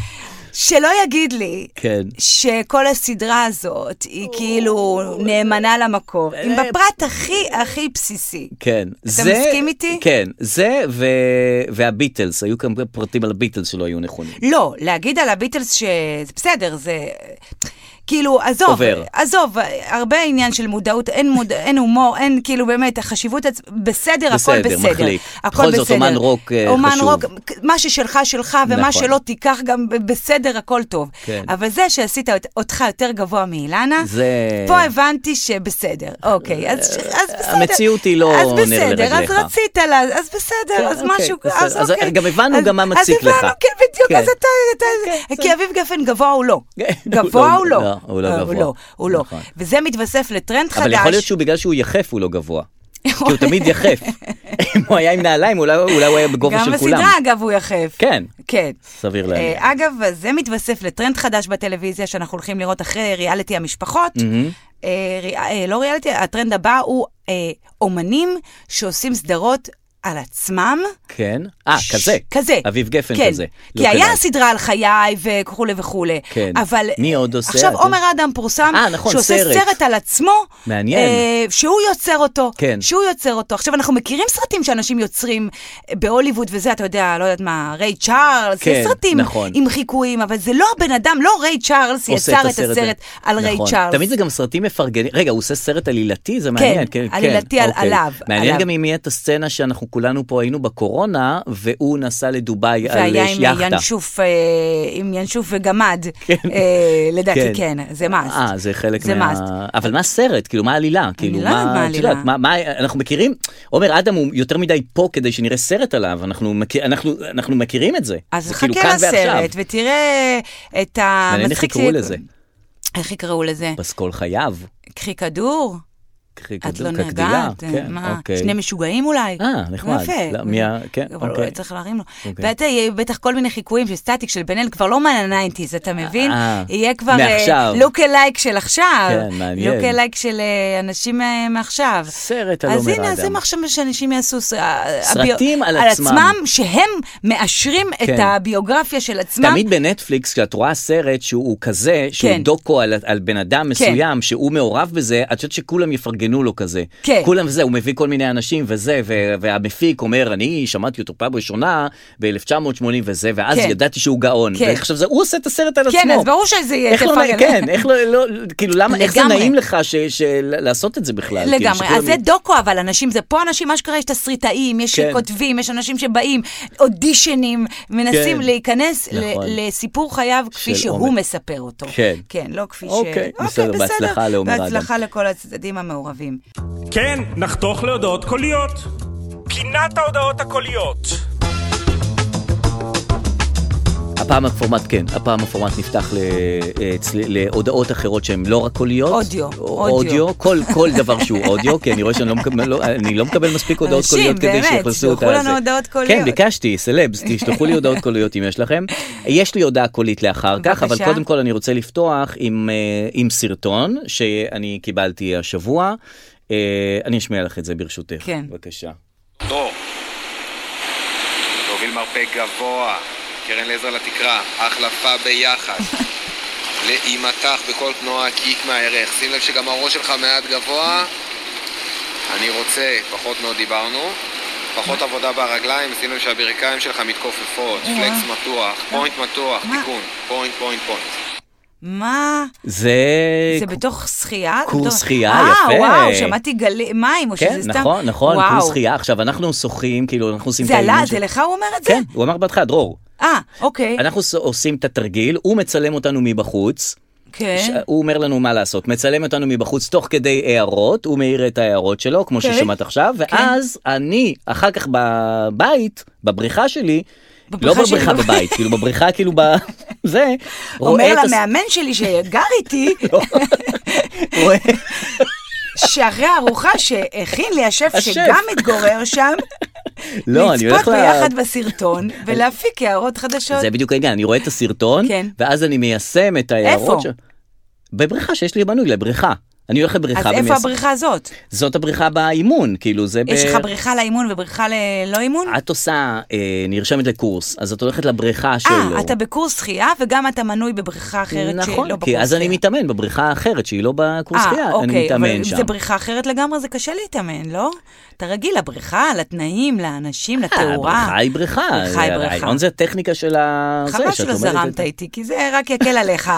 Speaker 3: שלא יגיד לי
Speaker 2: כן.
Speaker 3: שכל הסדרה הזאת היא כאילו נאמנה למקור. אם בפרט הכי הכי בסיסי.
Speaker 2: כן.
Speaker 3: אתה מסכים איתי?
Speaker 2: כן. זה ו... והביטלס, היו כמה פרטים על הביטלס שלא היו נכונים.
Speaker 3: לא, להגיד על הביטלס ש... זה בסדר, זה... כאילו, עזוב,
Speaker 2: עובר.
Speaker 3: עזוב, הרבה עניין של מודעות, אין, מוד... אין הומור, אין כאילו באמת, החשיבות, הצ... בסדר, הכל
Speaker 2: בסדר,
Speaker 3: בסדר.
Speaker 2: מחליק.
Speaker 3: הכל
Speaker 2: בכל זאת,
Speaker 3: בסדר.
Speaker 2: אומן רוק, אה,
Speaker 3: אומן
Speaker 2: חשוב.
Speaker 3: רוק, מה ששלך שלך, ומה
Speaker 2: נכון.
Speaker 3: שלא תיקח גם ב- בסדר, הכל טוב.
Speaker 2: כן.
Speaker 3: אבל זה שעשית אות- אותך יותר גבוה מאילנה,
Speaker 2: זה-
Speaker 3: פה הבנתי שבסדר, אוקיי, אז, אז בסדר.
Speaker 2: המציאות היא לא
Speaker 3: אז
Speaker 2: נר
Speaker 3: בסדר, אז
Speaker 2: לרגליך.
Speaker 3: רצית, לה, אז בסדר,
Speaker 2: כן,
Speaker 3: אז
Speaker 2: אוקיי,
Speaker 3: משהו,
Speaker 2: בסדר.
Speaker 3: אז
Speaker 2: אז
Speaker 3: אוקיי.
Speaker 2: גם הבנו
Speaker 3: אז-
Speaker 2: גם מה מציק
Speaker 3: אז הבנו,
Speaker 2: לך.
Speaker 3: כן, בדיוק,
Speaker 2: כן.
Speaker 3: אז אתה... אתה-
Speaker 2: אוקיי,
Speaker 3: כי אביב גפן גבוה הוא לא.
Speaker 2: כן, הוא
Speaker 3: גבוה
Speaker 2: לא-
Speaker 3: הוא לא.
Speaker 2: לא, הוא לא
Speaker 3: אה,
Speaker 2: גבוה.
Speaker 3: הוא לא.
Speaker 2: נכון.
Speaker 3: וזה מתווסף לטרנד חדש.
Speaker 2: אבל יכול להיות שהוא בגלל שהוא יחף הוא לא גבוה. כי הוא תמיד יחף. אם הוא היה עם נעליים, אולי אולי הוא היה בגובה
Speaker 3: גם
Speaker 2: של כולם.
Speaker 3: בסדרה, אגב, הוא יחף.
Speaker 2: כן,
Speaker 3: כן.
Speaker 2: סביר להניח.
Speaker 3: אה, אגב, אז זה מתווסף לטרנד חדש בטלוויזיה שאנחנו הולכים לראות אחרי ריאליטי המשפחות. אה, רי- אה, לא ריאליטי, הטרנד הבא הוא אה, אומנים שעושים סדרות על עצמם.
Speaker 2: כן. אה, כזה.
Speaker 3: כזה.
Speaker 2: אביב גפן
Speaker 3: כן.
Speaker 2: כזה. לא
Speaker 3: כי היה
Speaker 2: לוקלייק.
Speaker 3: סדרה על חיי וכולי וכולי.
Speaker 2: כן.
Speaker 3: אבל...
Speaker 2: מי עוד עושה?
Speaker 3: עכשיו
Speaker 2: אתה-
Speaker 3: עומר אדם פורסם,
Speaker 2: אה, נכון,
Speaker 3: שעושה
Speaker 2: סרט.
Speaker 3: סרט על עצמו,
Speaker 2: מעניין.
Speaker 3: אה, שהוא יוצר אותו,
Speaker 2: כן.
Speaker 3: שהוא יוצר אותו. עכשיו, אנחנו מכירים סרטים שאנשים יוצרים אה, בהוליווד וזה, אתה יודע, לא יודעת מה, ריי צ'ארלס,
Speaker 2: כן,
Speaker 3: זה סרטים
Speaker 2: נכון.
Speaker 3: עם חיקויים, אבל זה לא הבן אדם, לא ריי צ'ארלס
Speaker 2: עושה
Speaker 3: יצר את
Speaker 2: הסרט הזה.
Speaker 3: הסרט על ריי
Speaker 2: נכון.
Speaker 3: צ'ארלס.
Speaker 2: תמיד זה גם סרטים מפרגנים. רגע, הוא עושה סרט עלילתי? זה מעניין. כן, כן.
Speaker 3: עלילתי על-
Speaker 2: אוקיי.
Speaker 3: עליו,
Speaker 2: מעניין
Speaker 3: עליו.
Speaker 2: גם אם יהיה את הסצנה שאנחנו כולנו פה היינו בקורונה, והוא נסע לדובאי על
Speaker 3: והיה
Speaker 2: אה,
Speaker 3: עם
Speaker 2: יאכטה. כן.
Speaker 3: ינשוף, אה, עם ינשוף וגמד, אה, לדעתי כן, זה מאסט.
Speaker 2: אה, זה חלק
Speaker 3: זה
Speaker 2: מה...
Speaker 3: must.
Speaker 2: אבל מה הסרט? כאילו, מה העלילה? כאילו,
Speaker 3: לא יודעת מה
Speaker 2: את יודעת,
Speaker 3: העלילה.
Speaker 2: מה- מה- אנחנו מכירים, עומר אדם הוא יותר מדי פה כדי שנראה סרט עליו, אנחנו מכיר- אנחנו- אנחנו מכירים את זה.
Speaker 3: אז
Speaker 2: זה כאילו
Speaker 3: חכה
Speaker 2: כאן ועכשיו.
Speaker 3: לסרט ותראה את ה...
Speaker 2: מעניין איך
Speaker 3: מצחיק
Speaker 2: יקראו
Speaker 3: ש-
Speaker 2: לזה.
Speaker 3: איך יקראו לזה?
Speaker 2: פסקול חייו.
Speaker 3: קחי כדור?
Speaker 2: קחי
Speaker 3: את לא
Speaker 2: כדור, כגדילה,
Speaker 3: נגעת?
Speaker 2: כן,
Speaker 3: מה?
Speaker 2: אוקיי.
Speaker 3: שני משוגעים אולי?
Speaker 2: אה, נחמד.
Speaker 3: יפה.
Speaker 2: לא, מי ה- כן,
Speaker 3: אבל
Speaker 2: אוקיי.
Speaker 3: אולי צריך להרים לו.
Speaker 2: אוקיי.
Speaker 3: ואתה יהיה בטח כל מיני חיקויים של סטטיק, של בן אל, כבר לא מהניינטיז, אתה מבין?
Speaker 2: אה,
Speaker 3: יהיה כבר
Speaker 2: מעכשיו.
Speaker 3: לוק אלייק של עכשיו.
Speaker 2: כן, מעניין.
Speaker 3: לוק אלייק של אה, אנשים אה, מעכשיו.
Speaker 2: סרט על
Speaker 3: אז
Speaker 2: עומר אדם.
Speaker 3: הנה, אז זה מה עכשיו שאנשים יעשו, ס- ה-
Speaker 2: סרטים על
Speaker 3: הביו- על
Speaker 2: עצמם.
Speaker 3: עצמם, שהם מאשרים את
Speaker 2: כן.
Speaker 3: הביוגרפיה של עצמם.
Speaker 2: תמיד בנטפליקס, כשאת רואה סרט שהוא כזה, שהוא
Speaker 3: כן.
Speaker 2: דוקו על, על בן אדם
Speaker 3: כן.
Speaker 2: מסוים, שהוא מעורב בזה, את חושבת שכולם יפרגנו לו כזה.
Speaker 3: כן.
Speaker 2: כולם זה, הוא מביא כל מיני אנשים וזה, ו- והמפיק אומר, אני שמעתי אותו פעם ראשונה ב-1980 וזה, ואז
Speaker 3: כן.
Speaker 2: ידעתי שהוא גאון.
Speaker 3: כן.
Speaker 2: ועכשיו זה, הוא עושה את הסרט על
Speaker 3: כן,
Speaker 2: עצמו.
Speaker 3: אז ברור שזה יהיה
Speaker 2: איך לא,
Speaker 3: תפרגן.
Speaker 2: נעים- כן, איך לא, לא, כאילו למה, איך זה
Speaker 3: לגמרי.
Speaker 2: נעים לך ש, ש, לעשות את זה בכלל? כאילו,
Speaker 3: לגמרי,
Speaker 2: שכולם
Speaker 3: אז זה דוקו, אבל אנשים, זה פה אנשים, אשכרה יש תסריטאים, יש
Speaker 2: כן.
Speaker 3: כותבים, יש אנשים שבאים, אודישנים, מנסים
Speaker 2: כן.
Speaker 3: להיכנס ל-
Speaker 2: נכון.
Speaker 3: לסיפור חייו כפי
Speaker 2: של
Speaker 3: שהוא
Speaker 2: עומק.
Speaker 3: מספר אותו.
Speaker 2: כן.
Speaker 3: כן, לא כפי ש...
Speaker 2: אוקיי, בסדר, בהצלחה לעומר אדם.
Speaker 3: בהצלחה לכל הצדדים המעורבים.
Speaker 1: כן, נחתוך להודעות קוליות. פינת ההודעות הקוליות.
Speaker 2: הפעם הפורמט כן, הפעם הפורמט נפתח ל, אה, צל- להודעות אחרות שהן לא רק קוליות.
Speaker 3: אודיו,
Speaker 2: או-
Speaker 3: אודיו.
Speaker 2: אודיו, כל, כל דבר שהוא אודיו, כי אני רואה שאני לא מקבל, לא, אני לא מקבל מספיק הודעות
Speaker 3: אנשים,
Speaker 2: קוליות כדי
Speaker 3: באמת,
Speaker 2: שיכנסו את
Speaker 3: שלחו לנו הודעות קוליות.
Speaker 2: כן, ביקשתי, סלבס, תשלחו לי הודעות קוליות אם יש לכם. יש לי הודעה קולית לאחר כך, אבל
Speaker 3: בבקשה.
Speaker 2: קודם כל אני רוצה לפתוח עם, אה, עם סרטון שאני קיבלתי השבוע. אה, אני אשמיע לך את זה ברשותך.
Speaker 3: כן.
Speaker 2: בבקשה.
Speaker 4: דרור. להוביל מרפא גבוה, קרן לעזר לתקרה, החלפה ביחד. להימתח בכל תנועה, קיק מהירך. שים לב שגם הראש שלך מעט גבוה. אני רוצה, פחות מאוד דיברנו. פחות עבודה ברגליים, שים לב שהברכיים שלך מתכופפות. פלקס מתוח, פוינט מתוח,
Speaker 3: מה?
Speaker 4: תיקון. פוינט, פוינט, פוינט.
Speaker 3: מה?
Speaker 2: זה...
Speaker 3: זה בתוך שחייה?
Speaker 2: אה, קורס
Speaker 3: בתוך-
Speaker 2: שחייה,
Speaker 3: אה,
Speaker 2: יפה.
Speaker 3: וואו, שמעתי גלי מים, או שזה
Speaker 2: כן,
Speaker 3: סתם...
Speaker 2: נכון, נכון,
Speaker 3: וואו.
Speaker 2: קורס שחייה. עכשיו, אנחנו שוחים, כאילו, אנחנו עושים את
Speaker 3: זה עלה,
Speaker 2: האימון
Speaker 3: זה
Speaker 2: של-
Speaker 3: לך הוא אומר את זה?
Speaker 2: כן, הוא אמר בהתחלה, דרור,
Speaker 3: אה, אוקיי.
Speaker 2: אנחנו ס- עושים את התרגיל, הוא מצלם אותנו מבחוץ. ש-
Speaker 3: כן.
Speaker 2: הוא אומר לנו מה לעשות, מצלם אותנו מבחוץ תוך כדי הערות, הוא מעיר את ההערות שלו, כמו
Speaker 3: אוקיי.
Speaker 2: ששמעת עכשיו, ואז אני, אחר כך בבית, בבריכה שלי, לא
Speaker 3: בבריכה שלי.
Speaker 2: בבריכה בבית, כאילו בבריכה, כאילו ב... זה, רואה
Speaker 3: אומר
Speaker 2: את הס- לא.
Speaker 3: למאמן שלי שגר איתי,
Speaker 2: רואה-
Speaker 3: שאחרי הארוחה שהכין לי השף
Speaker 2: השף.
Speaker 3: שגם מתגורר שם,
Speaker 2: לא, אני הולך
Speaker 3: לצפות
Speaker 2: ל...
Speaker 3: ביחד בסרטון ולהפיק הערות חדשות.
Speaker 2: זה בדיוק העניין, אני רואה את הסרטון,
Speaker 3: כן.
Speaker 2: ואז אני מיישם את ההערות.
Speaker 3: איפה?
Speaker 2: בבריכה שיש לי בנוי לבריכה. אני הולך לבריכה
Speaker 3: אז איפה הבריכה הזאת?
Speaker 2: זאת הבריכה באימון, כאילו זה... ב-
Speaker 3: יש לך בריכה לאימון ובריכה ללא אימון?
Speaker 2: את עושה, אה, נרשמת לקורס, אז את הולכת לבריכה שלו.
Speaker 3: אה, אתה בקורס שחייה וגם אתה מנוי בבריכה אחרת שהיא
Speaker 2: נכון,
Speaker 3: לא בקורס
Speaker 2: כי
Speaker 3: שחייה.
Speaker 2: אז אני מתאמן בבריכה האחרת שהיא לא בקורס שחייה,
Speaker 3: אה,
Speaker 2: אני
Speaker 3: אוקיי,
Speaker 2: מתאמן
Speaker 3: אבל
Speaker 2: שם.
Speaker 3: זה בריכה אחרת לגמרי, זה קשה להתאמן, לא? אתה רגיל לבריכה, לתנאים, לאנשים, לתאורה.
Speaker 2: הבריכה אה, היא בריכה.
Speaker 3: בריכה היא בריכה.
Speaker 2: הרעיון זה הטכניקה של ה... זה,
Speaker 3: חבל
Speaker 2: אוקיי, שאת
Speaker 3: שלא
Speaker 2: לומדת את
Speaker 3: זרמת
Speaker 2: זה.
Speaker 3: איתי, כי זה רק יקל עליך.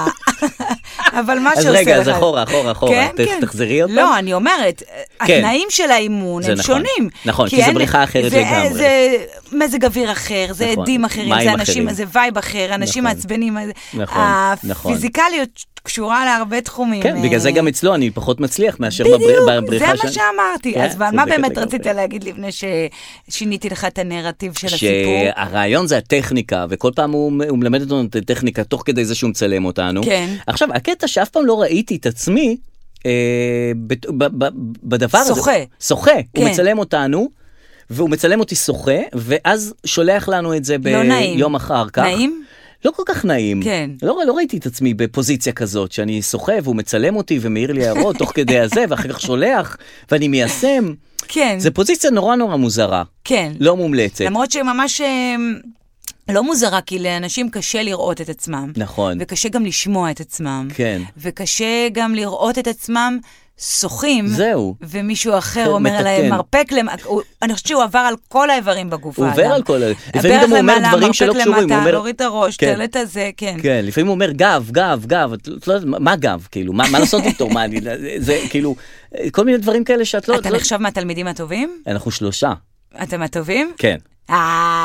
Speaker 3: אבל מה
Speaker 2: אז
Speaker 3: שעושה לך...
Speaker 2: רגע, אז אחורה, אחורה, אחורה.
Speaker 3: כן,
Speaker 2: ת-
Speaker 3: כן.
Speaker 2: תחזרי עוד פעם.
Speaker 3: לא, אני אומרת,
Speaker 2: כן.
Speaker 3: התנאים של האימון
Speaker 2: זה
Speaker 3: הם
Speaker 2: נכון.
Speaker 3: שונים.
Speaker 2: נכון, כי זה
Speaker 3: אין-
Speaker 2: בריכה אחרת
Speaker 3: זה-
Speaker 2: לגמרי.
Speaker 3: זה מזג אוויר אחר, זה
Speaker 2: נכון,
Speaker 3: עדים אחרים,
Speaker 2: מים
Speaker 3: זה אנשים,
Speaker 2: אחרים.
Speaker 3: זה וייב אחר, אנשים
Speaker 2: נכון.
Speaker 3: מעצבנים. אז-
Speaker 2: נכון, נכון.
Speaker 3: הפיזיקליות קשורה להרבה תחומים.
Speaker 2: כן, בגלל זה
Speaker 3: אה,
Speaker 2: גם אצלו אני פחות מצליח מאשר בבר-
Speaker 3: בדיוק, זה
Speaker 2: בבריכה
Speaker 3: מה
Speaker 2: ש-
Speaker 3: שאמרתי.
Speaker 2: כן,
Speaker 3: אז מה- מה
Speaker 2: צודקת
Speaker 3: באמת
Speaker 2: לגמרי.
Speaker 3: רצית להגיד לפני ששיניתי לך את הנרטיב של הסיפור?
Speaker 2: אה, שהרעיון זה הטכניקה, וכל פעם הוא, הוא מלמד אותנו את הטכניקה תוך כדי זה שהוא מצלם אותנו.
Speaker 3: כן.
Speaker 2: עכשיו, הקטע שאף פעם לא ראיתי את עצמי אה, בת- ב- ב- בדבר הזה.
Speaker 3: שוחה.
Speaker 2: שוחה. הוא
Speaker 3: כן.
Speaker 2: מצלם אותנו, והוא מצלם אותי שוחה, ואז שולח לנו את זה
Speaker 3: לא נעים.
Speaker 2: ביום אחר כך.
Speaker 3: נעים?
Speaker 2: לא כל כך נעים.
Speaker 3: כן.
Speaker 2: לא, לא ראיתי את עצמי בפוזיציה כזאת, שאני שוחה והוא מצלם אותי ומעיר לי הערות תוך כדי הזה, ואחר כך שולח, ואני מיישם.
Speaker 3: כן,
Speaker 2: זו פוזיציה נורא נורא מוזרה.
Speaker 3: כן.
Speaker 2: לא מומלצת.
Speaker 3: למרות שממש אה, לא מוזרה, כי לאנשים קשה לראות את עצמם.
Speaker 2: נכון.
Speaker 3: וקשה גם לשמוע את עצמם.
Speaker 2: כן.
Speaker 3: וקשה גם לראות את עצמם שוחים.
Speaker 2: זהו.
Speaker 3: ומישהו אחר
Speaker 2: הוא
Speaker 3: אומר
Speaker 2: מתקן.
Speaker 3: עליהם מרפק, למ... הוא... אני חושבת שהוא עבר על כל האיברים בגוף
Speaker 2: הוא
Speaker 3: האדם.
Speaker 2: עובר על כל ה... לפעמים גם
Speaker 3: הברך
Speaker 2: הוא אומר
Speaker 3: למעלה,
Speaker 2: דברים שלא
Speaker 3: המרפק
Speaker 2: קשורים, הוא
Speaker 3: למטה,
Speaker 2: אומר...
Speaker 3: להוריד את הראש,
Speaker 2: כן.
Speaker 3: תעלה את הזה, כן.
Speaker 2: כן, לפעמים הוא אומר גב, גב, גב, את לא- את לא יודעת, מה- מה גב, כאילו, מה מה לעשות איתו, מה אני, זה כאילו, כל מיני דברים כאלה שאת לא,
Speaker 3: אתה
Speaker 2: לא-
Speaker 3: נחשב מהתלמידים הטובים?
Speaker 2: אנחנו שלושה,
Speaker 3: אתם הטובים?
Speaker 2: כן,
Speaker 3: אה,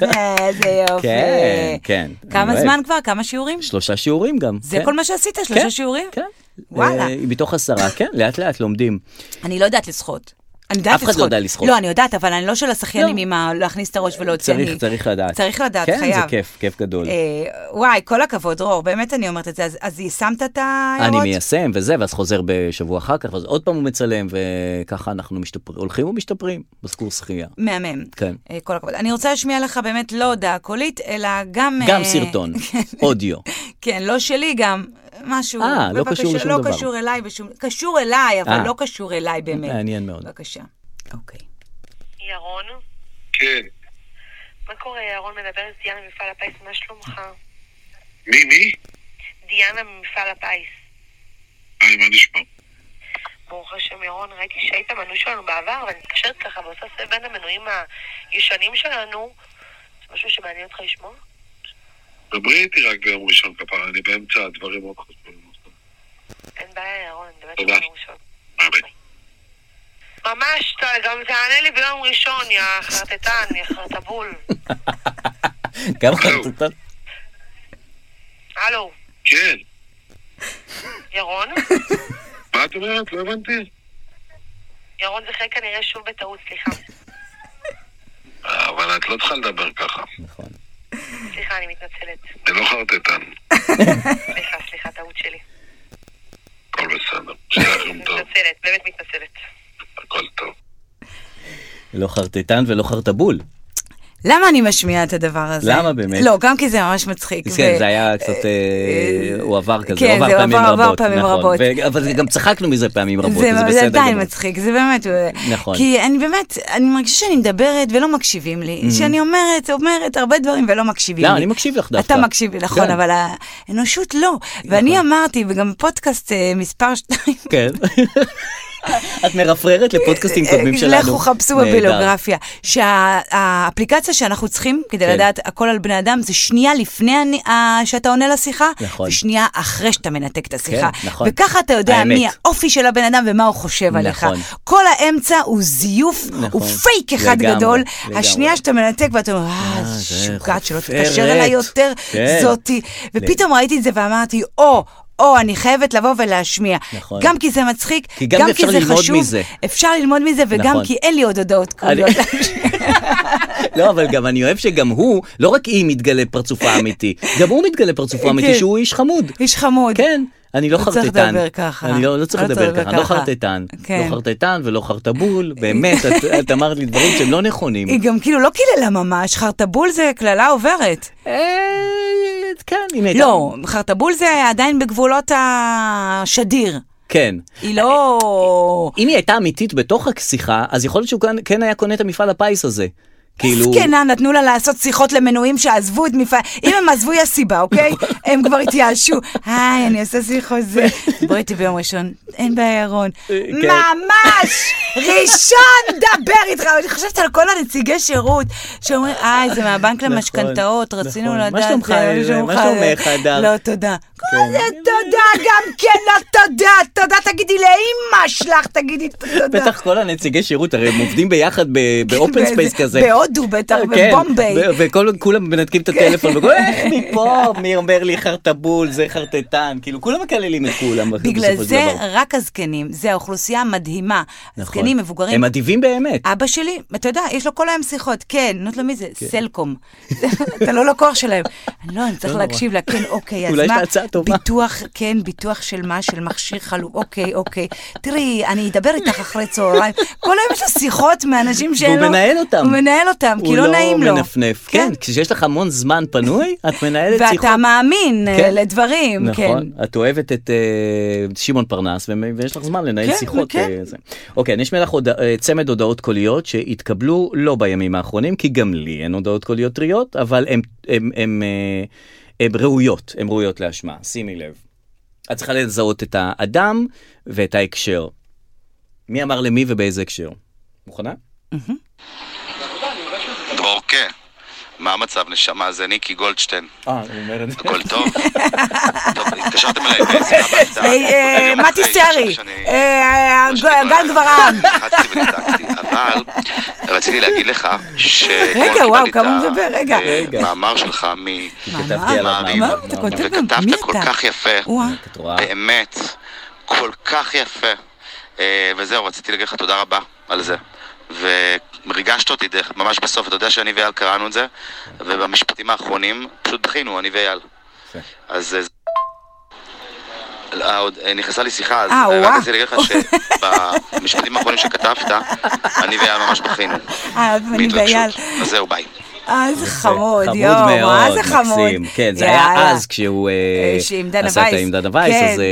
Speaker 3: זה- איזה יופי.
Speaker 2: כן, כן, אני
Speaker 3: כמה
Speaker 2: אוהב.
Speaker 3: זמן כבר? כמה שיעורים?
Speaker 2: שלושה שיעורים גם.
Speaker 3: זה
Speaker 2: כן.
Speaker 3: כל מה שעשית?
Speaker 2: כן,
Speaker 3: שלושה שיעורים?
Speaker 2: כן.
Speaker 3: וואלה.
Speaker 2: אה, מתוך עשרה, כן, לאט לאט לומדים.
Speaker 3: אני לא יודעת לשחות. אני יודעת
Speaker 2: אף אחד לא
Speaker 3: לשחות.
Speaker 2: יודע לשחות.
Speaker 3: לא, אני יודעת, אבל אני לא של השחיינים
Speaker 2: לא.
Speaker 3: עם ה... להכניס את הראש ולהוציא.
Speaker 2: צריך,
Speaker 3: אני-
Speaker 2: צריך לדעת.
Speaker 3: צריך לדעת,
Speaker 2: כן,
Speaker 3: חייב.
Speaker 2: זה כיף, כיף גדול.
Speaker 3: אה, וואי, כל הכבוד, דרור, באמת אני אומרת את זה. אז- אז יישמת את ההערות?
Speaker 2: אני מיישם וזה, ואז חוזר בשבוע אחר כך, ואז עוד פעם הוא מצלם, וככה אנחנו משתפרים, הולכים ומשתפרים בקורס שחייה.
Speaker 3: מהמם.
Speaker 2: כן.
Speaker 3: אה, כל הכבוד. אני רוצה להשמיע לך באמת לא הודעה קולית, אלא גם...
Speaker 2: גם
Speaker 3: אה,
Speaker 2: סרטון, אודיו.
Speaker 3: כן, לא שלי גם, משהו.
Speaker 2: אה, לא קשור
Speaker 3: בבקשה,
Speaker 2: לשום
Speaker 3: לא
Speaker 2: דבר.
Speaker 3: קשור אליי בשום... קשור אליי, אבל
Speaker 2: אה.
Speaker 3: לא קשור אליי באמת.
Speaker 2: מעניין מאוד.
Speaker 3: בבקשה. אוקיי.
Speaker 5: ירון,
Speaker 6: כן.
Speaker 5: מה קורה ירון? מדברת דיאנה ממפעל הפיס, מה שלומך?
Speaker 6: מי, מי?
Speaker 5: דיאנה ממפעל הפיס.
Speaker 6: היי, מה נשמע?
Speaker 5: ברוך השם ירון, ראיתי שהיית מנוי שלנו בעבר, ואני מתקשרת ככה ועושה סבב בין המנויים הישנים שלנו. זה משהו שמעניין אותך לשמוע?
Speaker 6: דברי איתי רק ביום ראשון כפרה, אני באמצע הדברים מאוד חשובים.
Speaker 5: אין בעיה ירון, אני מדברת
Speaker 6: תודה.
Speaker 5: ביום ראשון.
Speaker 6: ביי, ביי.
Speaker 5: ממש, אתה גם תענה לי ביום ראשון, יא חרטטן, יא חרטבול.
Speaker 2: גם
Speaker 6: זהו.
Speaker 2: חרטטן.
Speaker 5: הלו,
Speaker 6: כן.
Speaker 5: ירון?
Speaker 6: מה את אומרת? לא הבנתי.
Speaker 5: ירון זכה כנראה שוב בטעות, סליחה.
Speaker 6: אה, אבל את לא צריכה לדבר ככה.
Speaker 2: נכון.
Speaker 5: סליחה, אני מתנצלת.
Speaker 6: אני לא חרטטן.
Speaker 5: סליחה, סליחה, טעות שלי.
Speaker 6: הכל בסדר. שיהיה לכם טוב.
Speaker 5: מתנצלת, באמת מתנצלת.
Speaker 6: הכל טוב.
Speaker 2: לא חרטטן ולא חרטבול.
Speaker 3: למה אני משמיעה את הדבר הזה?
Speaker 2: למה באמת?
Speaker 3: לא, גם כי זה ממש מצחיק.
Speaker 2: כן,
Speaker 3: ו-
Speaker 2: זה היה קצת, אה, הוא עבר כזה,
Speaker 3: כן,
Speaker 2: הוא
Speaker 3: זה
Speaker 2: עבר פעמים
Speaker 3: עבר-
Speaker 2: רבות.
Speaker 3: עבר פעמים
Speaker 2: נכון.
Speaker 3: רבות.
Speaker 2: ו- אבל זה גם צחקנו מזה פעמים רבות,
Speaker 3: זה,
Speaker 2: זה
Speaker 3: זה
Speaker 2: בסדר
Speaker 3: עדיין
Speaker 2: גמור.
Speaker 3: מצחיק, זה באמת.
Speaker 2: נכון.
Speaker 3: כי אני באמת, אני מרגישה שאני מדברת ולא מקשיבים לי. שאני אומרת, אומרת הרבה דברים ולא מקשיבים לי.
Speaker 2: Mm-hmm. לא, אני מקשיב לך דווקא.
Speaker 3: אתה מקשיב לי, נכון,
Speaker 2: כן. נכון.
Speaker 3: אבל האנושות לא. ואני אמרתי, וגם פודקאסט אה, מספר 2,
Speaker 2: כן. את מרפררת לפודקאסטים קודמים שלנו.
Speaker 3: אה, לכו חפשו
Speaker 2: נהדר.
Speaker 3: בביוגרפיה. שהאפליקציה שאנחנו צריכים כדי
Speaker 2: כן.
Speaker 3: לדעת הכל על בני אדם, זה שנייה לפני הנ- ה- שאתה עונה לשיחה,
Speaker 2: נכון.
Speaker 3: ושנייה אחרי שאתה מנתק את השיחה.
Speaker 2: נכון.
Speaker 3: וככה אתה יודע
Speaker 2: האמת.
Speaker 3: מי האופי של הבן אדם ומה הוא חושב עליך.
Speaker 2: נכון.
Speaker 3: כל האמצע הוא זיוף, הוא
Speaker 2: נכון.
Speaker 3: פייק אחד
Speaker 2: לגמרי,
Speaker 3: גדול.
Speaker 2: לגמרי.
Speaker 3: השנייה שאתה מנתק ואתה אומר, אה,
Speaker 2: זה
Speaker 3: שוגעת שלא
Speaker 2: חופרת."
Speaker 3: תתקשר אליי יותר,
Speaker 2: כן.
Speaker 3: זאתי. ופתאום ראיתי את זה ואמרתי, או. או, אני חייבת לבוא ולהשמיע.
Speaker 2: נכון.
Speaker 3: גם כי זה מצחיק,
Speaker 2: כי גם
Speaker 3: כי
Speaker 2: אפשר
Speaker 3: זה
Speaker 2: ללמוד
Speaker 3: חשוב,
Speaker 2: מזה.
Speaker 3: אפשר ללמוד מזה, וגם
Speaker 2: נכון.
Speaker 3: כי אין לי עוד הודעות קוליות.
Speaker 2: לא, אבל גם אני אוהב שגם הוא, לא רק היא מתגלה פרצופה האמיתי, גם הוא מתגלה פרצופו האמיתי
Speaker 3: כן.
Speaker 2: שהוא איש חמוד.
Speaker 3: איש חמוד.
Speaker 2: כן, אני לא
Speaker 3: לא צריך
Speaker 2: חרטטן.
Speaker 3: לדבר ככה.
Speaker 2: אני לא, לא צריך לדבר ככה, אני לא חרטטן.
Speaker 3: כן.
Speaker 2: לא חרטטן ולא חרטבול, באמת, את, את אמרת לי דברים שהם לא נכונים.
Speaker 3: היא גם כאילו לא קיללה ממש, חרטבול זה קללה עוברת.
Speaker 2: אה, כן, הנה.
Speaker 3: לא, חרטבול זה עדיין בגבולות השדיר.
Speaker 2: כן.
Speaker 3: היא לא...
Speaker 2: אם היא הייתה אמיתית בתוך השיחה, אז יכול להיות שהוא כן, כן היה קונה את המפעל הפיס הזה. כאילו...
Speaker 3: זקנה, כן, נתנו לה לעשות שיחות למנויים שעזבו את מפעל... אם הם עזבו, יש סיבה, אוקיי?
Speaker 2: נכון.
Speaker 3: הם כבר התייאשו. היי, אני עושה שיחות זה. בואי איתי ביום ראשון. אין בעיה, רון.
Speaker 2: כן.
Speaker 3: ממש! ראשון, דבר איתך. אני חושבת על כל הנציגי שירות שאומרים, היי, זה מהבנק
Speaker 2: נכון,
Speaker 3: למשכנתאות, רצינו
Speaker 2: נכון. מה
Speaker 3: לדעת...
Speaker 2: שלומך,
Speaker 3: זה,
Speaker 2: אה, מה שלומך, הדר?
Speaker 3: לא, תודה.
Speaker 2: כן.
Speaker 3: מה זה תודה? גם כן לא תודה. תודה תגידי לאימא שלך, תגידי תודה.
Speaker 2: בטח כל הנציגי שירות, הרי הם עובדים ביחד ב- באופן
Speaker 3: באיזה-
Speaker 2: ספייס כזה. כן,
Speaker 3: בהודו בטח, בבומביי.
Speaker 2: ו- וכל- כולם מנתקים את
Speaker 3: כן.
Speaker 2: הטלפון, וכולם, איך מפה, מי אומר לי חרטבול, זה חרטטן, כאילו כולם מקללים את כולם
Speaker 3: בגלל
Speaker 2: בסופו של
Speaker 3: זה
Speaker 2: דבר.
Speaker 3: רק הזקנים, זה האוכלוסייה המדהימה.
Speaker 2: נכון.
Speaker 3: זקנים, מבוגרים.
Speaker 2: הם אדיבים באמת.
Speaker 3: אבא שלי, אתה יודע, יש לו כל היום שיחות, כן, נות לו מי זה? סלקום. אתה לא לקוח שלהם. לא, אני צריך
Speaker 2: לא נורא.
Speaker 3: להקשיב לה, כן, אוקיי, אז מה?
Speaker 2: אולי יש לה הצעה טובה.
Speaker 3: ביטוח, כן, ביטוח של מה? של מכשיר חלוק, אוקיי, אוקיי. תראי, אני אדבר איתך אחרי צהריים. כל היום יש לו שיחות מאנשים שאין לו...
Speaker 2: והוא מנהל אותם.
Speaker 3: הוא מנהל אותם, כי
Speaker 2: הוא
Speaker 3: לא נעים לו.
Speaker 2: לא מנפנף. כן, כשיש לך המון זמן פנוי, את מנהלת שיחות.
Speaker 3: ואתה מאמין אה,
Speaker 2: כן.
Speaker 3: לדברים, כן.
Speaker 2: נכון, את אוהבת את אה, שמעון פרנס ו- ויש לך זמן לנהל
Speaker 3: כן,
Speaker 2: שיחות.
Speaker 3: כן.
Speaker 2: אה, זה. אוקיי, אני אשמיע לך הודע- אה, צמד הודעות קוליות שהתקבלו לא בימים האחרונים, כי גם לי אין הודעות קוליות טריות, אבל הן- הן- הן אה, הן ראויות, הן ראויות להשמעה, שימי לב. את צריכה לזהות את האדם ואת ההקשר. מי אמר למי ובאיזה הקשר. מוכנה?
Speaker 7: דרור, כן. מה המצב, נשמה? זה ניקי גולדשטיין.
Speaker 2: אה, הוא אומר את זה.
Speaker 7: הכל טוב? טוב, התקשרתם אליי כן, בעצם. הביתה.
Speaker 3: אה, אה,
Speaker 7: יום
Speaker 3: מתי
Speaker 7: אחרי,
Speaker 3: סערי,
Speaker 7: שאני-
Speaker 3: אה,
Speaker 7: לא שאני
Speaker 3: גל
Speaker 7: כל
Speaker 3: גברעם.
Speaker 7: כך לחצתי ונדאגתי, אבל רציתי להגיד לך ש...
Speaker 3: רגע, וואו, כמה הוא מדבר, רגע.
Speaker 2: רגע.
Speaker 7: מאמר שלך מ...
Speaker 2: כתבתי
Speaker 3: מאמר?
Speaker 2: עליו מאמר,
Speaker 3: מאמר? אתה
Speaker 2: מאמר.
Speaker 3: כותב גם- מי
Speaker 7: וכתבת כל
Speaker 3: אתה?
Speaker 7: כך יפה.
Speaker 3: וואה.
Speaker 2: את רואה?
Speaker 7: באמת, כל כך יפה. אה, וזהו, רציתי להגיד לך תודה רבה על זה. וריגשת אותי דרך, ממש בסוף, אתה יודע שאני ואייל קראנו את זה, ובמשפטים האחרונים פשוט דחינו, אני ואייל.
Speaker 2: יפה.
Speaker 7: אז... אה, זה- אה, עוד, אה, נכנסה לי שיחה, אז
Speaker 3: אה,
Speaker 7: אה,
Speaker 3: וואו.
Speaker 7: רק רציתי להגיד לך שבמשפטים האחרונים שכתבת, אני ואייל ממש בכינו.
Speaker 3: אה, אני
Speaker 7: מהתרגשות.
Speaker 3: ואייל.
Speaker 7: אז זהו, ביי.
Speaker 3: אה, איזה חמוד,
Speaker 2: חמוד
Speaker 3: יואו, מה
Speaker 2: מאוד,
Speaker 3: זה חמוד.
Speaker 2: מקסים. כן, זה
Speaker 3: יאללה.
Speaker 2: היה אז כשהוא אה,
Speaker 3: אה, שעם דנה
Speaker 2: עשה את
Speaker 3: וייס.
Speaker 2: העמדת הווייס,
Speaker 3: כן.
Speaker 2: אז אה,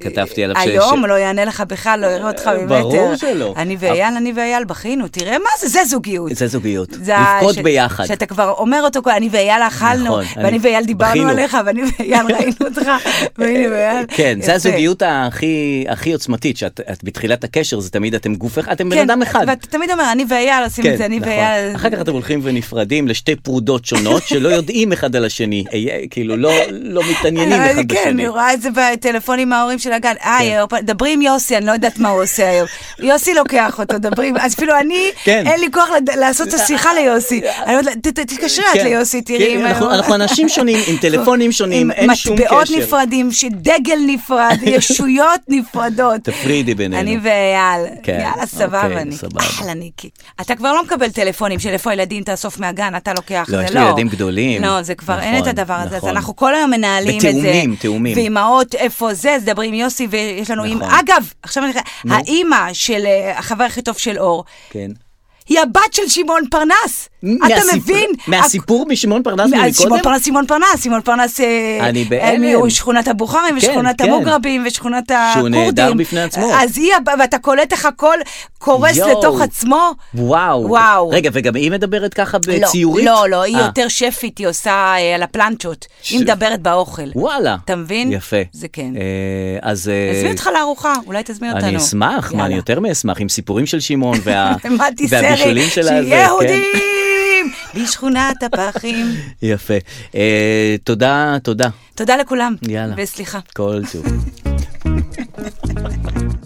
Speaker 2: כתבתי עליו ש...
Speaker 3: היום
Speaker 2: ש-
Speaker 3: לא יענה לך בכלל, לא יראה אותך ממטר.
Speaker 2: ברור שלא.
Speaker 3: אני ואייל, אני ואייל בכינו, תראה מה זה, זה זוגיות.
Speaker 2: זה זוגיות.
Speaker 3: זה
Speaker 2: לבכות
Speaker 3: ש-
Speaker 2: ביחד.
Speaker 3: שאתה כבר אומר אותו, כל- אני ואייל אכלנו,
Speaker 2: נכון,
Speaker 3: ואני
Speaker 2: אני-
Speaker 3: ואייל דיברנו
Speaker 2: בכינו.
Speaker 3: עליך, ואני ואייל ראינו אותך, ואני ואייל...
Speaker 2: כן,
Speaker 3: יפה.
Speaker 2: זה הזוגיות הכי הכי עוצמתית, שאת את בתחילת הקשר זה תמיד אתם גוף אחד, אתם
Speaker 3: כן,
Speaker 2: בן אדם אחד. כן, נכון.
Speaker 3: ואתה תמיד אומר, אני ואייל עושים את זה, אני ואייל...
Speaker 2: אחר כך אתם הולכים ונפרדים לשתי פרודות שונות שלא יודעים אחד על השני, אה, כאילו לא לא מתעניינים
Speaker 3: אה,
Speaker 2: אחד
Speaker 3: כן,
Speaker 2: בשני. כן.
Speaker 3: אני רואה את זה בטלפון עם ההורים של הגן. היי, אור- דברי עם יוסי, אני לא יודעת מה הוא עושה היום. יוסי לוקח אותו, דברי. עם- אז אפילו אני,
Speaker 2: כן.
Speaker 3: אין לי כוח לד- לעשות את השיחה ליוסי. אני אומרת לה, "ת- ת- תתקשרי את
Speaker 2: כן,
Speaker 3: ליוסי, תראי.
Speaker 2: כן,
Speaker 3: אם
Speaker 2: אנחנו-
Speaker 3: היום-"
Speaker 2: אנחנו אנשים שונים, עם טלפונים שונים,
Speaker 3: עם
Speaker 2: אין שום
Speaker 3: מטבעות
Speaker 2: קשר.
Speaker 3: נפרדים, דגל נפרד, ישויות נפרדות.
Speaker 2: תפרידי בינינו.
Speaker 3: אני ואייל.
Speaker 2: כן,
Speaker 3: יאללה, סבבה,
Speaker 2: אוקיי,
Speaker 3: אני.
Speaker 2: סבבה.
Speaker 3: אחלה, ניקי. אתה כבר לא מקבל טלפונים של איפה הילדים תאסוף מהגן, אתה לוקח.
Speaker 2: לא,
Speaker 3: זה
Speaker 2: יש לי ילדים גדולים.
Speaker 3: לא, זה כבר אין את
Speaker 2: נכון,
Speaker 3: הדבר הזה. אז
Speaker 2: נכון.
Speaker 3: אנחנו כל היום מנהלים את זה.
Speaker 2: בתיאומים, תיאומים.
Speaker 3: ואימהות, איפה זה, אז דברי עם יוסי, ויש לנו אימא.
Speaker 2: נכון.
Speaker 3: אגב, עכשיו אני...
Speaker 2: נו.
Speaker 3: האימא של אה, החבר הכי טוב של אור,
Speaker 2: כן.
Speaker 3: היא הבת של שמעון פרנס. אתה
Speaker 2: מהסיפור-
Speaker 3: מבין?
Speaker 2: מהסיפור משמעון פרנס
Speaker 3: אז
Speaker 2: מקודם?
Speaker 3: אה, שמעון פרנס, שמעון פרנס, שמעון פרנס, אה,
Speaker 2: אני
Speaker 3: אה,
Speaker 2: בהלם.
Speaker 3: משכונת הבוכרים,
Speaker 2: כן,
Speaker 3: ושכונת
Speaker 2: כן.
Speaker 3: המוגרבים, ושכונת הכורדים.
Speaker 2: שהוא נהדר בפני עצמו.
Speaker 3: אז היא, הבא- ואתה קולט איך הכל קורס
Speaker 2: יואו.
Speaker 3: לתוך עצמו.
Speaker 2: וואו.
Speaker 3: וואו.
Speaker 2: רגע, וגם היא מדברת ככה
Speaker 3: לא,
Speaker 2: בציורית?
Speaker 3: לא, לא, היא
Speaker 2: אה,
Speaker 3: יותר שפית, היא עושה אה, על הפלנצ'ות. היא מדברת באוכל.
Speaker 2: וואלה.
Speaker 3: אתה מבין?
Speaker 2: יפה.
Speaker 3: זה כן.
Speaker 2: אה, אז... אה,
Speaker 3: תזמין אותך לארוחה, אולי תזמין אותנו.
Speaker 2: אני אשמח, מה,
Speaker 3: יאללה.
Speaker 2: אני יותר מאשמח, עם סיפורים של שמעון וה...
Speaker 3: מתי
Speaker 2: והבישולים
Speaker 3: סרי,
Speaker 2: של הזה,
Speaker 3: שיהיה
Speaker 2: כן.
Speaker 3: יהודים בשכונת הפחים.
Speaker 2: יפה. אה, תודה, תודה.
Speaker 3: תודה לכולם.
Speaker 2: יאללה.
Speaker 3: וסליחה.
Speaker 2: כל טוב.